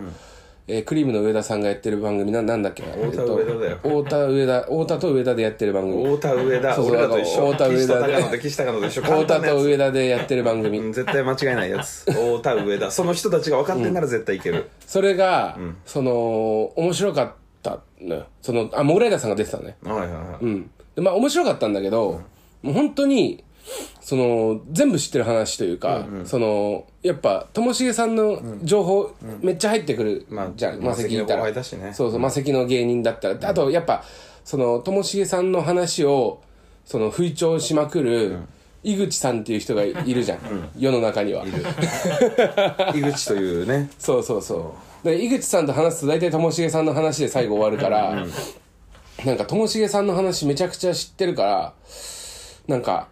Speaker 2: えークリームの上田さんがやってる番組ななんだっけ太
Speaker 1: 田上田だよ
Speaker 2: 太田上田太田と上田でやってる番組
Speaker 1: 太田上田
Speaker 2: そうそう
Speaker 1: 俺らと一緒
Speaker 2: 太田上田
Speaker 1: 岸高野と岸高野と一緒
Speaker 2: 太田と
Speaker 1: 田
Speaker 2: 上田でやってる番組、
Speaker 1: 絶対間違いないやつ太田上田その人たちが分かってんなら絶対いける、
Speaker 2: それが、その面白かったのよそのあモグライダーさんが出てたのね
Speaker 1: はいはいはい、
Speaker 2: うん。で、まあ面白かったんだけど、もう本当に、その、全部知ってる話というか、その、やっぱ、ともしげさんの情報、めっちゃ入ってくる、
Speaker 1: まあ
Speaker 2: じゃん、
Speaker 1: まあ
Speaker 2: マセ
Speaker 1: マセキ
Speaker 2: キいた
Speaker 1: の後
Speaker 2: ら。
Speaker 1: 輩だしね
Speaker 2: そうそう、マセキの芸人だったら。であと、やっぱ、その、ともしげさんの話を、その、吹聴しまくる、井口さんっていう人がいるじゃん、世の中には。
Speaker 1: 井口というね
Speaker 2: そうそうそう。で井口さんと話すと大体ともしげさんの話で最後終わるから、なんかともしげさんの話めちゃくちゃ知ってるから、なんか、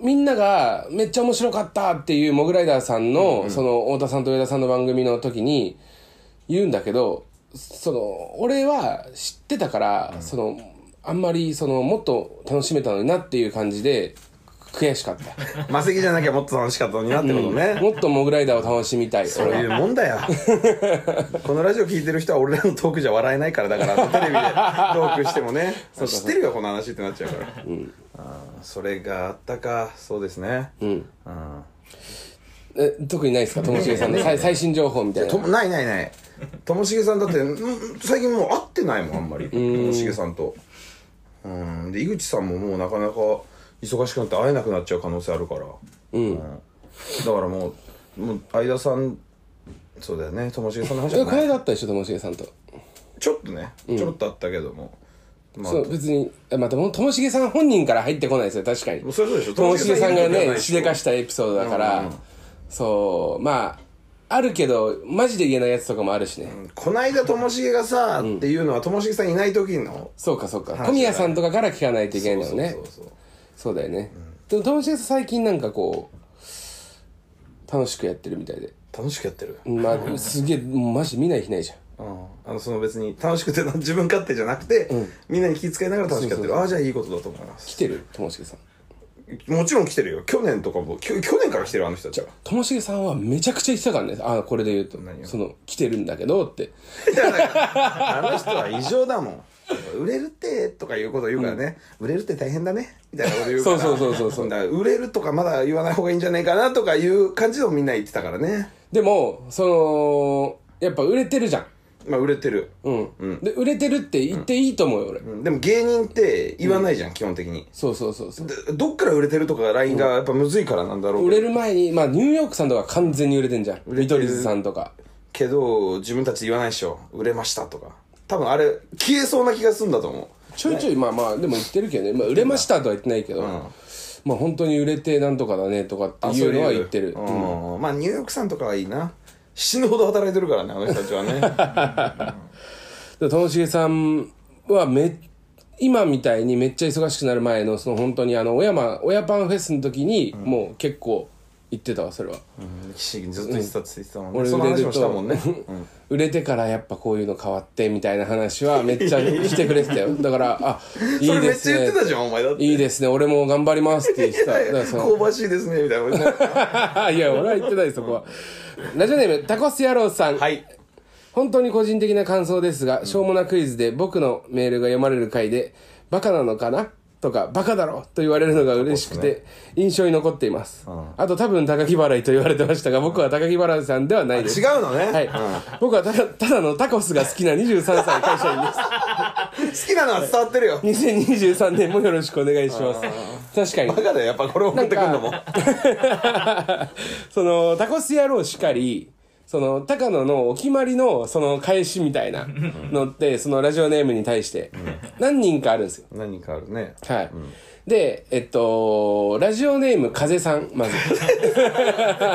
Speaker 2: みんながめっちゃ面白かったっていうモグライダーさんの、その太田さんと上田さんの番組の時に言うんだけど、その、俺は知ってたから、その、あんまりその、もっと楽しめたのになっていう感じで、悔しかった。
Speaker 1: マセキじゃなきゃもっと楽しかったのになってことね、
Speaker 2: もっとモグライダーを楽しみたい。俺
Speaker 1: そう
Speaker 2: は
Speaker 1: いうもんだよこのラジオ聞いてる人は俺らのトークじゃ笑えないからだからテレビでトークしてもね知ってるよこの話ってなっちゃうから、あーそれがあったかそうですねうん、
Speaker 2: え特にないですかともしげ さんの最最新情報みたいな
Speaker 1: とないない ないともしげさんだってうん最近もう会ってないもんあんまりともしげさんとうんで井口さんももうなかなか忙しくなって会えなくなっちゃう可能性あるからうん、だからもうもう相田さんそうだよねともしげさんの話
Speaker 2: え
Speaker 1: は
Speaker 2: こ
Speaker 1: ない
Speaker 2: れだったでしょともしげさんと、
Speaker 1: ちょっとね、ちょろっとあったけども。まあ、
Speaker 2: そう別にえまあでもともしげさん本人から入ってこないですよ確かに
Speaker 1: そりゃそうでしょ
Speaker 2: ともしげさんがねしでか
Speaker 1: し
Speaker 2: したエピソードだから、そうまああるけどマジで言えないやつとかもあるしね、
Speaker 1: こないだともしげがさ、っていうのはともしげさんいない時の。
Speaker 2: そうかそうか小宮さんとかから聞かないといけないのね
Speaker 1: そうそうそう
Speaker 2: そうだよね、でもともしげさん最近なんかこう楽しくやってるみたいで
Speaker 1: 楽しくやってる。
Speaker 2: まあすげえもうマジで見ない日ないじゃん
Speaker 1: うん。あの、その別に楽しくて、自分勝手じゃなくて、みんなに気遣いながら楽しくやってる。ああ、じゃあいいことだと思いま
Speaker 2: 来
Speaker 1: す。
Speaker 2: てるともしげさん
Speaker 1: もちろん来てるよ。去年とかも、きょ去年から来てるあの人たちは。
Speaker 2: ともしげさんはめちゃくちゃ言ってたからね。あこれで言うと
Speaker 1: 何。を
Speaker 2: その、来てるんだけどって。
Speaker 1: いやだからあの人は異常だもん。売れるってとかいうこと言うからね、売れるって大変だねみたいなこと言うから
Speaker 2: そうそうそうそうそう
Speaker 1: だから売れるとかまだ言わない方がいいんじゃないかなとかいう感じのみんな言ってたからね
Speaker 2: でも、その、やっぱ売れてるじゃん。
Speaker 1: まあ売れてる、
Speaker 2: うん、で売れてるって言っていいと思うよ俺、
Speaker 1: うんでも芸人って言わないじゃん、基本的に
Speaker 2: そうそうそうそう
Speaker 1: でどっから売れてるとかがラインがやっぱむずいからなんだろう
Speaker 2: 売
Speaker 1: けど
Speaker 2: れる前にまあニューヨークさんとか完全に売れてんじゃん
Speaker 1: れてる
Speaker 2: 見取り図さんとか
Speaker 1: けど自分たち言わないでしょ売れましたとか多分あれ消えそうな気がするんだと思う
Speaker 2: ちょいちょい、まあまあでも言ってるけどね、まあ、売れましたとは言ってないけど、まあ本当に売れてなんとかだねとかっていうのは言ってる
Speaker 1: あそういううんまあニューヨークさんとかはいいな死ぬほど働いてるからねあの人たちは ね
Speaker 2: でともしげさんはめ今みたいにめっちゃ忙しくなる前のその本当にあの親ま親パンフェスの時にもう結構行ってたわそれは、
Speaker 1: 岸ずっと言ってたって言ってたもんね、
Speaker 2: 俺
Speaker 1: その
Speaker 2: 売れ
Speaker 1: 話
Speaker 2: る
Speaker 1: もしたも
Speaker 2: と、
Speaker 1: んね
Speaker 2: 売れてからやっぱこういうの変わってみたいな話はめっちゃしてくれてたよだからあい
Speaker 1: そ
Speaker 2: い
Speaker 1: れめ
Speaker 2: で
Speaker 1: っち
Speaker 2: す
Speaker 1: ゃ言
Speaker 2: ね
Speaker 1: ってたじゃんお前だって
Speaker 2: いいですね俺も頑張りますって言ってただ からその
Speaker 1: 香ばしいですねみたいなこと言ってた
Speaker 2: いや、俺は言ってないです、そこは。ラジオネーム、タコス野郎さん。
Speaker 1: はい
Speaker 2: 本当に個人的な感想ですが、しょうもなクイズで僕のメールが読まれる回で、バカなのかなとか、バカだろと言われるのが嬉しくて、印象に残っています。あと、多分高木払いと言われてましたが、僕は高木払いさんではないです。
Speaker 1: 違うのね、
Speaker 2: はい、
Speaker 1: うん
Speaker 2: 僕はただただのタコスが好きな23歳会社員 です。
Speaker 1: 好きなのは伝わってるよ
Speaker 2: 2023年もよろしくお願いします。確かに
Speaker 1: バ。カだよやっぱこれ送ってくるのも
Speaker 2: なんかそのタコス野郎しかりその高野のお決まりのその返しみたいなのってそのラジオネームに対して何人かあるんですよ
Speaker 1: 何かある ね
Speaker 2: はい、でえっとラジオネーム風さんまず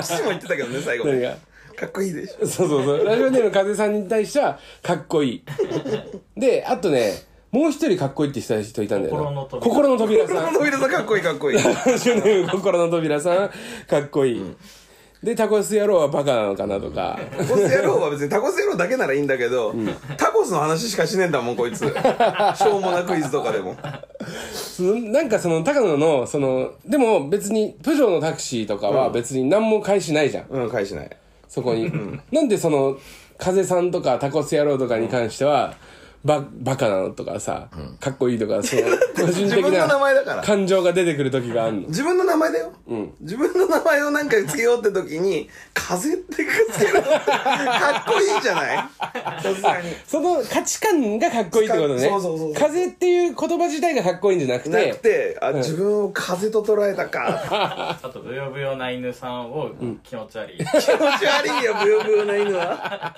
Speaker 1: 岸も言ってたけどね最後
Speaker 2: 何が
Speaker 1: かっこいいでしょ
Speaker 2: そうそうそうラジオネーム風さんに対してはかっこいいであとねもう一人かっこいいって人人いたんだよな
Speaker 3: 心の扉
Speaker 2: 心の扉さん
Speaker 1: 野扉さんかっこいいかっこいい
Speaker 2: ラジオネーム心の扉さんかっこいい、でタコス野郎はバカなのかなとか、
Speaker 1: タコス野郎は別にタコス野郎だけならいいんだけど、タコスの話しかしねえんだもんこい つしょうもなクイズとかでも
Speaker 2: そのなんかその高野のそのでも別にプジョーのタクシーとかは別に何も返しないじゃん、
Speaker 1: うん返しない
Speaker 2: そこに、なんでその風さんとかタコス野郎とかに関しては、ばバカなのとかさ、かっこいいと かその個人
Speaker 1: 自
Speaker 2: 的
Speaker 1: 分の名前だか
Speaker 2: な
Speaker 1: ら
Speaker 2: 感情が出てくる時があるの
Speaker 1: 自分の名前だよ、自分の名前をなんかつけようって時に「風」ってつけるの ってかっこいいじゃないさすがに
Speaker 2: その価値観がかっこいいってことね
Speaker 1: そうそうそうそう
Speaker 2: 風っていう言葉自体がかっこいいんじゃなくて
Speaker 1: なくてあ、自分を風と捉えたか
Speaker 3: あとブヨブヨな犬さんを気持ち悪い、
Speaker 1: 気持ち悪いよブヨブヨな犬は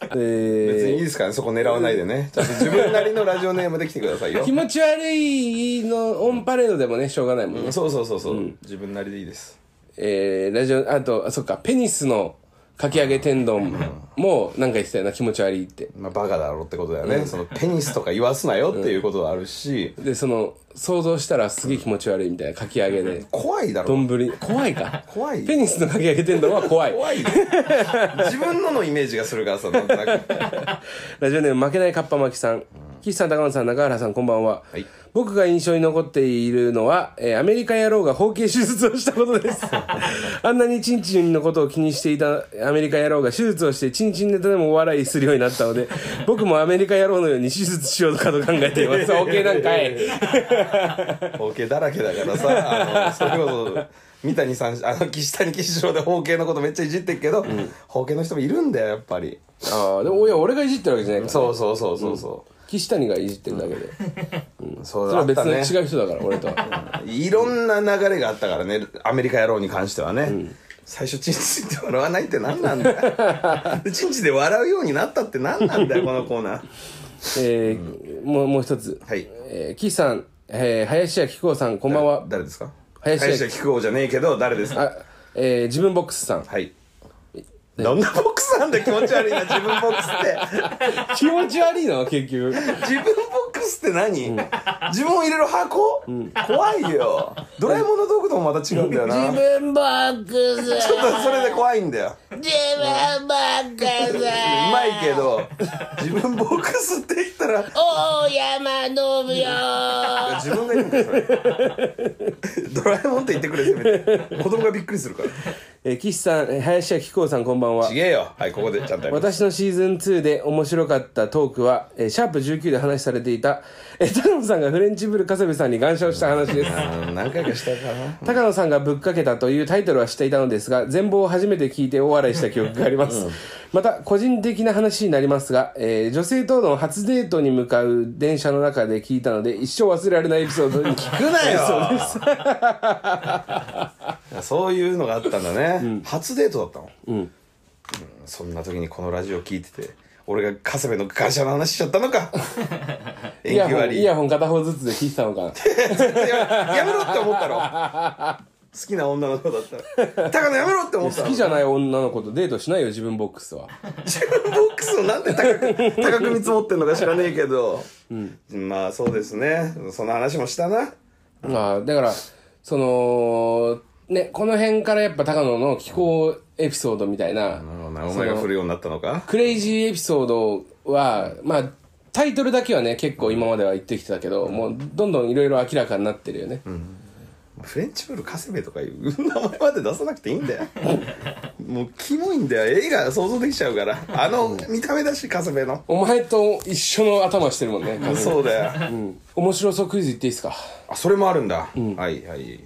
Speaker 2: えー
Speaker 1: 別にいいですかねそこ狙わないでねちょっと自分なりのラジオネームできてくださ いよ
Speaker 2: 気持ち悪いのオンパレードでもねしょうがないもんね、
Speaker 1: そうそうそうそう、自分なりでいいです
Speaker 2: えー、ラジオ、あと、あそっか、ペニスのかき揚げ天丼もなんか言ってたよな、気持ち悪いって。
Speaker 1: まあ、バカだろうってことだよね、そのペニスとか言わすなよっていうことはあるし、
Speaker 2: で、その、想像したらすげえ気持ち悪いみたいな、かき揚げで。
Speaker 1: 怖いだろ
Speaker 2: 丼、怖いか。
Speaker 1: 怖い
Speaker 2: ペニスのかき揚げ天丼は怖い。
Speaker 1: 怖いよ自分ののイメージがするからさなんとなく
Speaker 2: ラジオネーム負けないかっぱ巻きさん。岸さん、高野さん、中原さん、こんばんは。
Speaker 1: はい
Speaker 2: 僕が印象に残っているのは、えーアメリカ野郎が包茎手術をしたこと です。あんなにチンチンのことを気にしていたアメリカ野郎が手術をして、チンチンネタでもお笑いするようになった ので、僕もアメリカ野郎のように手術しようかと考えてい ます。OK なんかい。
Speaker 1: 包茎だらけだからさあのそれこそ三谷さんあの岸谷岸郎で包茎のことめっちゃいじってっけど包茎、の人もいるんだよやっぱり
Speaker 2: ああ、でも、いや、俺がいじってるわけじゃないから。
Speaker 1: そうそうそうそうそ
Speaker 2: 岸谷がいじってるだけで。
Speaker 1: う、そ
Speaker 2: そうれ
Speaker 1: だ
Speaker 2: は
Speaker 1: っ
Speaker 2: 別
Speaker 1: た
Speaker 2: の
Speaker 1: ね
Speaker 2: 違う人だから、俺とは。
Speaker 1: いろんな流れがあったからねアメリカ野郎に関してはね、最初チンチンって笑わないって何なんだよ でチンチンで笑うようになったって何なんだよこのコーナー
Speaker 2: えーもう、もう一つ。
Speaker 1: はい
Speaker 2: えー、岸さん、えー、林家木久扇さん、こんばんは。
Speaker 1: 誰ですか
Speaker 2: 林家
Speaker 1: 林家木久扇じゃねえけど誰ですか
Speaker 2: あ、えー、自分ボックスさん。
Speaker 1: はいどんなボックスなんだよ気持ち 悪いな自分ボックスって
Speaker 2: 気持ち悪いな、結局。
Speaker 1: 自分ボックスって何、自分を入れる箱、怖いよドラえもんの道具ともまた違うんだよなち
Speaker 2: 自
Speaker 1: ょっ
Speaker 2: 分ボックス、自
Speaker 1: とそれで怖いんだよ
Speaker 2: 分ボックス、
Speaker 1: うまいけど自分ボックスって言ったら
Speaker 2: 大山信よ。
Speaker 1: 自分 が言うんだよそれドラえもんって言ってくれせめて子供がびっくりするから
Speaker 2: えー、岸さん、えー林家木久扇さんこんばんは
Speaker 1: ち。げえよ。はい、ここでちゃんとやります。
Speaker 2: 私のシーズン2で面白かったトークは、えーシャープ19で話されていた、えー、高野さんがフレンチブル加瀬部さんに感謝をした話です。
Speaker 1: うん何回かしたかな。
Speaker 2: 高野さんがぶっかけたというタイトルはしていたのですが、全貌を初めて聞いて大笑いした記憶があります。また、個人的な話になりますが、えー女性との初デートに向かう電車の中で聞いたので、一生忘れられ ないエピソードに聞
Speaker 1: 行くな
Speaker 2: そう
Speaker 1: よ
Speaker 2: で す。
Speaker 1: そういうのがあったんだね、初デートだったの、うんそんな時にこのラジオ聞いてて俺がカセベの感謝の話しちゃったのか
Speaker 2: イ
Speaker 1: 縁
Speaker 2: ヤ
Speaker 1: 起
Speaker 2: ホン、
Speaker 1: 悪い
Speaker 2: イヤホン片方ずつで聞いてたのかな。
Speaker 1: いややめろって思ったろ好きな女の子だったら高野やめろって思った
Speaker 2: 好
Speaker 1: の
Speaker 2: きじゃない女の子とデートしないよ、自分ボックスは。
Speaker 1: 自分ボックスをなんで高く高く見積もってんのか知らねえけど、まあそうですねその話もしたな
Speaker 2: まあ、だから、その、ね、この辺からやっぱ高野の気候エピソードみたいな、
Speaker 1: お前が振るようになったのか
Speaker 2: クレイジーエピソードは、まあ、タイトルだけはね、結構今までは言ってきてたけど、もうどんどんいろいろ明らかになってるよね。
Speaker 1: フレンチブルカセベとかいう名前まで出さなくていいんだよもうキモいんだよ絵が想像できちゃうからあの見た目だしカセベの
Speaker 2: お前と一緒の頭してるもんね。
Speaker 1: そうだよ
Speaker 2: うん面白そうクイズ言っていいですか。
Speaker 1: あそれもあるんだ、はいはい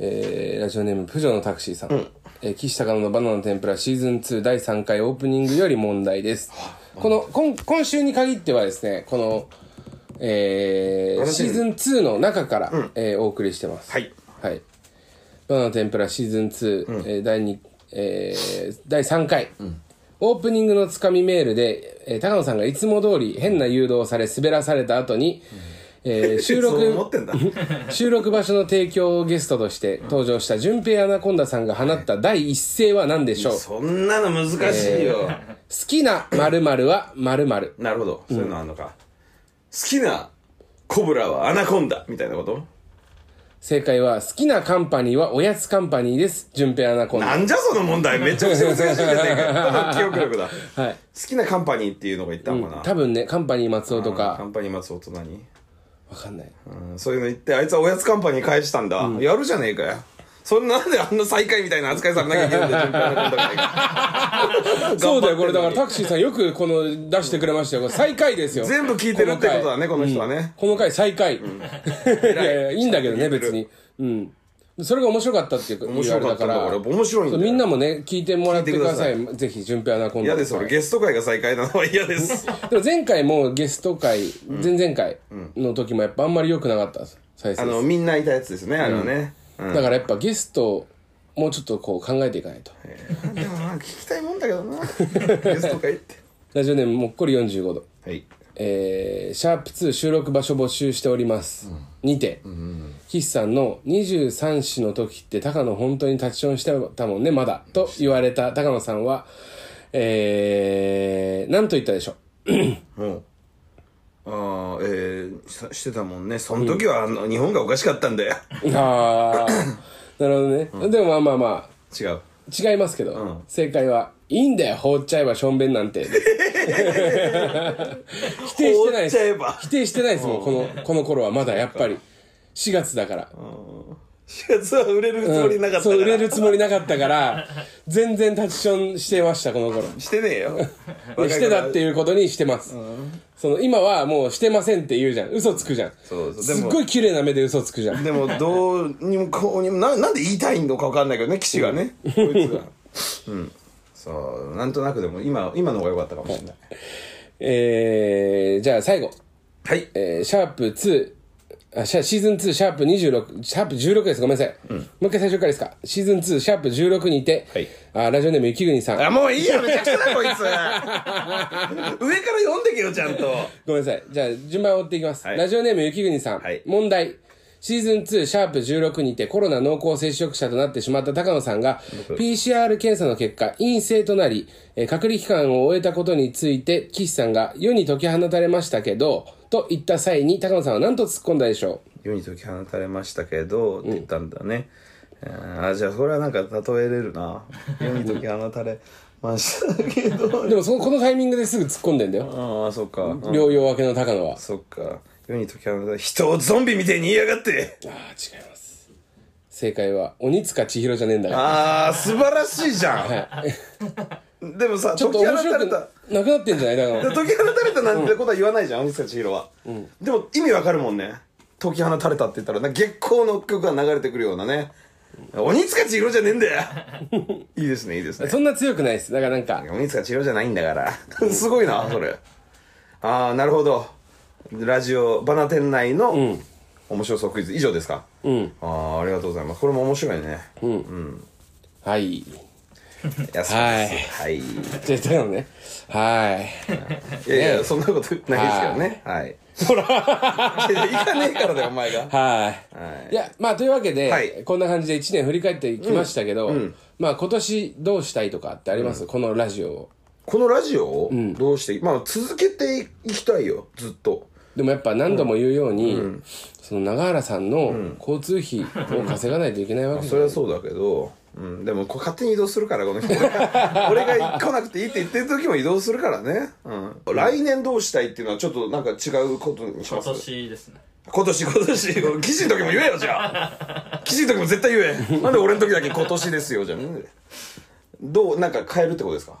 Speaker 2: えーラジオネーム、プジョのタクシーさん。えー岸高野のバナナの天ぷらシーズン2第3回オープニングより問題です。この、今、今週に限ってはですね、この、えー
Speaker 1: 楽し
Speaker 2: シ
Speaker 1: み
Speaker 2: ーズン2の中から、えーお送りしてます。
Speaker 1: はい。
Speaker 2: はい。バナナの天ぷらシーズン2、えー第2、えー第3回、オープニングのつかみメールで、えー高野さんがいつも通り変な誘導をされ滑らされた後に、 えー収録、
Speaker 1: そう思ってんだ
Speaker 2: 収録場所の提供ゲストとして登場した順平アナコンダさんが放った第一声は何でしょう好
Speaker 1: そんなの難しいよ、
Speaker 2: きな〇〇は〇〇
Speaker 1: なるほどそういうのあんのか、好きなコブラはアナコンダみたいなこと
Speaker 2: 正解は好きなカンパニーはおやつカンパニーです順平アナコンダ
Speaker 1: なんじゃその問題めちゃくちゃ難しいじゃねえかただ記憶力だ好
Speaker 2: はい
Speaker 1: きなカンパニーっていうのが言ったのかな、
Speaker 2: 多分ねカンパニー松尾と
Speaker 1: カ
Speaker 2: か
Speaker 1: ンパニー松本何
Speaker 2: わかんない
Speaker 1: うんそういうの言ってあいつはおやつカンパニー返したんだ、やるじゃねえかよそんなんであんな最下位みたいな扱いされなきゃいけないんだ順平のことがね
Speaker 2: そうだよこれ
Speaker 1: 頑張ってんの
Speaker 2: だから
Speaker 1: に
Speaker 2: タクシーさんよくこの出してくれましたよこれ最下位ですよ
Speaker 1: 全部聞いてるってことだねこの人はね、
Speaker 2: この回最下位、いやいやいいんだけどね別にうんそれが面白かったっていうか
Speaker 1: 面白かったんだ
Speaker 2: 言われ
Speaker 1: から面白いんだ
Speaker 2: そう
Speaker 1: よ
Speaker 2: みんなもね聞いてもらって
Speaker 1: 聞い
Speaker 2: く
Speaker 1: てく
Speaker 2: だ
Speaker 1: だ
Speaker 2: さ
Speaker 1: さ
Speaker 2: いぜひ順平アナコンダ
Speaker 1: 嫌です俺ゲスト会が最下位な のは嫌です
Speaker 2: でも前回もゲスト会、前々回の時もやっぱあんまり良くなかったです再
Speaker 1: あ
Speaker 2: 生
Speaker 1: の
Speaker 2: 数
Speaker 1: みんないたやつですねあれはね、うん
Speaker 2: だからやっぱゲストをもうちょっとこう考えていかないと
Speaker 1: でもなんか聞きたいもんだけど なゲスト会って
Speaker 2: ラジオネームもっこり45度
Speaker 1: はい
Speaker 2: えーシャープ2収録場所募集しております、にて、岸さんの23子の時って高野本当に立ちションしてたもんねまだと言われた高野さんはえー、なんと言ったでしょう
Speaker 1: もうああえー、ししてたもんねその時は、あの日本がおかしかったんだよ
Speaker 2: ああなるほどね、でもまあまあまあ
Speaker 1: 違う
Speaker 2: 違いますけど、正解は「いいんだよ放っちゃえばしょんべんなん て」否定してな
Speaker 1: 放っ
Speaker 2: いで
Speaker 1: ちゃえ
Speaker 2: す
Speaker 1: ば
Speaker 2: 否定してないですもんこのこの頃はまだやっぱり4月だから
Speaker 1: 4月は売れるつもりなかったから、
Speaker 2: そう売れるつもりなかったから全然タッチションしてましたこの頃
Speaker 1: してねえよ
Speaker 2: してたっていうことにしてます、その今はもうしてませんって言うじゃん嘘つくじゃん
Speaker 1: そうそうですも
Speaker 2: っごい綺麗な目で嘘つくじゃん
Speaker 1: でもどうにもこうにもななんで言いたいのか分かんないけどね騎士がねこいつがうんそうなんとなくでも今今の方が良かったかもしれない
Speaker 2: えー、じゃあ最後、
Speaker 1: はい
Speaker 2: えーシャープ2あシャシーズン2シャープ26シャープ16ですごめんなさい、もう一回最初からですかシーズン2シャープ16にて、
Speaker 1: はい
Speaker 2: あラジオネーム雪国さん
Speaker 1: あもういいよめちゃくちゃだよこいつ上から読んでけよちゃんと
Speaker 2: ごめんなさい。じゃあ、順番を追っていきます。
Speaker 1: はい
Speaker 2: ラジオネーム雪国さん。
Speaker 1: はい
Speaker 2: 問題。シーズン2シャープ16にてコロナ濃厚接触者となってしまった高野さんが PCR 検査の結果陰性となり、えー隔離期間を終えたことについて岸さんが世に解き放たれましたけどと言った際に高野さんは何と突っ込んだでしょ
Speaker 1: 世に解き放たれましたけどって言ったんだね、えーあじゃあそれはなんか例えれる な世に解き放たれましたけど
Speaker 2: うでもそのこのタイミングですぐ突っ込んでんだよ。
Speaker 1: ああそっか、うん
Speaker 2: 療養明けの高野は。
Speaker 1: そっか世に解き放たれ人をゾンビみてえに言いやがって
Speaker 2: ああ、違います。正解は鬼塚千尋じゃねえんだから
Speaker 1: あー、素晴らしいじゃん。 でもさ、
Speaker 2: ちょっと
Speaker 1: 解き放た
Speaker 2: 面白
Speaker 1: れ
Speaker 2: く
Speaker 1: た。
Speaker 2: なくなってんじゃないだから
Speaker 1: 解き放たれたなんてことは言わないじゃん、鬼塚千尋は。でも意味わかるもんね。解き放たれたって言ったら、なんか月光の曲が流れてくるようなね。鬼塚千尋じゃねえん だよいいですね、いいですね。
Speaker 2: そんな強くないですだからなんか
Speaker 1: 鬼塚千尋じゃないんだから すごいなそれああなるほどラジオバナ店内の面白そうクイズ以上ですか
Speaker 2: うん
Speaker 1: ああありがとうございますこれも面白いね
Speaker 2: はい
Speaker 1: やそう
Speaker 2: は
Speaker 1: で
Speaker 2: い
Speaker 1: すはいい
Speaker 2: じゃあだよねは
Speaker 1: やい
Speaker 2: ね
Speaker 1: やそんなことないですけどねはいほら行かねえからだよお 前が
Speaker 2: いはい
Speaker 1: はい
Speaker 2: いやまあというわけで、
Speaker 1: はい
Speaker 2: こんな感じで1年振り返ってきましたけど、まあ今年どうしたいとかってあります、このラジオを
Speaker 1: このラジオをどうしてまあ続けていきたいよずっと
Speaker 2: でもやっぱ何度も言うように、その永原さんの交通費を稼がないといけないわけ
Speaker 1: それはそうだけど、うん、でもこう勝手に移動するからこの人 俺が俺が来なくていいって言ってる時も移動するからね、うん、来年どうしたいっていうのはちょっとなんか違うことにしま
Speaker 3: 今
Speaker 1: す
Speaker 3: 年ですね
Speaker 1: 今年今年記事の時も言えよじゃあ記事の時も絶対言えなんで俺の時だけ今年ですよじゃあどうなんか変えるってことですか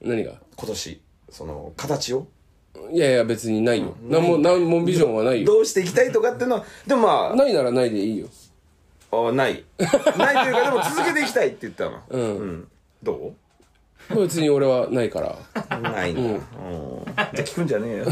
Speaker 2: 何が
Speaker 1: 今年その形を
Speaker 2: いやいや別にないよ何も何もビジョンはないよ
Speaker 1: どうしていきたいとかっていうのはでもま
Speaker 2: ないならないでいいよ
Speaker 1: ああないないというかでも続けていきたいって言ったのうん、どう
Speaker 2: 別に俺はないから
Speaker 1: ないな、うん、じゃあ聞くんじゃねえよ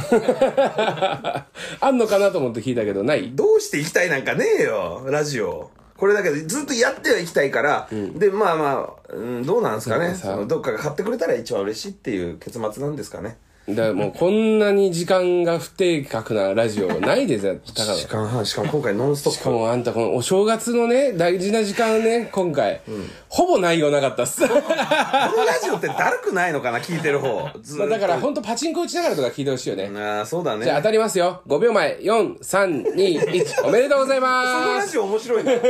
Speaker 2: あんのかなと思って聞いたけどない
Speaker 1: どうして行きたいなんかねえよ、ラジオ。これだけど、ずっとやってはいきたいから、で、まあまあ、うん、どうなんですか
Speaker 2: な
Speaker 1: ね。
Speaker 2: んか
Speaker 1: そ
Speaker 2: さ
Speaker 1: のどっかが買ってくれたら一番嬉しいっていう結末なんですかね。
Speaker 2: だからもうこんなに時間が不定格なラジオないでぜ高野
Speaker 1: 時間半、しかも今回ノンスト
Speaker 2: し
Speaker 1: ッ
Speaker 2: かもあんたこのお正月のね大事な時間ね今回、ほぼ内容なかったっ す
Speaker 1: プ。このラジオってだるくないのかな、聞いてる方。ずー
Speaker 2: まあ
Speaker 1: っと
Speaker 2: だから本当パチンコ打ちながらとか聞いてほしいよね、
Speaker 1: ああ、そうだね。
Speaker 2: じゃあ当たりますよ5秒前4321おめで とうござ
Speaker 1: その
Speaker 2: いま
Speaker 1: ラ
Speaker 2: す
Speaker 1: ジオ面白いね。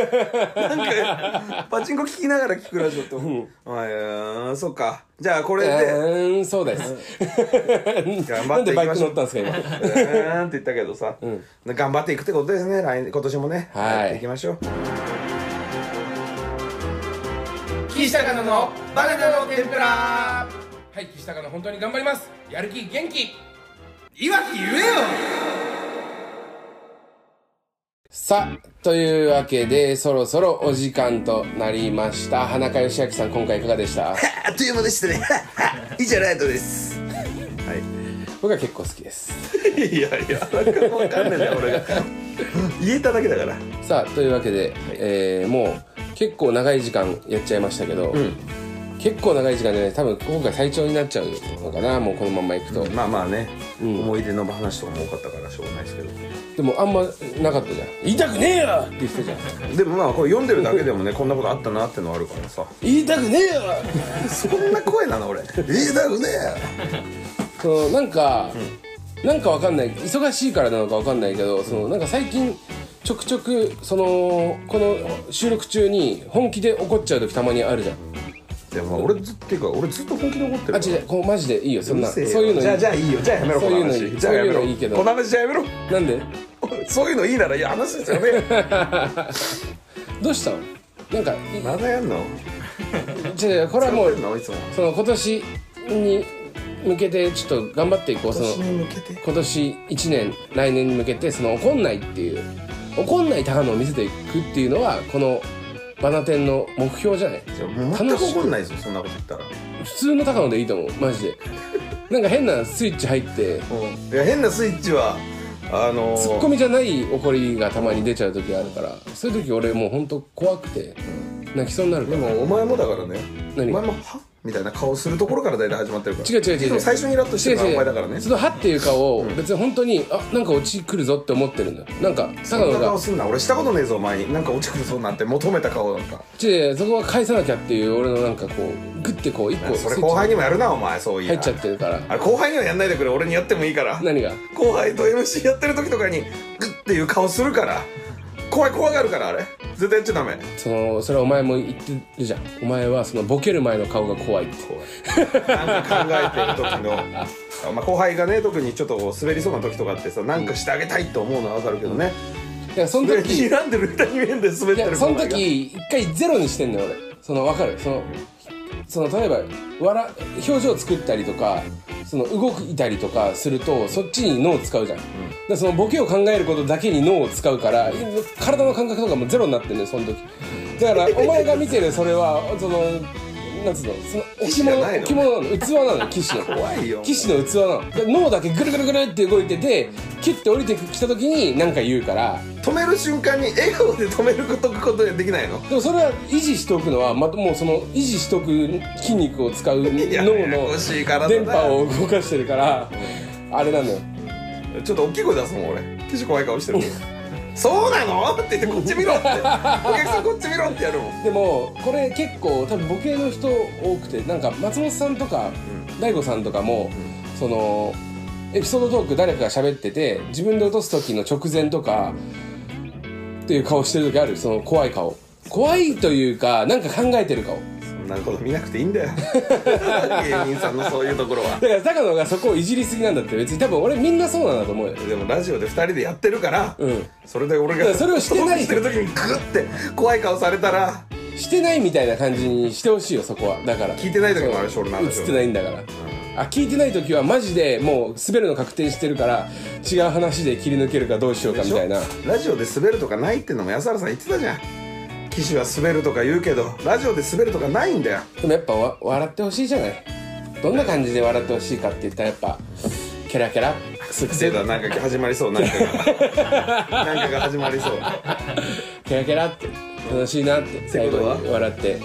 Speaker 1: なんか、パチンコ聞きながら聞くラジオって。はい、あーそうか。じゃあこれ
Speaker 2: う
Speaker 1: で、
Speaker 2: ーんそうです
Speaker 1: 頑張
Speaker 2: な
Speaker 1: っ
Speaker 2: ん
Speaker 1: て
Speaker 2: で
Speaker 1: いき
Speaker 2: バイ
Speaker 1: ま
Speaker 2: ク
Speaker 1: しょう
Speaker 2: 乗っ。たんですか今
Speaker 1: うーんって言ったけどさ、頑張っていくってことですね来年今年もね、
Speaker 2: はい
Speaker 1: やっていきましょう
Speaker 2: 岸高野のバナナの天ぷらはい岸高野本当に頑張りますやる気元気
Speaker 1: いわき言えよ
Speaker 2: さあというわけでそろそろお時間となりました花香義明さん今回いかがでした
Speaker 1: あ っという間でしたね いいじゃないとですは
Speaker 2: 僕は結構好きです
Speaker 1: いいやいやなんかわかんないんだよ俺が言えただけだから
Speaker 2: さあというわけで、えーもう結構長い時間やっちゃいましたけど、結構長い時間じゃない多分今回最長になっちゃうのかなもうこのまんまいくと、
Speaker 1: まあまあね、思い出の話とかも多かったからしょうがないですけど
Speaker 2: でもあんまなかったじゃん言いたくねえよって言ってたじゃん
Speaker 1: でもまあこれ読んでるだけでもねこんなことあったなってのはあるからさ
Speaker 2: 言いたくねえよ
Speaker 1: そんな声なの俺言いたくね
Speaker 2: そのなんか、なんかわかんない忙しいからなのかわかんないけどそのなんか最近ちょくちょくそのこの収録中に本気で怒っちゃう時たまにあるじゃん
Speaker 1: えでもまあ俺ずっていうか俺ずっと本気で怒ってる
Speaker 2: あ
Speaker 1: から
Speaker 2: 違う違うこうマジでいいよそんな
Speaker 1: うる
Speaker 2: そ
Speaker 1: せ
Speaker 2: う
Speaker 1: えよ
Speaker 2: いうのいい
Speaker 1: じゃあじゃあいいよじゃあやめろ
Speaker 2: そう
Speaker 1: こ
Speaker 2: い
Speaker 1: の
Speaker 2: うのいい
Speaker 1: 話じゃあやめろ
Speaker 2: そういうのいいけど
Speaker 1: この話じゃあやめろ
Speaker 2: なんで
Speaker 1: そういうのいいならいや話ですよね
Speaker 2: どうしたのなんか
Speaker 1: まだやんの
Speaker 2: い違う違うこれはも
Speaker 1: やん
Speaker 2: う
Speaker 1: のいつも
Speaker 2: その今年に向けてちょっと頑張っていこうその
Speaker 1: 私に向けて
Speaker 2: 今年1年来年に向けてその怒んないっていう怒んない高野を見せていくっていうのはこのバナテンの目標じゃない
Speaker 1: もう全く怒んないですよそんなこと言ったら
Speaker 2: 普通の高野でいいと思うマジでなんか変なスイッチ入って
Speaker 1: いや変なスイッチはあのー
Speaker 2: ツッコミじゃない怒りがたまに出ちゃう時あるからそういう時俺もうほんと怖くて泣きそうになるか
Speaker 1: で
Speaker 2: ら
Speaker 1: もお前もだからねお
Speaker 2: 何
Speaker 1: 前もはみたいな顔するところから大体始まってるから
Speaker 2: 違う違う違う
Speaker 1: いつも最初にイラッとしてるのはお前だから
Speaker 2: 違う違
Speaker 1: ね
Speaker 2: うその「は」っていう顔を別に本当にあなんか落ちくるぞって思ってるんだよなんか
Speaker 1: そ
Speaker 2: 高
Speaker 1: んな
Speaker 2: 野が
Speaker 1: 顔すんな俺したことねえぞお前になんか落ちくるそうなんて求めた顔なんか
Speaker 2: 違うそこは返さなきゃっていう俺のなんかこうグッてこう一個
Speaker 1: それ後輩
Speaker 2: に
Speaker 1: にもやるなお前そういう
Speaker 2: 入っちゃってるから
Speaker 1: あれ後輩にはやんないでくれ俺にやってもいいから
Speaker 2: 何が
Speaker 1: 後輩と MC やってる時とかにグッていう顔するから怖い怖がるからあれ絶対やっちゃダメ
Speaker 2: そのそれはお前も言ってるじゃんお前はそのボケる前の顔が怖いって
Speaker 1: なんか考えてる時の、 まあ、後輩がね特にちょっとこう滑りそうな時とかってさなんかしてあげたいと思うのはわかるけどね、
Speaker 2: からその
Speaker 1: ね
Speaker 2: 時
Speaker 1: 睨んでるみたいに見えんで滑っ
Speaker 2: い
Speaker 1: て
Speaker 2: や
Speaker 1: る
Speaker 2: その
Speaker 1: 子が
Speaker 2: 時一回ゼロにしてんのよ俺その分かるそのその例えば笑表情作ったりとかその動いたりとかするとそっちに脳を使うじゃん、だからそのボケを考えることだけに脳を使うから体の感覚とかもゼロになってんのよその時だからお前が見てるそれはそのなんつうのその
Speaker 1: 士じゃないの
Speaker 2: 置物なの器なの騎士の
Speaker 1: 怖いよ
Speaker 2: 騎士の器なので脳だけぐるぐるぐるって動いててキュッて降りてきた時に何か言うから
Speaker 1: 止める瞬間に笑顔で止めることことができないの
Speaker 2: でもそれは維持しておくのは、ま、もうその維持しておく筋肉を使う脳の
Speaker 1: いやややこしい体だ
Speaker 2: 電波を動かしてるからあれなのよ
Speaker 1: ちょっと大きい声出すもん俺記事怖い顔してるもんそうなのって言ってこっち見ろってお客さんこっち見ろってやるもん
Speaker 2: でもこれ結構多分ボケの人多くてなんか松本さんとか大悟さんとかも、そのエピソードトーク誰かが喋ってて自分で落とす時の直前とかっていう顔してる時あるその怖い顔怖いというかなんか考えてる顔
Speaker 1: そんなこと見なくていいん だよ芸人さんのそういうところは
Speaker 2: だから高野がそこをいじりすぎなんだって別に多分俺みんなそうなんだと思うよ
Speaker 1: でもラジオで2人でやってるから、
Speaker 2: うん
Speaker 1: それで俺
Speaker 2: だか
Speaker 1: が
Speaker 2: らそれをしてない
Speaker 1: トークしてる時にグッて怖い顔されたら
Speaker 2: してないみたいな感じにしてほしいよそこはだから
Speaker 1: 聞いてない時もあるし俺の
Speaker 2: 映
Speaker 1: 話
Speaker 2: ってないんだから、あ聞いてない時はマジでもう滑るの確定してるから違う話で切り抜けるかどうしようかみたいな
Speaker 1: ラジオで滑るとかないってのも安原さん言ってたじゃん騎士は滑るとか言うけどラジオで滑るとかないんだよ
Speaker 2: でもやっぱわ笑ってほしいじゃないどんな感じで笑ってほしいかって言ったらやっぱケラケラすく
Speaker 1: せい
Speaker 2: せ
Speaker 1: だなんか始まりそうなんかが なんかが始まりそう
Speaker 2: ケラケラって楽しいなって最後
Speaker 1: ってこ
Speaker 2: に笑って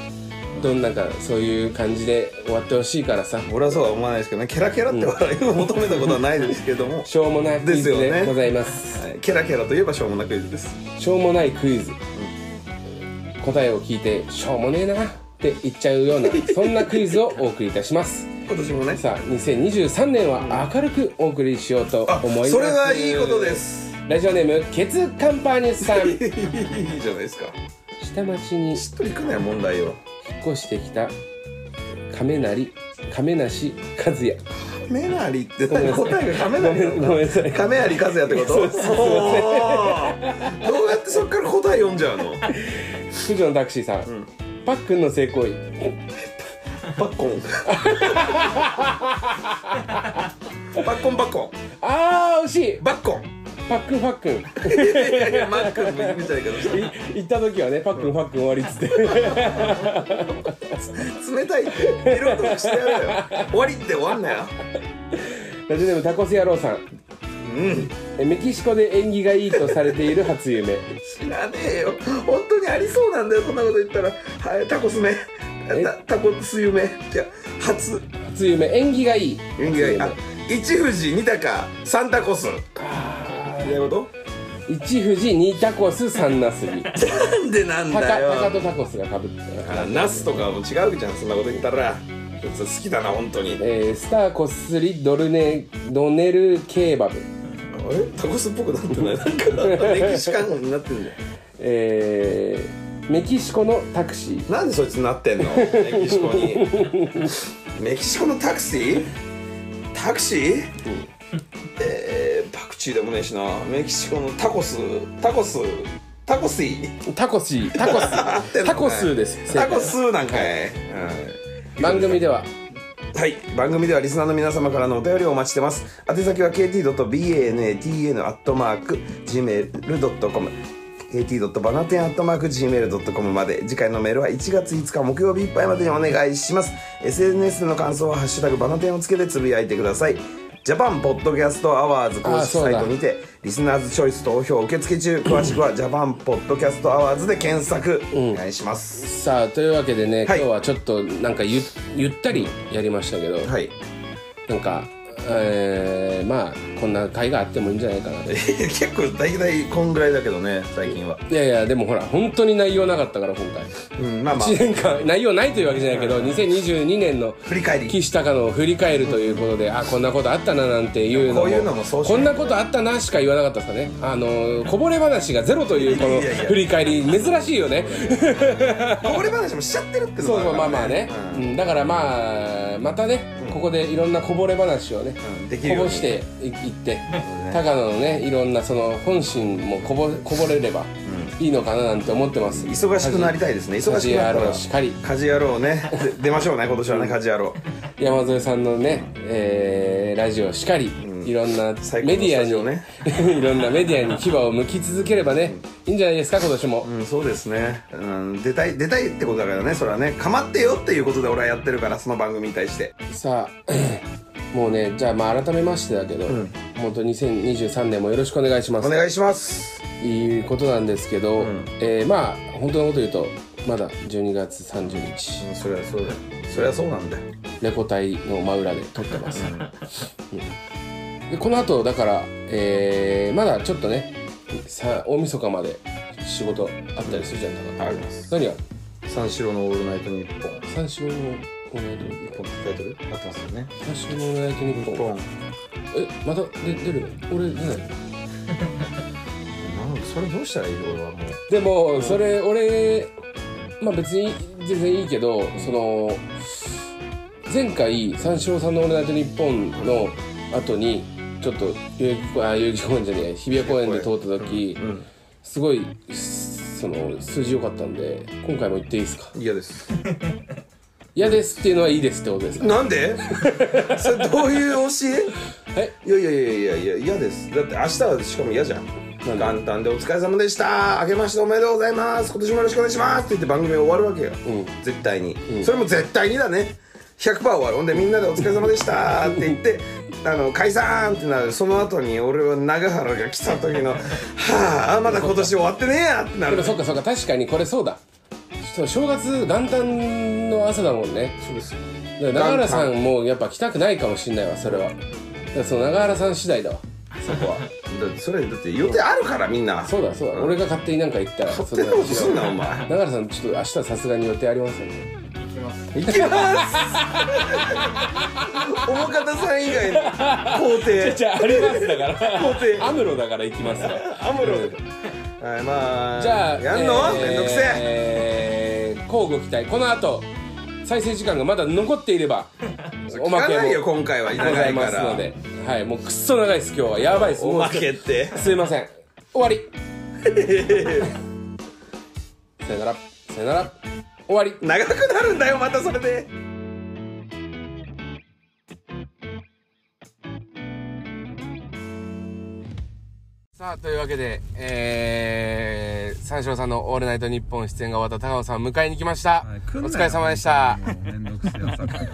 Speaker 2: どんなんかそういう感じで終わってほしいからさ
Speaker 1: 俺はそうは思わないですけどねケラケラって笑いを求めたことはないですけど も、
Speaker 2: しょうもないクイズ
Speaker 1: ですよね
Speaker 2: でございます
Speaker 1: はいケラケラといえばしょうもなクイズです
Speaker 2: しょうもないクイズ、答えを聞いてしょうもねえなって言っちゃうようなそんなクイズをお送りいたします
Speaker 1: 今年もね
Speaker 2: さあ2023年は明るくお送りしようと
Speaker 1: あ
Speaker 2: 思います
Speaker 1: それはいいことです
Speaker 2: ラジオネームケツカンパーニ ュスさん
Speaker 1: いいじゃないですか
Speaker 2: 下町に引っ
Speaker 1: しっとりくなよ問題を
Speaker 2: 越してきた亀成亀梨和
Speaker 1: 亀有
Speaker 2: 也
Speaker 1: って
Speaker 2: めんなさい
Speaker 1: 答えが亀有
Speaker 2: ごめんごめんなさい
Speaker 1: 亀有和也ってことおーどうやってそっから答え読んじゃうの
Speaker 2: 九条のタクシーさん、パックンの性行為
Speaker 1: パッコンパッコンパッコ
Speaker 2: あー惜しい
Speaker 1: ンバッコン
Speaker 2: パックンパックン
Speaker 1: い やいやマックンみたいなけ
Speaker 2: 行った時はねパックンパックン終わりっつって
Speaker 1: ど冷たいってエロとかしてやれよ終わりって終わんなよ
Speaker 2: ラジオネームタコス野郎さん
Speaker 1: うん
Speaker 2: えメキシコで縁起がいいとされている初夢
Speaker 1: 知らねえよ本当にありそうなんだよそんなこと言ったらはいタコスめタタコス夢じゃ初
Speaker 2: 初夢縁起がいい
Speaker 1: 運がいいあ一富士二鷹三タコスあなるほど
Speaker 2: 一富士二タコス三ナスビ
Speaker 1: なんでなん
Speaker 2: タ
Speaker 1: だ
Speaker 2: カタカ
Speaker 1: よ
Speaker 2: とタコスがかぶってた、
Speaker 1: あナスとかも違うじゃんそんなこと言ったら好きだな本当にえ
Speaker 2: えー、スターコスリドルネドネルケーバブ、
Speaker 1: タコスっぽくなってないなんかなんかメキシカンになってんじゃ
Speaker 2: えー、メキシコのタクシー
Speaker 1: んなんでそいつなってんのメキシコにメキシコのタクシータクシー、えー、パクチーでもねえしなメキシコのタコスタコスタコスイ
Speaker 2: タコシータコ
Speaker 1: 合ってんの
Speaker 2: スタコスです正
Speaker 1: タ
Speaker 2: 解
Speaker 1: コスなんかい、うん
Speaker 2: 番組では
Speaker 1: はい番組ではリスナーの皆様からのお便りをお待ちしてます宛先は kt.banatn.gmail.com kt.banaten.gmail.com まで次回のメールは1月5日木曜日いっぱいまでにお願いします SNS での感想は「ハッシュタグバナテン」をつけてつぶやいてくださいジャパンポッドキャストアワーズ公
Speaker 2: あ
Speaker 1: 式
Speaker 2: そう
Speaker 1: サ
Speaker 2: だ
Speaker 1: イトにてリスナーズチョイス投票受付中詳しくはジャパンポッドキャストアワーズで検索お願いします、
Speaker 2: さあというわけでね、
Speaker 1: はい
Speaker 2: 今日はちょっとなんかゆゆったりやりましたけど、
Speaker 1: はい
Speaker 2: なんか、えー、まあこんな会があってもいいんじゃないかな
Speaker 1: 結構大体こんぐらいだけどね最近はい
Speaker 2: やいやでもほら本当に内容なかったから今回
Speaker 1: うんまあまあ
Speaker 2: 1年間内容ないというわけじゃないけど2022年の
Speaker 1: 振り返り
Speaker 2: 岸高野を振り返るということであこんなことあったななんていうのも
Speaker 1: こういうのもそうしない
Speaker 2: こんなことあったなしか言わなかったですかねあのこぼれ話がゼロというこ
Speaker 1: いやいやい
Speaker 2: の
Speaker 1: や
Speaker 2: 振り返り珍しいよね
Speaker 1: こぼれ話もしちゃってるっての
Speaker 2: そう
Speaker 1: も
Speaker 2: そうまあ
Speaker 1: るか
Speaker 2: まあ
Speaker 1: ら
Speaker 2: ね、うんだからまあまたね、ここでいろんなこぼれ話をね、
Speaker 1: うんできる
Speaker 2: こ
Speaker 1: よう
Speaker 2: ぼ
Speaker 1: に
Speaker 2: していいって、
Speaker 1: ね
Speaker 2: 高野のねいろんなその本心もこぼこぼれればいいのかななんて思ってます、
Speaker 1: 忙しくなりたいですね忙しくなったら
Speaker 2: 家事野郎しかり
Speaker 1: 家事野郎ね で出ましょうね今年はね家事野郎
Speaker 2: 山添さんのね、えーラジオしかり、いろんなメデ
Speaker 1: 最高の
Speaker 2: ィ
Speaker 1: ス
Speaker 2: ア
Speaker 1: タジオ
Speaker 2: に、
Speaker 1: ね
Speaker 2: いろんなメディアに牙を向き続ければね、いいんじゃないですか今年も、
Speaker 1: うんそうですね、うん、出たい出たいってことだからねそれはね構ってよっていうことで俺はやってるからその番組に対して
Speaker 2: さあ もうねじゃあまあ改めましてだけど、本当2023年もよろしくお願いします
Speaker 1: お願いします
Speaker 2: いうことなんですけど、えーまあ本当のこと言うとまだ12月30日
Speaker 1: うんそれはそうだよそれはそうなんだよ
Speaker 2: レコ隊の真裏で撮ってます、でこの後だから、えーまだちょっとねさ大晦日まで仕事あったりするじゃないかな、
Speaker 1: あります
Speaker 2: 何が
Speaker 1: 三四郎の「オールナイトニッポン」
Speaker 2: 三四郎のオールナイトニッ
Speaker 1: 一
Speaker 2: ポ
Speaker 1: 本タイトル合ってますよね
Speaker 2: ン三四郎のオールナイトニッポン
Speaker 1: ポン
Speaker 2: えまたで出る俺出な
Speaker 1: な
Speaker 2: い
Speaker 1: んそれどうしたらいいの俺はもう
Speaker 2: でもそれ俺まあ別に全然いいけどその前回三四郎さんの「オールナイトニッポン」の後にちょっと代々木公園あ代々木公園じゃねえ日比谷公園で通った時すごいその数字良かったんで今回も言っていいですか
Speaker 1: 嫌です
Speaker 2: 嫌ですっていうのはいいですってことですか
Speaker 1: なん でそれどういう教
Speaker 2: え
Speaker 1: えいやいやいやいやいや嫌ですだって明日はしかも嫌じゃん
Speaker 2: で
Speaker 1: 元旦でお疲れ様でした明けましておめでとうございます今年もよろしくお願いしますって言って番組が終わるわけよ、
Speaker 2: ん
Speaker 1: 絶対に、それも絶対にだね100%終わるほんでみんなでお疲れ様でしたって言ってあの解散ってなるその後に俺は永原が来た時 のはあまだ今年終わってねえやってな
Speaker 2: でも
Speaker 1: る
Speaker 2: そっかそっか確かにこれそうだそう正月元旦の朝だもんね
Speaker 1: そうですよ
Speaker 2: だから永原さんもやっぱ来たくないかもしんないわそれはだからその永原さん次第だわそ こは
Speaker 1: だってそれだって予定あるからみんな
Speaker 2: そうだそうだ、俺が勝手になんか言ったら
Speaker 1: 勝手なことすんなお前
Speaker 2: それは違う永原さんちょっと明日はさすがに予定ありますよね
Speaker 3: 行きます
Speaker 1: いきます おもかたさん以外の皇帝
Speaker 2: じゃあありますだから
Speaker 1: 皇帝
Speaker 2: アムロだから行きますわ
Speaker 1: アムロはいまあ
Speaker 2: じゃあ
Speaker 1: やんの、めんどくせえ
Speaker 2: えー、交互期待この後再生時間がまだ残っていれ ばお
Speaker 1: 聞
Speaker 2: ま
Speaker 1: か
Speaker 2: けも
Speaker 1: ないよ今回は
Speaker 2: ござ
Speaker 1: 長
Speaker 2: い
Speaker 1: いか
Speaker 2: ますの
Speaker 1: ら
Speaker 2: ではいもうくっそ長いです今日はやばいです
Speaker 1: お
Speaker 2: もう
Speaker 1: まけって
Speaker 2: すいません終わり さよならさよなら終わり
Speaker 1: 長くなるんだよまたそれで。
Speaker 2: さあというわけでえー、三四郎さんの「オールナイトニッポン」出演が終わった高野さんを迎えに来まし
Speaker 4: は
Speaker 2: た、
Speaker 4: い
Speaker 2: お疲れ様で した。
Speaker 4: 来んなよもうめんどくせえ朝から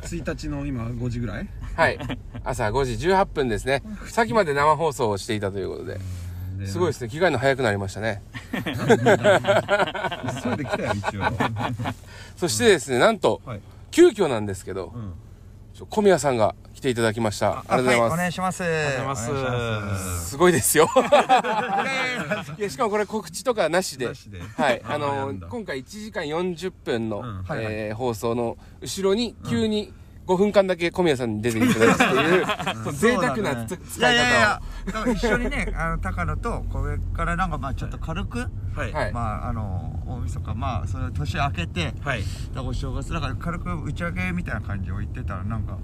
Speaker 4: 1日の今5時ぐらい
Speaker 2: はい朝5時18分です ねさっきまで生放送をしていたということで
Speaker 4: です
Speaker 2: ごいですね着替えるの早くなりました ね
Speaker 4: 急いで来たよ一応
Speaker 2: そしてですねなんと、
Speaker 4: はい
Speaker 2: 急遽なんですけど、
Speaker 4: ん
Speaker 2: ちょ小宮さんが来ていただきましたありがとうございます、
Speaker 5: お願いします。お願いします。
Speaker 2: すごいですよ。いやしかもこれ告知とかなしで。
Speaker 4: なしで
Speaker 2: はい。あ
Speaker 4: あな
Speaker 2: の
Speaker 4: んだ
Speaker 2: 今回1時間40分の、
Speaker 4: ん
Speaker 5: はいはい
Speaker 2: えー放送の後ろに急に5分間だけ小宮さんに出ていただくっていう、 その贅沢なつ、
Speaker 5: い
Speaker 2: 使
Speaker 5: や
Speaker 2: い
Speaker 5: い
Speaker 2: 方を。
Speaker 5: やいや、だから一緒にね、あの高野とこれからなんかまあちょっと軽く、
Speaker 4: はい
Speaker 2: はい
Speaker 5: まああの大晦日まあその年明けて、
Speaker 4: はい
Speaker 5: だからお正月だから軽く打ち上げみたいな感じを言ってたらなんか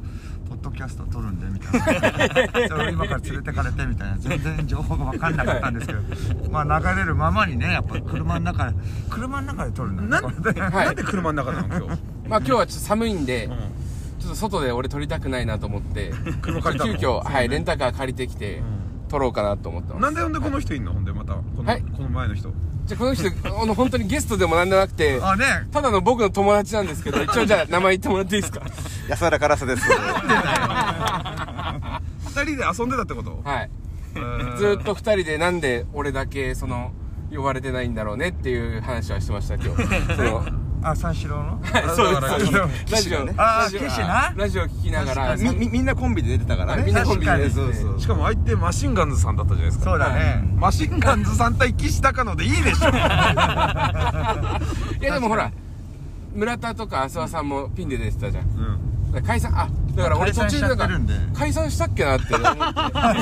Speaker 5: ポッドキャスト撮るんでみたいな、それを今から連れてかれてみたいな全然情報が分かんなかったんですけど、まあ流れるままにねやっぱ車の中で車の中で撮るんだね。
Speaker 2: はい
Speaker 4: なんで車の中なの今日
Speaker 2: まあ今日はちょっと寒いんで、ちょっと外で俺撮りたくないなと思って、
Speaker 4: 車借りたの
Speaker 2: 急遽、はい、レンタカー借りてきて、撮ろうかなと思ってます。
Speaker 4: なんで呼んでこの人いんのほんでまたこの,、
Speaker 2: はい
Speaker 4: この前の人
Speaker 2: じゃあこの人、あの本当にゲストでもなんでもなくて、
Speaker 5: あね、
Speaker 2: ただの僕の友達なんで すけど、一応じゃあ名前言ってもらっていいですか
Speaker 5: 安原カラスです。
Speaker 4: 二人で遊んでたってこと
Speaker 2: はい。
Speaker 4: えー
Speaker 2: ずーっと二人でなんで俺だけその呼ばれてないんだろうねっていう話はしてました今日その
Speaker 5: あ三四郎の。
Speaker 4: だから
Speaker 2: ラジオ、
Speaker 5: あー
Speaker 2: ラジオ
Speaker 5: 騎士な
Speaker 2: ラジオ聞きながら
Speaker 5: みみみんなコンビで出てたから
Speaker 2: はいみんなコンビで出てて
Speaker 5: 確かにそう
Speaker 4: しかも相手マシンガンズさんだったじゃないですか
Speaker 5: そうだね。
Speaker 4: マシンガンズさん対岸高野でいいでし ょ
Speaker 2: いやでもほら村田とか浅輪さんもピンで出てたじゃん、だから解散あだから俺途中でなんか
Speaker 5: 解散しちゃってるん
Speaker 2: 解散したっけな
Speaker 5: で
Speaker 2: って思って
Speaker 5: だか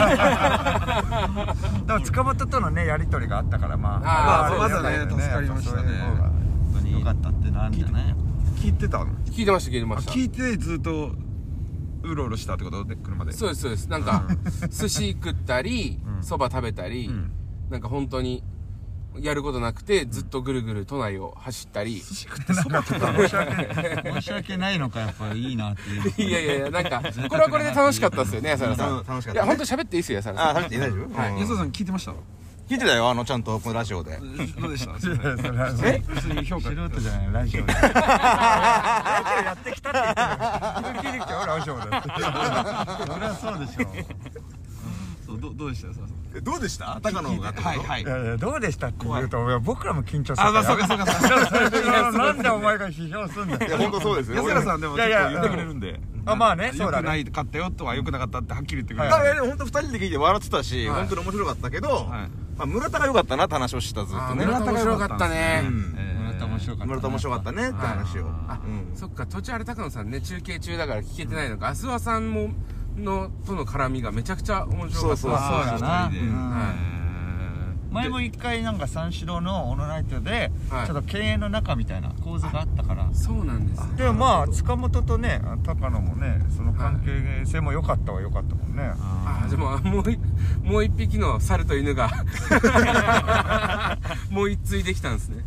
Speaker 5: ら塚本とのねやり取りがあったからまあ
Speaker 2: あー
Speaker 5: まあ
Speaker 2: そう
Speaker 5: あれ
Speaker 4: まだね助かりましたね
Speaker 5: やっぱそういう方が良かったってなんじゃね
Speaker 4: 聞
Speaker 6: 聞いてたの
Speaker 2: 聞いてました聞いて
Speaker 6: あ
Speaker 2: ました
Speaker 6: 聞いてずっとうろうろしたってことで車で
Speaker 2: そうですそうですなんか寿司食ったりそば、蕎麦食べたり、
Speaker 6: ん
Speaker 2: なんか本当にやることなくてずっとぐるぐる都内を走ったり、
Speaker 5: 申し訳申し訳ないのかやっぱいいなっていう
Speaker 2: いやいやいやなんかこれはこれで楽しかったっすよね安原さん
Speaker 1: うん楽しかった
Speaker 2: いや本当喋っていいっすよ安原さん
Speaker 1: あ、話していい大丈夫
Speaker 2: はい
Speaker 6: 安田さん聞いてました
Speaker 1: 聞いてたよ、あの、ちゃんと、このラジオで。
Speaker 6: どうでした
Speaker 5: いやそれは
Speaker 6: え普通に評価
Speaker 5: 素人じゃないラジオでラジオやってきたって言ってる聞いてきたよラジオでってそりゃそうでしょ
Speaker 6: そうどどうでした安田さん
Speaker 1: どうでした高野が
Speaker 6: はいはい
Speaker 5: いやいやどうでしたって言うといや僕らも緊張する
Speaker 6: あまあそう
Speaker 5: う
Speaker 6: かそうかそうか
Speaker 5: なんでお前が批評すんだ
Speaker 1: いや、
Speaker 5: よ
Speaker 1: 本当そうですよ。
Speaker 6: 安田さんでも結
Speaker 5: いやい
Speaker 6: 構
Speaker 5: や
Speaker 6: 言ってくれるんで
Speaker 5: あまあねそうだ
Speaker 6: 良くな
Speaker 5: ね
Speaker 6: いかったよとは良くなかったってはっきり言ってくれ
Speaker 1: 俺
Speaker 6: る
Speaker 1: だから、でも本当二人で聞いて笑ってたし、
Speaker 6: はい
Speaker 1: 本当に面白かったけど、
Speaker 6: はい
Speaker 1: まあ、村田が良かったなって話をしてた、ずっとね。
Speaker 2: 村田面白かったね、
Speaker 1: うん
Speaker 5: 村田面白かった
Speaker 1: 村田面白かったねって話を。
Speaker 2: あ
Speaker 1: うん
Speaker 2: そっか途中あれ高野さんね中継中だから聞けてないのか安和さんものとの絡みがめちゃくちゃ面白かった
Speaker 1: そうそうそう
Speaker 5: そうだな
Speaker 6: 二人で
Speaker 5: うん
Speaker 2: は
Speaker 5: 前も一回なんか三四郎のオールナイトで
Speaker 2: はい
Speaker 5: ちょっと敬遠の中みたいな構図があったから
Speaker 2: い、そうなんですね
Speaker 5: でもまあ塚本とね高野もねその関係性も良かったは良かったもんね
Speaker 2: あじゃあもうもういもう一匹の猿と犬が もう一対できたんですね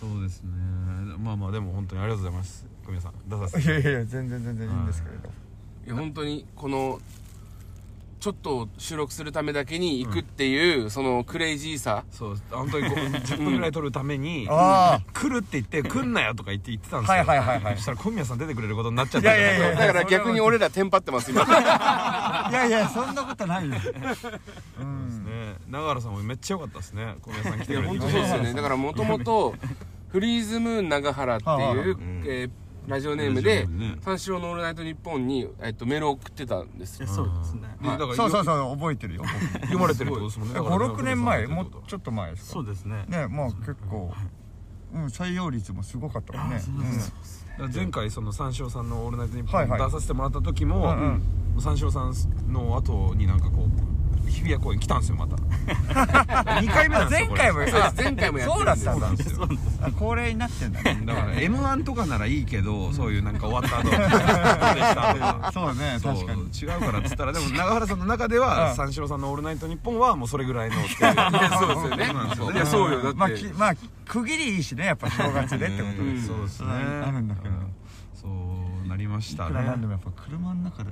Speaker 6: そうですねまあまあでも本当にありがとうございます小宮さん出さ
Speaker 5: いやいやいや全然全然いいんですけれど
Speaker 2: いや本当にこのちょっと収録するためだけに行くっていう、そのクレイジーさ
Speaker 6: そう本当にこう10分ぐらい撮るために
Speaker 5: あ
Speaker 6: 来るって言って来んなよとか言って言ってたんですよ
Speaker 5: はいはいはいはい
Speaker 6: そしたら小宮さん出てくれることになっちゃっ
Speaker 5: い
Speaker 6: た
Speaker 5: や
Speaker 6: け
Speaker 5: い
Speaker 6: ど
Speaker 5: やいや
Speaker 2: だから逆に俺らテンパってます今
Speaker 5: いやいやそんなことないようん
Speaker 6: ね永原さんもめっちゃ良かったですね小宮さん来て
Speaker 2: いや
Speaker 6: くれて
Speaker 2: 本当そうです よねだからもともとフリーズムーン長原って
Speaker 5: はいはい
Speaker 2: いう、
Speaker 1: ん
Speaker 2: えーラジオネームで
Speaker 6: ラジオネーム
Speaker 2: 「
Speaker 6: ね
Speaker 2: 三四郎のオールナイトニッポン」に、えっと、メールを送ってたんですよ
Speaker 7: そうですね
Speaker 6: でだから
Speaker 5: そうそうそう覚えてるよ
Speaker 6: 読まれてるってことですもんねだから
Speaker 5: 56年前
Speaker 6: 小宮
Speaker 5: もう
Speaker 6: さんってこと
Speaker 5: ちょっと前ですか
Speaker 7: うですね
Speaker 5: ねまあ結構うん採用率もすごかったもんね
Speaker 6: だから前回その三四郎さんの「オールナイトニッポ
Speaker 5: はい」
Speaker 6: ン
Speaker 5: はい
Speaker 6: 出させてもらった時も、
Speaker 5: うんうん
Speaker 6: 三四郎さんの後になんかこう日比谷公園来たんですよまた 2回目なんです
Speaker 5: 前
Speaker 6: よこれ
Speaker 5: 回も
Speaker 2: そうです前回もやってるん
Speaker 5: そう
Speaker 2: で
Speaker 5: だ
Speaker 2: す
Speaker 5: っ
Speaker 2: よ
Speaker 5: たんだ
Speaker 6: そうですよ
Speaker 5: あ恒例になってんだね
Speaker 6: だから m 1とかならいいけどそういうなんか終わった後どうでしたとか
Speaker 5: そうね
Speaker 6: そ
Speaker 5: 確
Speaker 6: う
Speaker 5: かに
Speaker 6: 違うからっつったらでも永原さんの中では
Speaker 5: うん
Speaker 6: 三四郎さんの「オールナイトニッポン」はもうそれぐらいのっていう
Speaker 2: そうですよね
Speaker 6: そうなんですよね
Speaker 2: いやそうよだって、
Speaker 5: まあきまあ区切りいいしねやっぱ正月でってこと
Speaker 6: う
Speaker 5: で
Speaker 6: ん
Speaker 5: す
Speaker 6: そうですね
Speaker 5: あるんだけど
Speaker 6: そうなりまし
Speaker 5: い
Speaker 6: た
Speaker 5: くらなんで
Speaker 6: ね
Speaker 5: もやっぱ車の中で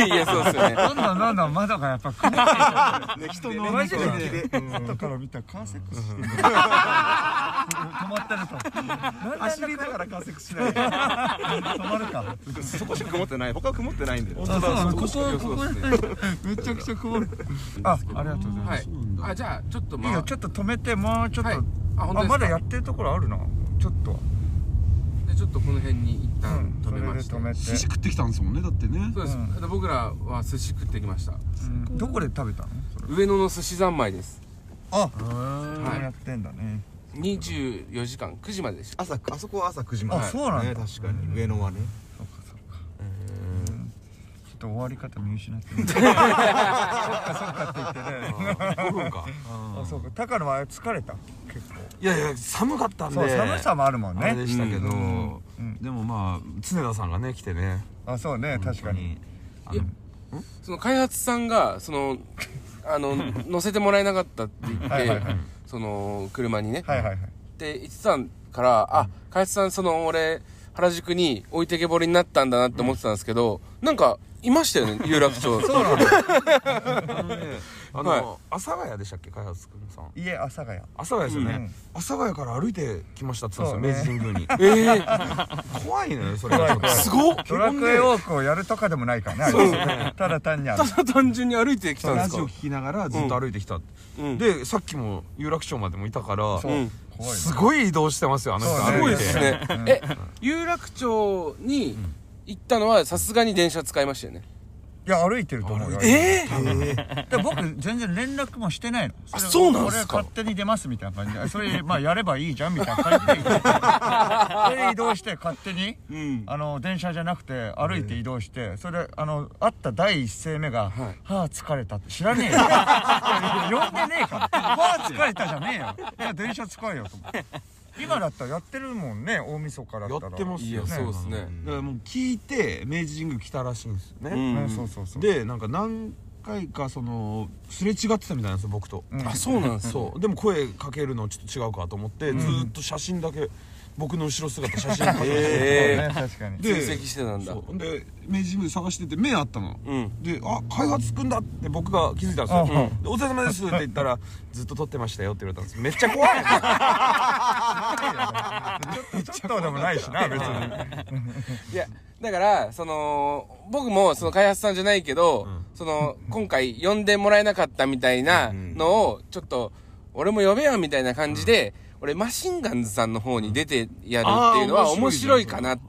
Speaker 5: ね
Speaker 2: いやそうですよね
Speaker 5: どんどんどんどん窓がやっぱ車の
Speaker 1: 人
Speaker 5: の
Speaker 1: マ
Speaker 5: マ
Speaker 1: ジ
Speaker 5: ジ
Speaker 1: で
Speaker 5: で外から見たらカーセックスしてる止まってると
Speaker 6: 走りながらカーセックスしない
Speaker 5: 止まるか
Speaker 1: そこしか曇ってない。他は曇ってないんで。
Speaker 5: あそうなのここ
Speaker 2: そう
Speaker 5: ここめちゃくちゃ曇るあありがとうございま
Speaker 2: は
Speaker 5: す
Speaker 2: いあじゃあちょっとまあ
Speaker 5: いいよちょっと止めてもうちょっと
Speaker 2: はい
Speaker 5: あ
Speaker 2: あ本当ですか
Speaker 5: まだやってるところあるなちょっと
Speaker 2: でちょっとこの辺に一
Speaker 5: う
Speaker 2: 旦
Speaker 5: ん
Speaker 2: 止
Speaker 5: それ
Speaker 2: め
Speaker 5: で
Speaker 2: ました、
Speaker 5: 止め
Speaker 6: 寿司
Speaker 5: て
Speaker 6: 食ってきたんですもんねだってね
Speaker 2: そうです、で僕らは寿司食ってきました
Speaker 5: うんどこで食べたのそれ
Speaker 2: 上野の寿司三昧です
Speaker 5: あ
Speaker 2: は
Speaker 5: そうやってんだね
Speaker 2: 24時間9時まででした
Speaker 1: 朝、あそこは朝9時まで。
Speaker 5: あそうなんだ
Speaker 1: ね確かに。上野はね。
Speaker 5: そうかそうかちょっと終わり方見失ってるそっかそっかって言ってね
Speaker 6: 5分か
Speaker 5: あそうか高野は疲れた結構
Speaker 6: いやいや寒かったんで
Speaker 5: そう寒さもあるもん
Speaker 6: あれで
Speaker 5: ね
Speaker 6: したけど、
Speaker 5: ん
Speaker 6: でもまあ常田さんがね来てね
Speaker 5: あそうね確かに
Speaker 6: あの
Speaker 2: その開発さんがそのあ の乗せてもらえなかったって言って
Speaker 5: はいはいはい
Speaker 2: その車にね、
Speaker 5: はいはいはい
Speaker 2: って言ってたからあ開発さんその俺原宿に置いてけぼりになったんだなって思ってたんですけど、なんかいましたよね有楽町そう
Speaker 6: あのねあの、
Speaker 2: はい
Speaker 6: 阿佐ヶ谷でしたっけ開発君さん
Speaker 5: 家阿佐ヶ谷
Speaker 6: 阿佐ヶ谷ですよね、
Speaker 5: うん
Speaker 6: 阿佐ヶ谷から歩いてきましたって言ってたんです
Speaker 5: そ
Speaker 6: よ、明治神宮に
Speaker 2: ええ
Speaker 6: 怖いのよそれがちょっと
Speaker 2: すごっ
Speaker 5: ドラクエウォークをやるとかでもないからねあれただ単にある
Speaker 2: ただ単純に歩いてきたんで
Speaker 6: ラ
Speaker 2: す
Speaker 6: ジ
Speaker 2: か
Speaker 6: オ聞きながらずっと歩いてきた、
Speaker 2: うん
Speaker 6: でさっきも有楽町までもいたから
Speaker 5: そう
Speaker 2: うん
Speaker 5: 怖いね
Speaker 6: すごい移動してますよあの人
Speaker 5: そう
Speaker 2: す
Speaker 5: ね
Speaker 6: 歩
Speaker 2: ごい
Speaker 6: い
Speaker 2: で
Speaker 6: て
Speaker 2: すねえ有楽町に行ったのはさすがに電車使いましたよね
Speaker 5: いや歩いてると思うよ
Speaker 2: ええ
Speaker 5: で僕全然連絡もしてないの
Speaker 2: あ
Speaker 5: れ
Speaker 2: そうなんすか
Speaker 5: 俺勝手に出ますみたいな感じでそれまあやればいいじゃんみたいな感じで言ってそれで移動して勝手に、あの電車じゃなくて歩いて移動してそれであの会った第一声目が「はあ疲れた」って知らねえよいや呼んでねえから「はあ疲れた」じゃねえよいや電車使えよと思って今だったらやってるもんね大晦日からだったら
Speaker 6: やってます
Speaker 2: い
Speaker 6: よ
Speaker 2: やそうですね
Speaker 6: だからもう聞いて明治神宮来たらしいんですよね、
Speaker 2: うん
Speaker 5: うんそうそうそう
Speaker 6: でなんか何回かそのすれ違ってたみたいなんですよ僕と、
Speaker 5: うん
Speaker 2: あそうなんですよ
Speaker 6: そうでも声かけるのちょっと違うかと思って、ずーっと写真だけ僕の後ろ姿 写真だけ、
Speaker 5: そう
Speaker 2: え
Speaker 5: ね確かに
Speaker 6: で
Speaker 2: 追跡してたんだ
Speaker 6: そうで明治神宮探してて目あったの
Speaker 2: うん
Speaker 6: で「あ開発くんだ」って僕が気づいたんですよ「でお疲れ様です」って言ったら「ずっと撮ってましたよ」って言われたんですめっちゃ怖い
Speaker 5: ちょっとでもないしな別に
Speaker 2: いやだからその僕もその開発さんじゃないけど、その今回呼んでもらえなかったみたいなのをちょっと俺も呼べよみたいな感じで、俺マシンガンズさんの方に出てやるっていうの
Speaker 6: あ
Speaker 2: は
Speaker 6: ー
Speaker 2: 面
Speaker 6: 面白
Speaker 2: 白
Speaker 6: い
Speaker 2: い
Speaker 6: じゃ
Speaker 2: か
Speaker 6: ん
Speaker 2: なって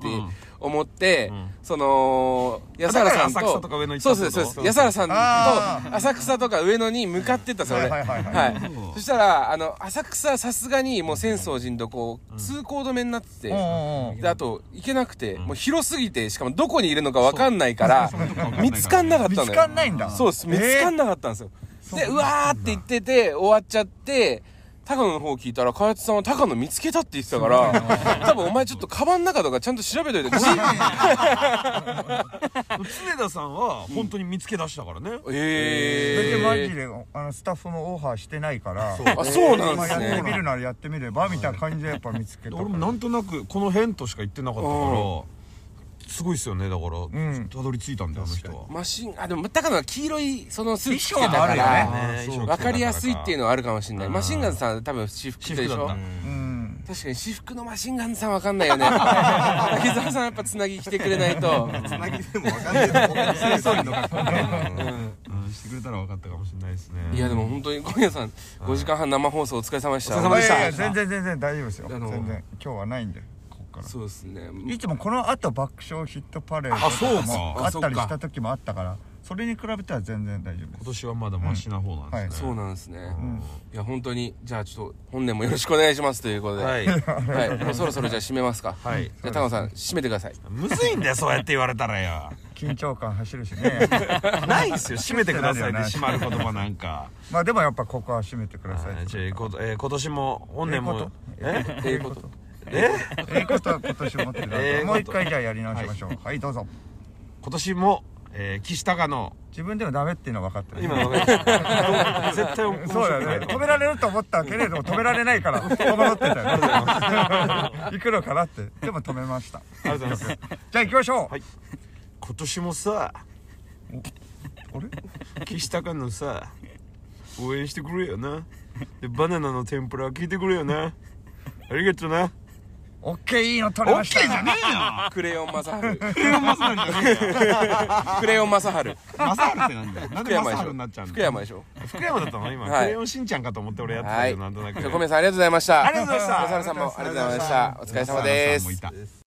Speaker 2: 思って、その安
Speaker 6: だから
Speaker 2: 原さんと
Speaker 6: 浅草とか上野行った
Speaker 2: そう
Speaker 6: って
Speaker 2: そ
Speaker 6: こ
Speaker 2: うそう
Speaker 6: と
Speaker 2: です安原さん
Speaker 5: あ
Speaker 2: と浅草とか上野に向かってったそれ
Speaker 5: はいはいはいはい
Speaker 2: そしたらあの浅草さすがにもう浅草寺のとこ通行止めになってて、
Speaker 5: うんうんうん
Speaker 2: であと行けなくて、もう広すぎてしかもどこにいるのか分かんない から見つかんなかったのよ
Speaker 5: 見つかんないんだ
Speaker 2: そうです見つかんなかったんですよ、でうわーって言ってて終わっちゃって高野の方聞いたら開発さんは高野見つけたって言ってたから多分お前ちょっとカバンの中とかちゃんと調べといて じ
Speaker 6: 常田さんは本当に見つけ出したからね、
Speaker 5: それでマジ
Speaker 2: え
Speaker 5: であのスタッフもオファーしてないから
Speaker 2: ー、あそうなん
Speaker 5: ま
Speaker 2: で
Speaker 5: あ
Speaker 2: す
Speaker 5: やってみ
Speaker 2: ね
Speaker 5: るならやってみればみたいな感じでやっぱ見つけ
Speaker 6: で
Speaker 5: た
Speaker 6: 俺もなんとなくこの辺としか言ってなかったから、
Speaker 2: う
Speaker 6: すごいっすよねだから、
Speaker 5: ん
Speaker 6: たどり着いたんだよあの人は
Speaker 2: マシンあでも高野は黄色いそのスーツ着て
Speaker 5: 衣
Speaker 2: た
Speaker 5: 装もあ
Speaker 2: か
Speaker 5: るよね
Speaker 2: ら、
Speaker 6: ね衣装着てたから
Speaker 2: 分かりやすいっていうのはあるかもしれないマシンガンズさんは多分私服着てるでし
Speaker 6: 私服
Speaker 2: ょ
Speaker 6: だった
Speaker 5: うん
Speaker 2: 確かに私服のマシンガンズさんわかんないよ ね滝沢さんやっぱつなぎ着てくれないと
Speaker 6: つなぎでも分かんないけどうんうんしてくれたら分かったかもしれないですね
Speaker 2: いやでも本当に小宮さん5時間半生放送お疲れ様でした
Speaker 6: お疲れ様でした
Speaker 5: いやいや全然全然大丈夫ですよ
Speaker 2: あ
Speaker 5: 全
Speaker 2: の
Speaker 5: 然今日はないんでこっから
Speaker 2: そうですね
Speaker 5: いつもこの後爆笑ヒットパレード
Speaker 6: あそうか
Speaker 5: もあったりした時もあったからそれに比べたら全然大丈夫
Speaker 6: 今
Speaker 5: です
Speaker 6: 年はまだマシな方なんですね、
Speaker 5: はい
Speaker 2: そうなんですね
Speaker 5: ん
Speaker 2: いや本当にじゃあちょっと本年もよろしくお願いしますということで
Speaker 6: は
Speaker 2: はいもうそろそろじゃあ締めますかはいじゃあ高野さん締めてください
Speaker 6: むずいんだよそうやって言われたらよ
Speaker 5: 緊張感走るしね
Speaker 6: ないですよ締めてくださいで
Speaker 5: なるよな
Speaker 6: 締まる言葉なんか
Speaker 5: まあでもやっぱここは締めてください
Speaker 6: はいじゃあえーことえー今年も本年もえ
Speaker 2: っていうこと
Speaker 6: え
Speaker 5: ええことは今年持ってたん
Speaker 6: ええ
Speaker 5: で
Speaker 6: こと
Speaker 5: もう一回じゃあやり直しましょうはいどうぞ
Speaker 6: 今年も、えー、岸高の
Speaker 5: 自分でもダメっていうのは分かってる
Speaker 6: 今 の分かりました絶対面
Speaker 5: そう
Speaker 6: 白
Speaker 5: だ
Speaker 6: くない
Speaker 5: よね止められると思ったけれども止められない から戸惑ってたよね行くのかなってでも止めました
Speaker 6: ありがとうございます
Speaker 5: じゃあ行きましょう、
Speaker 6: はい今年もさ
Speaker 5: あれ
Speaker 6: 岸高のさ応援してくれよなでバナナの天ぷら聞いてくれよなありがとうな
Speaker 5: オッケーいいの取れました
Speaker 2: クレヨンマサハルクレヨンマサハル
Speaker 6: マサハルってなんだよな
Speaker 2: クレ
Speaker 6: んで
Speaker 2: ヨン
Speaker 6: マ
Speaker 2: マサハ
Speaker 6: サハ
Speaker 2: ル
Speaker 6: ルになっちゃうん
Speaker 2: 福
Speaker 6: だよ
Speaker 2: 山でしょ
Speaker 6: 福山だったの今、
Speaker 2: はい
Speaker 6: クレヨンしんちゃんかと思って俺やってた
Speaker 2: は
Speaker 6: け
Speaker 2: い
Speaker 6: どなんとなく
Speaker 2: じゃあ小宮さんありがとうございました
Speaker 6: ありがとうございました
Speaker 2: 安原さんもありがとうございましたお疲れ様です
Speaker 6: お疲れ様さんもいた